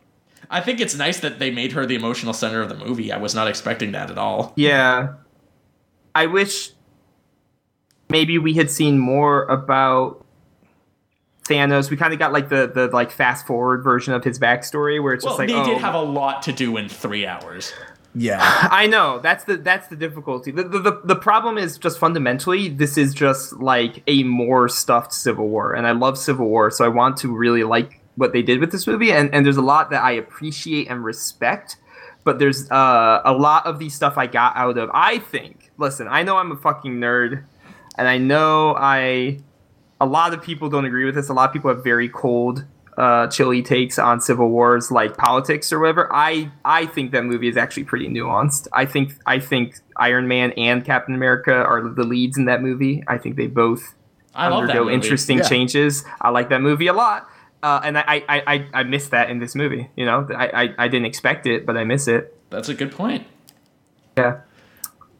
S4: I think it's nice that they made her the emotional center of the movie. I was not expecting that at all.
S6: Yeah. I wish maybe we had seen more about Thanos. We kind of got like the the like fast forward version of his backstory where it's
S4: Well,
S6: just like
S4: they
S6: oh,
S4: did have a lot to do in three hours.
S5: Yeah.
S6: I know that's the that's the difficulty. The, the the the problem is just fundamentally this is just like a more stuffed Civil War, and I love Civil War, so I want to really like what they did with this movie, and and there's a lot that I appreciate and respect, but there's uh, a lot of the stuff I got out of. I think. Listen, I know I'm a fucking nerd, and I know I. A lot of people don't agree with this. A lot of people have very cold uh, chilly takes on civil wars like politics or whatever i i think that movie is actually pretty nuanced i think i think iron man and captain america are the leads in that movie i think they both
S4: I love that
S6: undergo
S4: movie.
S6: interesting
S5: Yeah.
S6: changes i like that movie a lot uh, and I, I, I- I, I miss that in this movie you know I, I, I didn't expect it but i miss it
S4: That's a good point.
S6: yeah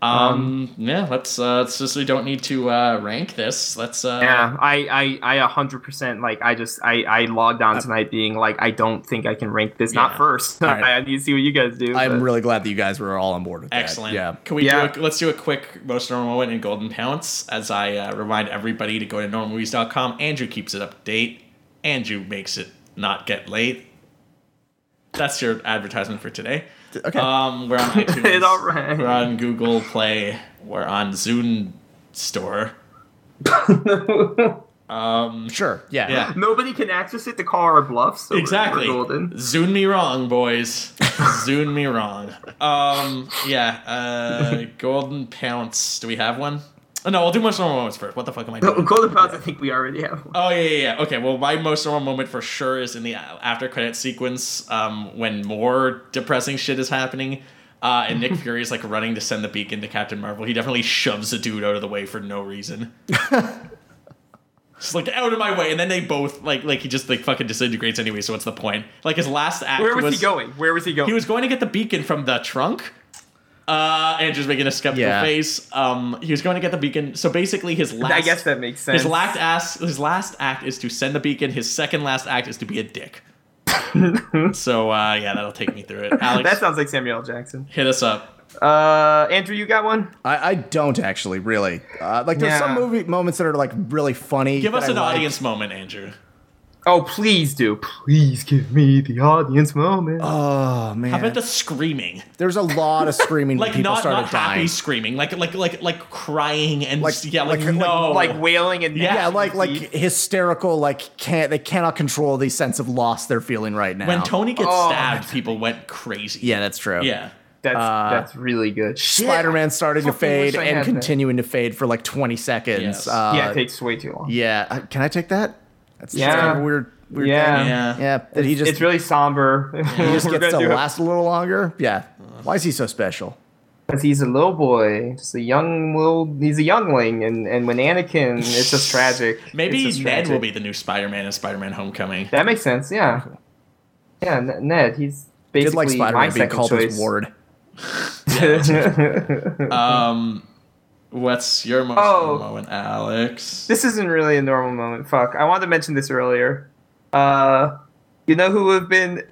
S4: Um, yeah, let's uh, let's just we don't need to uh, rank this. Let's uh,
S6: yeah Um, i i i 100% like i just i i logged on tonight being like i don't think i can rank this not
S4: Yeah.
S6: first
S5: All right.
S6: i need to see what you guys do
S5: I'm
S6: but-
S5: really glad that you guys were all on board with that.
S4: Excellent.
S5: Yeah.
S4: Can we
S6: Yeah.
S4: do a, let's do a quick most normal moment in golden pounce as I uh, remind everybody to go to normalmovies.com. Andrew keeps it up to date. Andrew makes it not get late. That's your advertisement for today.
S5: Okay.
S4: Um, we're on iTunes.
S6: It all right.
S4: We're on Google Play. We're on Zune Store.
S5: sure. Yeah.
S4: Yeah.
S6: Nobody can access it to call our bluffs. So we're-
S4: Exactly.
S6: We're golden.
S4: Zune me wrong, boys. Zune me wrong. Um, yeah. Uh, golden pounce. Do we have one? Oh, no, we'll do most normal moments first. What the fuck am I doing?
S6: Golden Pounds, I think we already have. one.
S4: Oh yeah, yeah, yeah. Okay. Well, my most normal moment for sure is in the uh, after credit sequence um, when more depressing shit is happening, uh, and Nick Fury is like running to send the beacon to Captain Marvel. He definitely shoves a dude out of the way for no reason. Just like out of my way, and then they both like like he just like fucking disintegrates anyway. So what's the point? Like his last act.
S6: Where was, he going? Where was he going?
S4: He was going to get the beacon from the trunk. Uh, Andrew's making a skeptical
S5: Yeah.
S4: face. Um, he was going to get the beacon. So basically, his last.
S6: I guess that makes sense.
S4: His last act, his last act is to send the beacon. His second last act is to be a dick. so uh, yeah, that'll take me through it. Alex,
S6: that sounds like Samuel L. Jackson.
S4: hit us up.
S6: Uh, Andrew, you got one?
S5: I, I don't actually really uh, like. There's some
S6: Yeah.
S5: movie moments that are like really funny.
S4: Give
S5: that
S4: us
S5: I
S4: an
S5: like.
S4: audience moment, Andrew.
S6: Oh, please do. Please give me the audience moment.
S5: Oh man.
S4: How about the screaming?
S5: There's a lot of screaming. when
S4: Like
S5: people
S4: not
S5: started
S4: not happy
S5: dying.
S4: screaming, like like like like crying and
S5: Like-
S4: yeah, like,
S5: like- like-
S4: no,
S6: like wailing and
S4: Yeah,
S5: Yeah,
S6: gnashing
S5: like
S6: of
S5: like
S6: teeth.
S5: hysterical. Like can't they cannot control the sense of loss they're feeling right now.
S4: when Tony gets
S6: Oh.
S4: stabbed, people went crazy.
S5: Yeah, that's true.
S4: yeah.
S6: that's that's really good. Shit.
S5: Spider-Man starting to
S6: Fucking wish
S5: fade
S6: I
S5: and
S6: had that.
S5: continuing to fade for like 20 seconds.
S4: Yes.
S5: Uh,
S6: Yeah, it takes way too long.
S5: yeah. Uh, Can I take that? That's just
S6: Yeah.
S5: kind of a weird. Weird
S6: Yeah.
S5: Thing.
S4: Yeah.
S5: Yeah. That he just
S6: it's really somber.
S5: he just
S6: We're
S5: gets
S6: gonna
S5: to
S6: do it
S5: last a little longer. Yeah. Why is he so special?
S6: because he's a little boy, just a young little. He's a youngling, and and when Anakin, it's just tragic.
S4: Maybe
S6: It's just
S4: Ned will
S6: tragic.
S4: be the new Spider-Man in Spider-Man: Homecoming.
S6: That makes sense. Yeah. Yeah, N- Ned. He's
S5: Did
S6: basically
S5: like
S6: my
S5: Spider-Man being
S6: second
S5: called
S6: choice.
S5: his ward?
S4: Um, what's your most
S6: Oh.
S4: moment, Alex?
S6: this isn't really a normal moment. Fuck. I wanted to mention this earlier. Uh, you know who would have been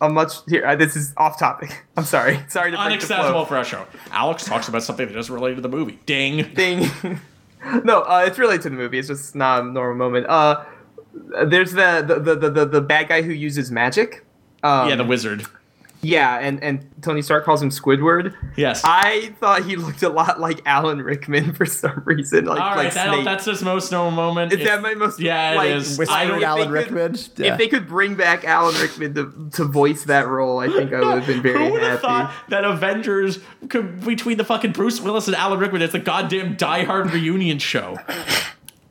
S6: a much here. uh, this is off topic. I'm sorry. Sorry to break the
S4: Unacceptable
S6: flow.
S4: for our show. Alex talks about something that doesn't relate to the movie. Ding.
S6: Thing. no, uh, it's related to the movie. It's just not a normal moment. Uh, there's the the the the, the, the bad guy who uses magic. Um,
S4: Yeah, the wizard.
S6: yeah, and and Tony Stark calls him Squidward.
S4: Yes.
S6: I thought he looked a lot like Alan Rickman for some reason. Like,
S4: All right,
S6: like
S4: that'll-
S6: Snake.
S4: that's his most known moment.
S6: Is
S4: It's-
S6: that my most?
S4: Yeah, it
S6: like,
S4: is.
S5: With
S4: I-
S5: Alan
S4: if
S6: they could-
S5: Rickman. Yeah.
S6: If they could bring back Alan Rickman to, to voice that role, I think I would have been very
S4: Who would have
S6: happy.
S4: thought that Avengers could, between the fucking Bruce Willis and Alan Rickman, it's a goddamn Die Hard reunion show?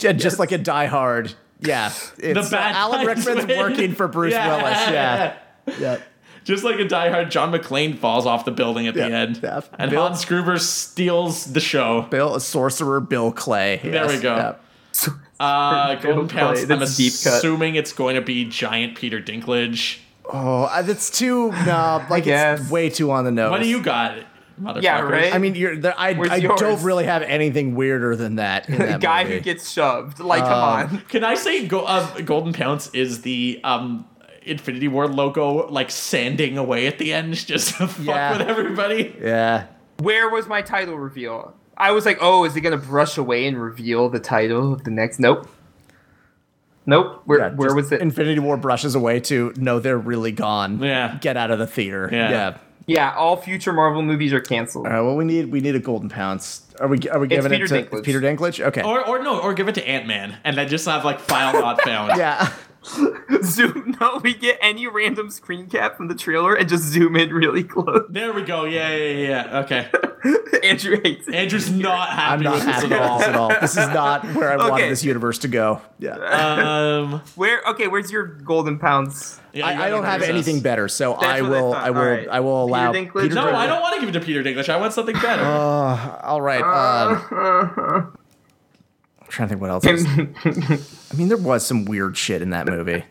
S5: Yeah, just like a Die Hard. Yeah, it's uh,
S4: bad
S5: Alan
S4: guys
S5: Rickman's
S4: win.
S5: working for Bruce
S4: Yeah.
S5: Willis. Yeah, yeah.
S4: Just like a Die Hard, John McClane falls off the building at the
S5: Yeah,
S4: end,
S5: yeah.
S4: and
S5: Bill-
S4: Hans Gruber steals the show.
S5: Bill, sorcerer Bill Clay. Yes,
S4: we go.
S5: yeah.
S4: Uh, Golden
S6: Bill
S4: Pounce.
S6: Clay,
S4: I'm
S6: that's a deep cut.
S4: assuming it's going to be giant Peter Dinklage.
S5: Oh, I- that's too no. Like
S6: guess.
S5: it's way too on the nose.
S4: What do you got, motherfuckers? Uh,
S6: right?
S5: I mean, you're. There, I
S6: Where's
S5: I
S6: yours?
S5: don't really have anything weirder than that. In
S6: The
S5: that
S6: guy
S5: movie. Um,
S6: who gets shoved. Like, come on.
S4: Can I say go, uh, Golden Pounce is the um, Infinity War logo like sanding away at the end just to fuck
S5: Yeah.
S4: with everybody?
S5: Yeah.
S6: Where was my title reveal? I was like, oh, is he gonna brush away and reveal the title of the next? Nope. Nope. Where
S5: Yeah,
S6: where
S5: just
S6: was it?
S5: Infinity War brushes away to no, they're really gone.
S4: Yeah.
S5: get out of the theater.
S4: Yeah.
S6: yeah, all future Marvel movies are canceled.
S5: All right. Well, we need we need a golden pounce. Are we are we giving
S6: Peter
S5: it to
S6: Dinklage.
S5: Peter Dinklage? Okay.
S4: Or, or no, or give it to Ant Man, and then just have like file not found.
S5: yeah.
S6: zoom. No, we get any random screen cap from the trailer and just zoom in really close.
S4: There we go. Yeah, yeah, yeah, yeah. Okay.
S6: Andrew hates it.
S4: Andrew's not happy
S5: I'm not
S4: with
S5: happy
S4: this
S5: with this
S4: at
S5: at all. This is not where I wanted
S6: Okay.
S5: this universe to go. Yeah.
S4: all. Um,
S6: Where? Okay, where's your golden pounds?
S4: yeah, you
S5: I, I
S4: gotta
S5: don't have
S4: raise us.
S5: anything better, so
S6: That's
S5: I
S6: what I
S5: will.
S6: thought.
S5: I, will.
S6: All right.
S5: I will
S6: Peter
S5: allow.
S6: Dinklage?
S5: Peter
S4: No, I
S5: Dinklage.
S4: don't want to give it to Peter Dinklage. I want something better.
S5: Uh, all right. Um, I'm trying to think what else. is- I mean, there was some weird shit in that movie.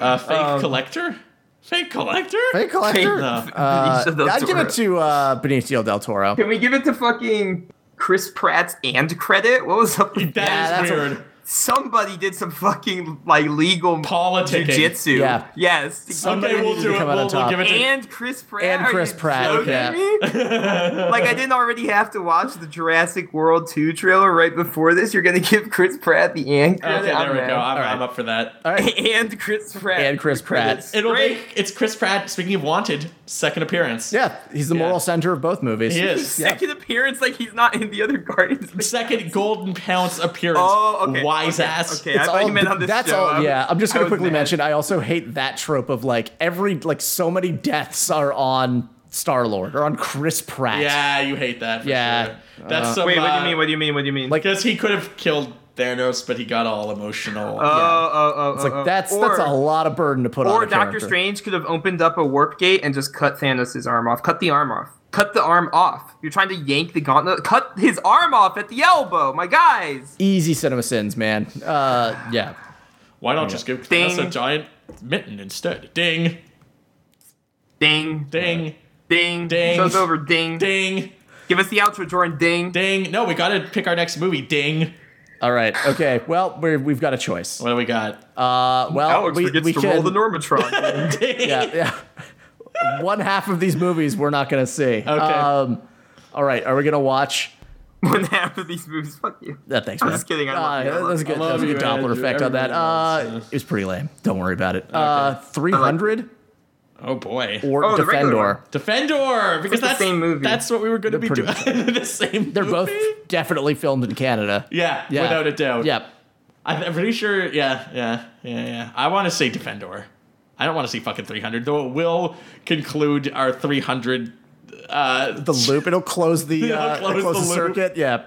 S4: uh, fake
S5: um,
S4: collector. Fake collector.
S5: Hey, collector.
S4: No.
S5: Uh,
S6: Benicio del
S5: I'd give
S6: Toro.
S5: it to uh, Benicio del Toro.
S6: Can we give it to fucking Chris Pratt's and credit? What was up with that?
S4: That is
S5: that's a-
S4: weird.
S6: Somebody did some fucking like legal
S4: Politicking.
S6: jujitsu.
S5: Yeah.
S6: Yes.
S5: Somebody
S4: okay, we'll
S5: needed to
S4: do it.
S5: come out
S4: We'll,
S5: on
S4: we'll
S5: top.
S4: give it to.
S6: and Chris Pratt.
S5: And
S6: Are
S5: Chris
S6: you
S5: Pratt,
S6: joking
S5: yeah.
S6: me? like I didn't already have to watch the Jurassic World 2 trailer right before this. You're gonna give Chris Pratt the and
S4: Okay,
S6: credit.
S4: there
S6: I'm
S4: we
S6: mad.
S4: go. I'm,
S5: All right.
S4: I'm up for that.
S5: All right.
S6: And Chris Pratt.
S5: And Chris Pratt.
S4: It'll
S6: Great.
S4: make it's Chris Pratt. Speaking of Wanted, second appearance.
S5: Yeah, he's the
S4: Yeah.
S5: moral center of both movies.
S4: He is.
S6: Second appearance, like he's not in the other Guardians.
S4: Second Golden Pounce appearance.
S6: Oh, okay.
S4: Wise
S6: okay,
S4: ass.
S6: Okay, I thought you meant on this
S5: that's
S6: show.
S5: all. yeah, I'm just
S6: I
S5: gonna
S6: was
S5: quickly
S6: mad.
S5: mention. I also hate that trope of like every like so many deaths are on Star Lord or on Chris Pratt.
S4: Yeah, you hate that. For
S5: Yeah.
S4: Sure. That's some,
S6: Wait, what do
S4: uh,
S6: you mean? What do you mean? What do you mean?
S5: Like-
S4: Because he could have killed Thanos, but he got all emotional.
S6: oh, oh, oh,
S5: It's like that's that's a lot of burden to put on.
S6: Or
S5: a
S6: Doctor
S5: character.
S6: Strange could have opened up a warp gate and just cut Thanos' arm off. Cut the arm off. Cut the arm off. You're trying to yank the gauntlet. Cut his arm off at the elbow, my guys.
S5: Easy cinema sins, man. Uh, yeah.
S4: Why not just give
S6: Ding.
S4: Thanos a giant mitten instead? Ding,
S6: Ding,
S4: ding,
S6: ding,
S4: Ding.
S6: Show's over. Ding.
S4: ding,
S6: Give us the outro, Jordan. Ding.
S4: ding. No, we gotta pick our next movie. Ding.
S5: All right. Okay. Well, we're, we've got a choice.
S4: What do we got?
S5: Uh, well,
S6: Alex
S5: we,
S6: forgets
S5: we
S6: to
S5: can,
S6: roll the Normatron.
S4: ding.
S5: Yeah, yeah. One half of these movies we're not gonna see. Okay. all right. Are we gonna watch?
S6: One half of these movies. Fuck you.
S5: That thanks,
S6: I'm
S5: man. Uh,
S6: just kidding, I love you, I
S5: that
S6: love
S5: was a
S6: you.
S4: I
S5: good, that was a
S4: love
S5: good
S4: you,
S5: Doppler
S4: Andrew.
S5: effect on that.
S4: Everybody
S5: Uh,
S4: loves
S5: it was pretty lame. Don't worry about it. Uh, 300
S4: Oh boy.
S5: or
S6: Oh, the regular
S5: Defendor.
S4: Defendor, because
S6: the
S4: that's
S6: same movie.
S4: That's what we were going to be
S5: pretty
S4: doing. the same.
S5: They're both
S4: movie?
S5: definitely filmed in Canada.
S4: Yeah,
S5: Yeah.
S4: without a doubt.
S5: Yep.
S4: I- I'm pretty sure. Yeah, yeah, yeah, yeah. I want to say Defendor. I don't want to see fucking 300, though. It will conclude our 300. Uh,
S5: The loop. It'll close the,
S4: It'll
S5: uh,
S4: close
S5: close
S4: the
S5: the,
S4: loop.
S5: circuit. Yeah.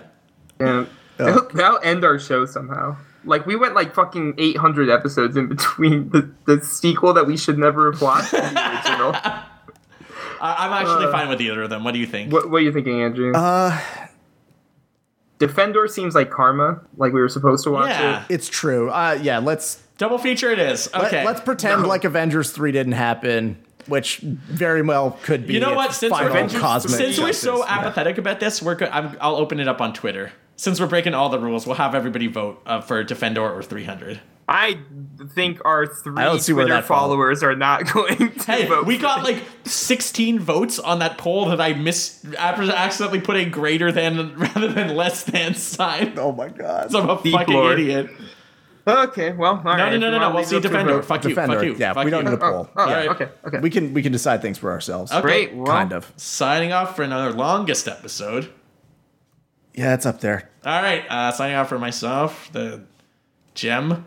S6: Yeah. That'll, that'll end our show somehow. Like we went like fucking 800 episodes in between the, the sequel that we should never have watched and the original.
S4: I- I'm actually fine with either of them. What do you think?
S6: What, what are you thinking, Andrew?
S5: Uh,
S6: Defender seems like karma, like we were supposed to watch
S4: yeah,
S5: it's true. Uh, yeah. Let's
S4: double feature it is.
S5: let,
S4: Okay,
S5: let's pretend
S6: No.
S5: like Avengers 3 didn't happen, which very well could be.
S4: You know
S5: its
S4: what? Since
S5: final
S4: Avengers-
S5: cosmic
S4: Since we're so
S5: justice. Yeah.
S4: apathetic about this, we're go- I'm, I'll open it up on Twitter. Since we're breaking all the rules, we'll have everybody vote uh, for Defendor or 300.
S6: it. I think our three
S5: I don't see where
S6: Twitter
S5: that follows.
S6: followers are not going to
S4: Hey,
S6: vote.
S4: we
S6: for
S4: got
S6: it.
S4: like 16 votes on that poll that I mis accidentally put a greater than rather than less than sign.
S5: Oh my God.
S4: 'Cause I'm a
S6: Deep
S4: fucking
S6: lord.
S4: idiot.
S6: Okay, well, all right.
S4: No, no, no, no, no. We'll see Defender. Fuck you.
S5: Defender.
S4: Fuck you.
S5: Yeah.
S4: fuck
S5: we don't
S4: you.
S5: need a poll.
S6: Oh,
S4: Yeah.
S6: okay, okay.
S5: We can we can decide things for ourselves.
S4: Okay.
S6: Great. Well,
S5: Kind of.
S4: Signing off for another longest episode.
S5: Yeah, it's up there.
S4: All right. Uh, signing off for myself, the gem,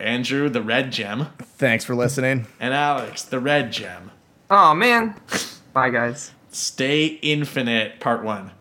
S4: Andrew, the red gem,
S5: Thanks for listening.
S4: and Alex, the red gem.
S6: Oh man. Bye, guys.
S4: Stay Infinite, Part 1.